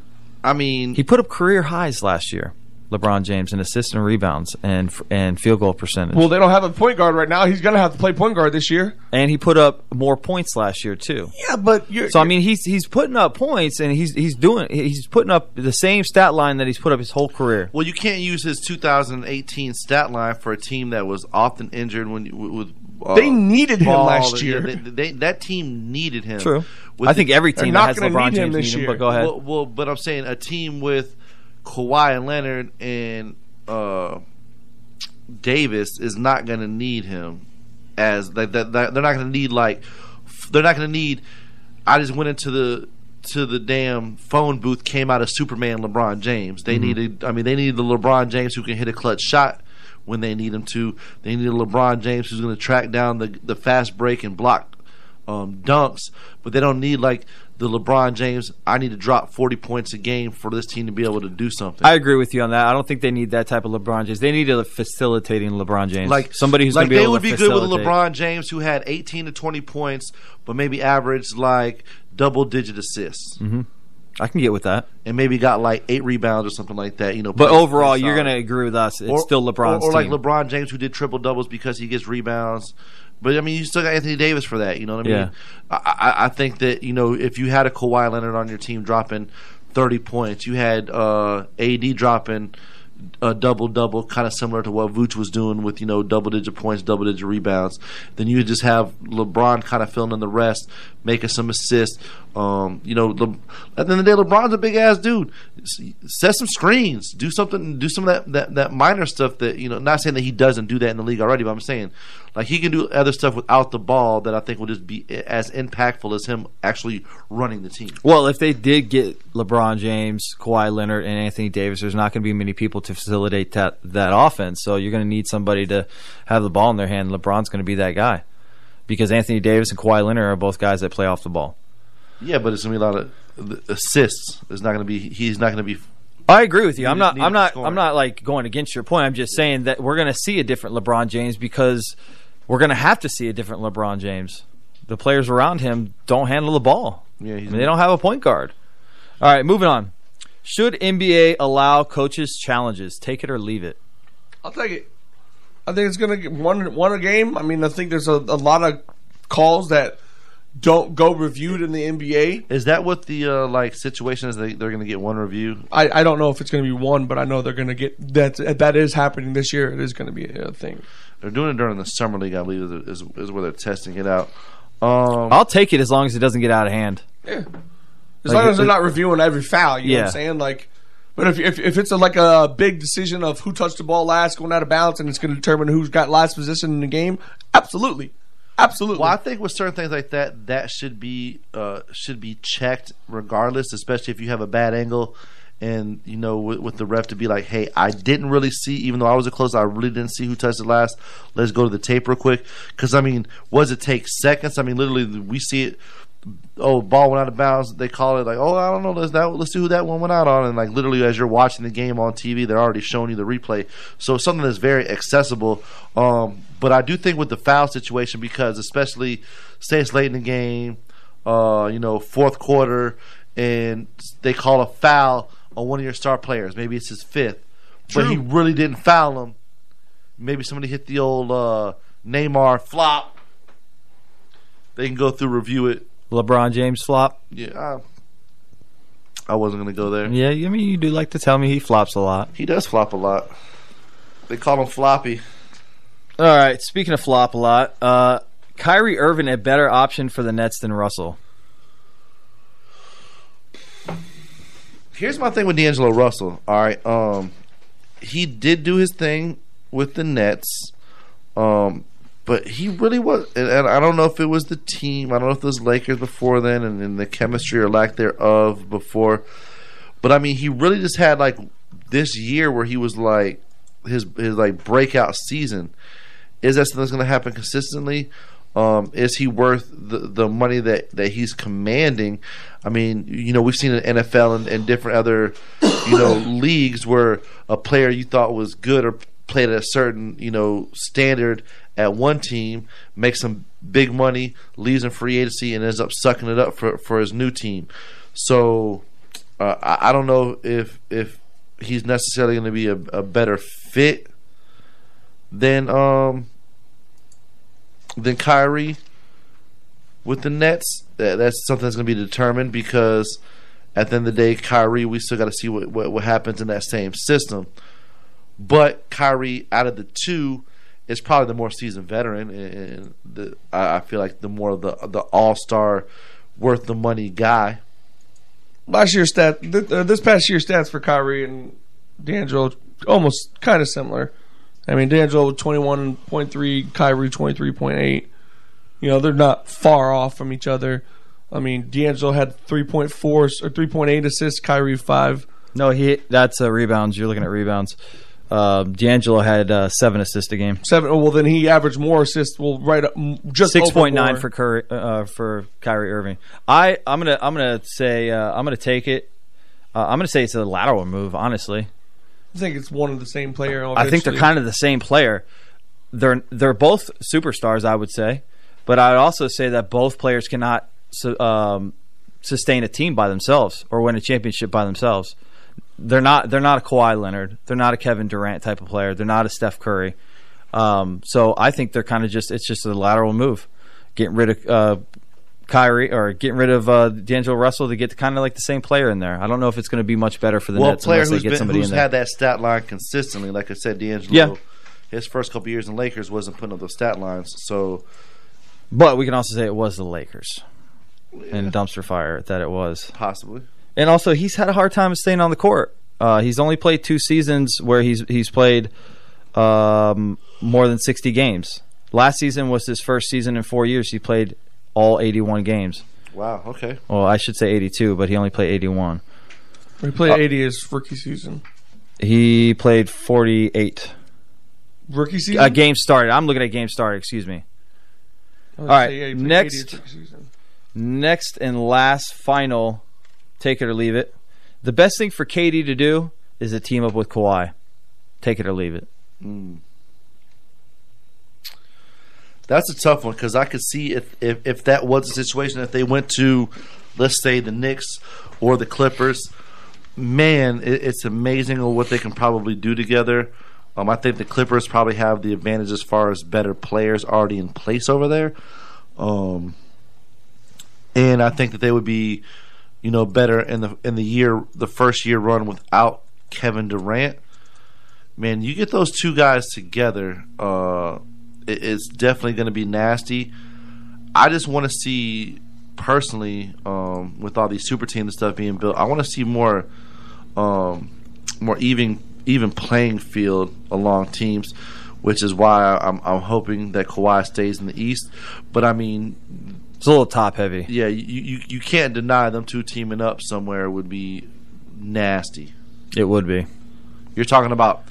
I mean,
he put up career highs last year. LeBron James in assists and rebounds and and field goal percentage.
Well, they don't have a point guard right now. He's gonna have to play point guard this year.
and he put up more points last year too.
Yeah, but you're,
So I mean, he's he's putting up points and he's he's doing he's putting up the same stat line that he's put up his whole career.
well, you can't use his 2018 stat line for a team that was often injured when you- with. Uh,
They needed him
Ball.
last
Yeah,
year.
they- they- that team needed him.
True.
With
I
the-
think every team
not
that has
gonna
LeBron
need him
James
this
needs him.
year.
But go ahead.
Well, well, but I'm saying a team with Kawhi Leonard and uh, Davis is not going to need him as like that. that- They're not going to need like f- they're not going to need. I just went into the to the damn phone booth, came out of Superman LeBron James. They
Mhm.
needed. I mean, they needed the LeBron James who can hit a clutch shot. When they need him to, they need a LeBron James who's going to track down the the fast break and block um, dunks, but they don't need like the LeBron James. I need to drop forty points a game for this team to be able to do something.
I agree with you on that. I don't think they need that type of LeBron James. They need a facilitating LeBron James,
like
somebody who's
like
going to be
they
able
would
to
be good with a
facilitate.
LeBron James who had eighteen to twenty points, but maybe averaged like double digit assists
Mhm. I can get with that,
and maybe got like eight rebounds or something like that. You know,
but
pretty-
overall,
pretty
you're
solid.
going to agree with us. It's
Or-
still LeBron's
or, or like
team.
LeBron James who did triple doubles because he gets rebounds. But I mean, you still got Anthony Davis for that. You know what I mean?
Yeah.
I, I, I think that you know if you had a Kawhi Leonard on your team dropping thirty points, you had uh, AD dropping a double double, kind of similar to what Vooch was doing with you know double digit points, double digit rebounds. Then you just have LeBron kind of filling in the rest, making some assists. Um, you know, Le- at the end of the day, LeBron's a big ass dude. S- Set some screens, do something, do some of that, that that minor stuff that you know. Not saying that he doesn't do that in the league already, but I'm saying like he can do other stuff without the ball that I think will just be i- as impactful as him actually running the team.
Well, if they did get LeBron James, Kawhi Leonard, and Anthony Davis, there's not going to be many people to facilitate that that offense. So you're going to need somebody to have the ball in their hand. LeBron's going to be that guy because Anthony Davis and Kawhi Leonard are both guys that play off the ball.
Yeah, but it's gonna be a lot of the assists. It's not gonna be. He's not gonna be
I agree with you. I'm
Neither-
not.
neither
I'm not.
scorer.
I'm not like going against your point. I'm just saying that we're going to see a different LeBron James because we're going to have to see a different LeBron James. The players around him don't handle the ball.
Yeah, he's-
I mean, they don't have a point guard. All right, moving on. Should NBA allow coaches challenges? Take it or leave it.
I'll take it. I think it's gonna get one one a game. I mean, I think there's a, a lot of calls that don't go reviewed in the NBA.
Is that what the uh, like situation is? They, they're going to get one review.
I, I don't know if it's going to be one, but I know they're going to get that. That is happening this year. It is going to be a thing.
They're doing it during the summer league, I believe, is, is, is where they're testing it out. Um,
I'll take it as long as it doesn't get out of hand.
Yeah. As
Like,
long as they're
it-
not reviewing every foul, you know what
Yeah.
I'm saying? Like, but if if, if it's a, like a big decision of who touched the ball last, going out of bounds, and it's going to determine who's got last position in the game, absolutely, absolutely.
Well, I think with certain things like that, that should be uh, should be checked regardless, especially if you have a bad angle, and you know with, with the ref to be like, "Hey, I didn't really see, even though I was a close, I really didn't see who touched it last. Let's go to the tape real quick." Because I mean, was it take seconds? I mean, literally, we see it. Oh, ball went out of bounds. They call it like, oh, I don't know. Let's that. Let's see who that one went out on. And like literally, as you're watching the game on TV, they're already showing you the replay. So it's something that's very accessible. Um, but I do think with the foul situation, because especially say it's late in the game, uh, you know, fourth quarter, and uh, they call a foul on one of your star players. Maybe it's his fifth, but he really didn't foul him. Maybe somebody hit the old uh, Neymar flop. They can go through review it.
LeBron James flop.
Yeah, I, I wasn't gonna go there.
Yeah, I mean you do like to tell me he flops a lot.
He does flop a lot. They call him floppy.
All right. Speaking of flop a lot, uh, Kyrie Irving a better option for the Nets than Russell.
Here's my thing with D'Angelo Russell. All right, um, he did do his thing with the Nets, um, but he really was. And, and I don't know if it was the team. I don't know if it was Lakers before then, and, and the chemistry or lack thereof before. But I mean, he really just had like this year where he was like his his like breakout season. Is that something that's going to happen consistently? Um, is he worth the, the money that, that he's commanding? I mean, you know, we've seen in NFL and, and different other, you know, leagues where a player you thought was good or played at a certain, you know, standard at one team makes some big money, leaves in free agency, and ends up sucking it up for, for his new team. So uh, I, I don't know if if he's necessarily going to be a, a better fit than um than Kyrie with the Nets. That, that's something that's going to be determined because at the end of the day, Kyrie, we still got to see what, what what happens in that same system. But Kyrie, out of the two, is probably the more seasoned veteran, and, and the, I, I feel like the more the the All Star, worth the money guy.
Last year's stat, th- uh, this past year's stats for Kyrie and D'Angelo, almost kind of similar. I mean, D'Angelo twenty one point three, Kyrie twenty three point eight. You know, they're not far off from each other. I mean, D'Angelo had three point four or three point eight assists, Kyrie five.
No, he that's uh, rebounds. You're looking at rebounds. Uh, D'Angelo had uh, seven assists a game.
Seven. oh, Well, then he averaged more assists. Well, right up m- just
six
over
point nine
more.
for Curry uh, for Kyrie Irving. I I'm gonna I'm gonna say uh, I'm gonna take it. Uh, I'm gonna say it's a lateral move. Honestly,
I think it's one of the same player.
I think they're kind of the same player. They're they're both superstars, I would say, but I'd also say that both players cannot su- um, sustain a team by themselves or win a championship by themselves. They're not they're not a Kawhi Leonard. They're not a Kevin Durant type of player. They're not a Steph Curry. Um, so I think they're kind of just it's just a lateral move, getting rid of uh, Kyrie or getting rid of uh, D'Angelo Russell to get kind of like the same player in there. I don't know if it's going to be much better for the
well,
Nets
a player
unless they
who's,
get
been,
somebody
who's
in there.
had that stat line consistently, like I said, D'Angelo.
Yeah.
His first couple years in Lakers wasn't putting up those stat lines, so
But we can also say it was the Lakers and dumpster fire that it was.
possibly.
And also, he's had a hard time staying on the court. Uh, he's only played two seasons where he's he's played um, more than sixty games. Last season was his first season in four years. He played all eighty-one games.
Wow. Okay.
Well, I should say eighty-two, but he only played eighty-one.
He played
Uh,
eighty his rookie season.
He played forty-eight.
Rookie season.
Uh, game started. I'm looking at game started. Excuse me.
I
All
was
right.
gonna say, yeah, he played 80
next,
his rookie season.
next and last final, take it or leave it. The best thing for KD to do is a team up with Kawhi. Take it or leave it.
Mm. That's a tough one because I could see if, if if that was the situation if they went to, let's say the Knicks or the Clippers. Man, it, it's amazing what they can probably do together. Um, I think the Clippers probably have the advantage as far as better players already in place over there. Um, and I think that they would be, you know, better in the in the year the first year run without Kevin Durant. Man, you get those two guys together, uh, it, it's definitely going to be nasty. I just want to see personally um, with all these super teams and stuff being built. I want to see more, um, more even even playing field along teams which is why I'm, I'm hoping that Kawhi stays in the East. But I mean,
it's a little top heavy.
Yeah, you, you, you can't deny them two teaming up somewhere would be nasty.
It would be.
You're talking about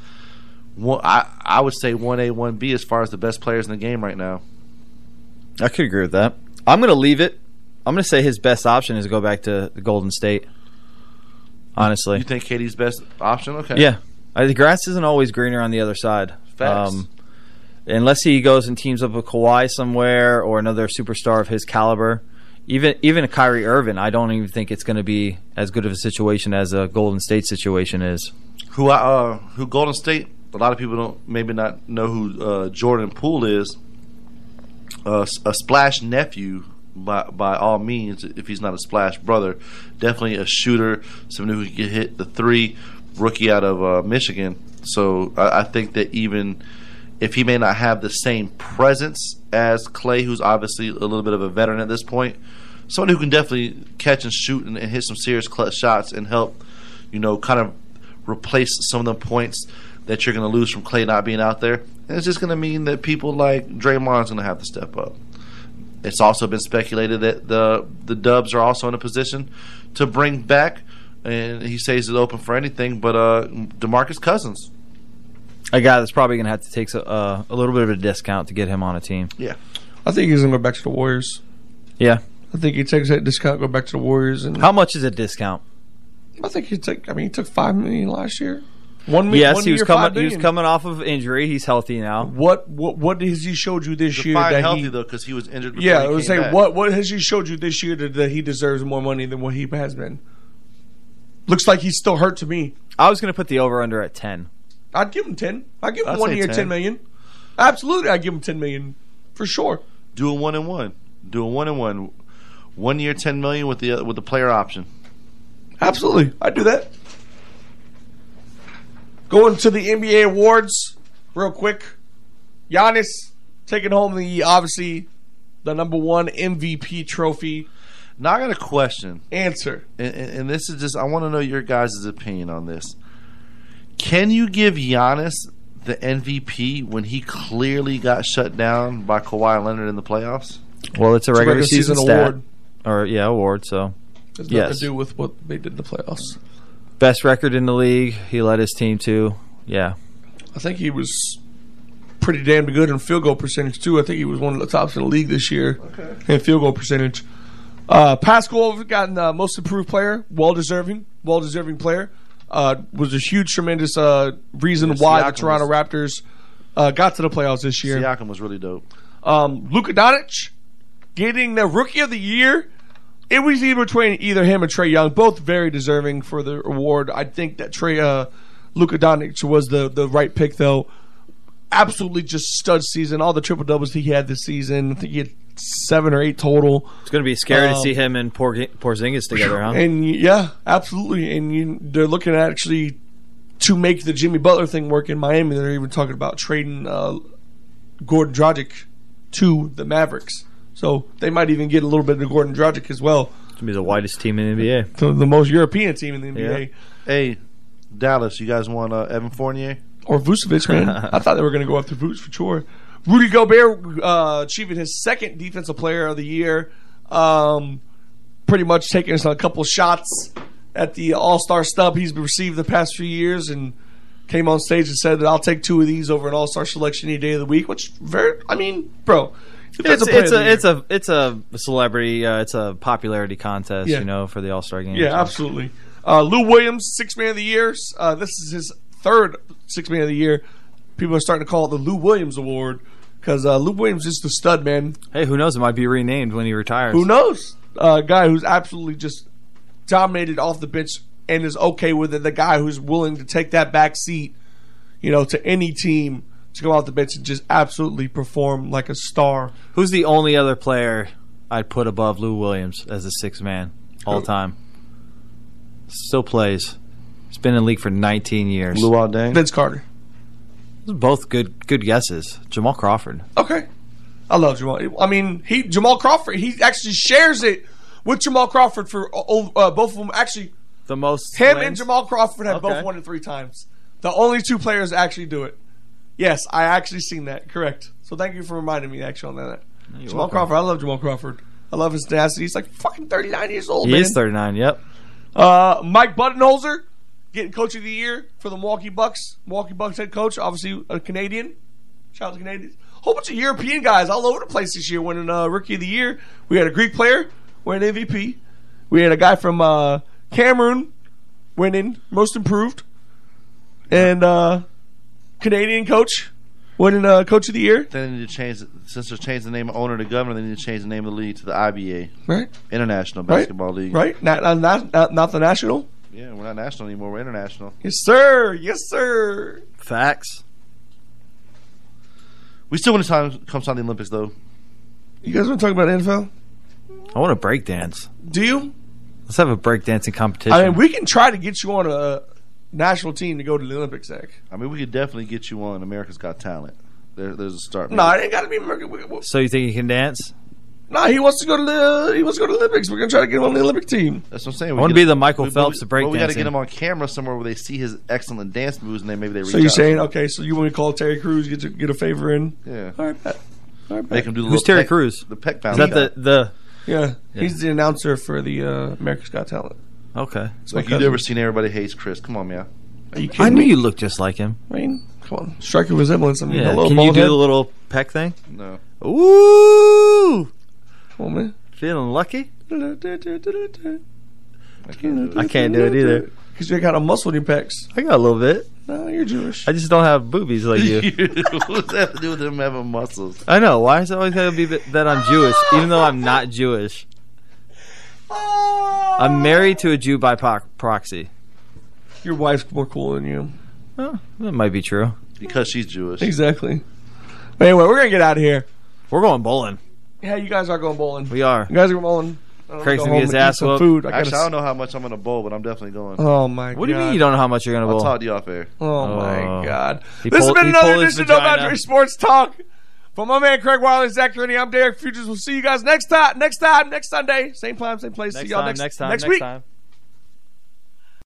one. I I would say one A, one B as far as the best players in the game right now.
I could agree with that. I'm going to leave it. I'm going to say his best option is to go back to the Golden State. Honestly,
you think Katie's best option? Okay.
Yeah, I, the grass isn't always greener on the other side. Um, unless he goes and teams up with Kawhi somewhere or another superstar of his caliber, even even a Kyrie Irving, I don't even think it's going to be as good of a situation as a Golden State situation is.
Who uh, who Golden State? A lot of people don't maybe not know who uh, Jordan Poole is. Uh, a splash nephew by by all means, if he's not a splash brother, definitely a shooter, someone who can hit the three. Rookie out of uh, Michigan. So I, think that even if he may not have the same presence as Clay, who's obviously a little bit of a veteran at this point, someone who can definitely catch and shoot and, and hit some serious clutch shots and help, you know, kind of replace some of the points that you're going to lose from Clay not being out there. And it's just going to mean that people like Draymond's going to have to step up. It's also been speculated that the the Dubs are also in a position to bring back and he stays it open for anything. But uh, Demarcus Cousins,
a guy that's probably going to have to take a, uh, a little bit of a discount to get him on a team.
Yeah,
I think he's going to go back to the Warriors.
Yeah,
I think he takes that discount, go back to the Warriors. And
how much is a discount?
I think he took. I mean, he took five million last year. One million.
Yes,
one
he was
year,
coming.
five
He was
million.
coming off of injury. He's healthy now.
What what what has he showed you this year
Fine
that
healthy
he?
though because he was injured. Before
yeah,
he
I was
came
saying
back.
what what has he showed you this year that, that he deserves more money than what he has been? Looks like he's still hurt to me.
I was going to put the over under at ten.
I'd give him ten. I'd give him
I'd
one
say
year
10.
ten million. Absolutely, I'd give him ten million for sure.
Do a one and one. Do a one and one. One year, ten million with the with the player option.
Absolutely, I'd do that. Going to the NBA awards real quick. Giannis taking home the obviously the number one MVP trophy.
Now I got a question,
Answer.
and, and and this is just I want to know your guys' opinion on this. Can you give Giannis the MVP when he clearly got shut down by Kawhi Leonard in the playoffs?
Well, it's
It's
a
a
regular,
regular
season,
season
stat.
award.
or yeah, award. So
Has nothing
yes,
to do with what they did in the playoffs.
best record in the league. He led his team to yeah.
I think he was pretty damn good in field goal percentage too. I think he was one of the tops in the league this year in field goal percentage. Uh, Pascal we've gotten uh, most improved player, well deserving, well deserving player. Uh, was a huge, tremendous uh, reason
Yeah,
why the
Siakam
Toronto Raptors uh, got to the playoffs this year.
Siakam was really dope.
Um, Luka Doncic getting the Rookie of the Year. It was either between either him or Trey Young, both very deserving for the award. I think that Trey uh, Luka Doncic was the the right pick, though. Absolutely, just stud season. All the triple doubles he had this season. I think he had seven or eight total.
It's going to be scary to
Um,
see him and Por- Porzingis together, huh?
And you- yeah, absolutely. And you, they're looking at actually to make the Jimmy Butler thing work in Miami. They're even talking about trading uh, Gordon Dragic to the Mavericks. So they might even get a little bit of Gordon Dragic as well,
It's going to be the whitest team in the NBA.
the, the most European team in the NBA.
Hey, Dallas, you guys want uh, Evan Fournier?
Or Vucevic, man. I thought they were going to go after Vuce for sure. Rudy Gobert uh, achieving his second Defensive Player of the Year, um, pretty much taking us a couple shots at the All Star stub he's received the past few years, and came on stage and said that I'll take two of these over an All Star selection any day of the week. Which very, I mean, bro,
It's,
Defensive Player
it's,
of the
a, it's
Year.
a it's a celebrity. Uh, it's a popularity contest,
Yeah.
you know, for the All Star game.
yeah,
So
absolutely. Uh, Lou Williams, six man of the year. Uh, this is his third six man of the year. People are starting to call it the Lou Williams Award because uh, Lou Williams is the stud man.
Hey, who knows? It might be renamed when he retires.
Who knows? Uh, guy who's absolutely just dominated off the bench and is okay with it. The guy who's willing to take that back seat, you know, to any team to go out the bench and just absolutely perform like a star.
Who's the only other player I'd put above Lou Williams as a six man all
Who?
time? Still plays. He's been in the league for 19 years.
Luol Deng?
Vince Carter.
Those are both good good guesses. Jamal Crawford.
Okay. I love Jamal. I mean, he Jamal Crawford. He actually shares it with Jamal Crawford for o- uh, both of them. Actually,
the most
him and
wins?
Jamal Crawford have
Okay.
both won it three times. The only two players that actually do it. Yes, I actually seen that. Correct. So thank you for reminding me actually on that.
You're
Jamal
welcome.
Crawford. I love Jamal Crawford. I love his tenacity. He's like fucking thirty nine years old.
He
man.
is 39, yep.
Uh, Mike Buttonholzer getting coach of the year for the Milwaukee Bucks. Milwaukee Bucks head coach, obviously a Canadian. Shout out to Canadians. Whole bunch of European guys all over the place this year winning uh, rookie of the year. We had a Greek player winning MVP. We had a guy from uh, Cameroon winning most improved, and uh, Canadian coach winning uh, coach of the year.
They need to change since they changed the name of owner to governor. They need to change the name of the league to the IBA,
Right.
International
Right.
Basketball League.
Right? Not, uh, not, not, not the national.
Yeah, we're not national anymore. We're international.
Yes, sir. Yes, sir.
Facts.
We still want to time comes time the Olympics though.
You guys want to talk about NFL?
I want to breakdance.
Do you?
Let's have a breakdancing competition.
I mean, we can try to get you on a national team to go to the Olympics, Zach.
I mean, we could definitely get you on America's Got Talent. There, there's a start.
No, it ain't got to be American. We- we-
so you think you can dance?
No, he wants to go to the he wants to go to the Olympics. We're gonna try to get him on the Olympic team.
That's what I'm saying.
I wanna
get-
be the Michael
we- we-
Phelps of
but We got to
breakdancing.
get him on camera somewhere where they see his excellent dance moves and then maybe they reach
So you're
out.
saying okay? So you want to call Terry Crews get to, get a favor in?
Yeah.
All right, Pat. All right,
Make
Pat.
him do the
Who's
little
Terry
peck-
Crews?
The peck
Is
bounce.
that the the?
Yeah,
Yeah.
he's the announcer for the uh, America's Got Talent.
Okay.
It's my
like you
cousin.
ever seen Everybody Hates Chris? Come on, man.
Are you kidding
I knew
me?
you looked just like him.
I mean, come on, striker resemblance. I mean,
Yeah.
hello,
can you do
baldhead.
the little peck thing?
No.
Ooh,
Come on, man.
feeling lucky.
I can't do it.
I can't do it either.
Because you ain't got a muscle in your pecs.
I got a little bit.
No, you're Jewish.
I just don't have boobies like you.
What's that have to do with him having muscles?
I know. Why is it always gotta be that that I'm Jewish, even though I'm not Jewish? I'm married to a Jew by po- proxy.
Your wife's more cool than you.
Huh, that might be true.
Because she's Jewish.
Exactly. But anyway, we're gonna get out of here.
We're going bowling.
Yeah, you guys are going bowling.
We are.
You guys are bowling. I'm gonna
Craig's
go
gonna get
home
his
and eat
ass
some
whooped.
Food. I gotta
Actually, I
s-
don't know how much I'm going to bowl, but I'm definitely going.
Oh my god.
What do you mean you don't know how much you're gonna
I'll
bowl?
talk to you off air.
Oh
Oh.
my god.
He
this
pulled-
has been
he
another
pulled his
edition of No
vagina.
Boundary Sports Talk. For my man Craig Wiley, Zach Kearney, I'm Derek Futures. We'll see you guys next time. Next time. Next Sunday. Same time, same place. see
Next
y'all
time,
next
next time,
Next
next
week.
time.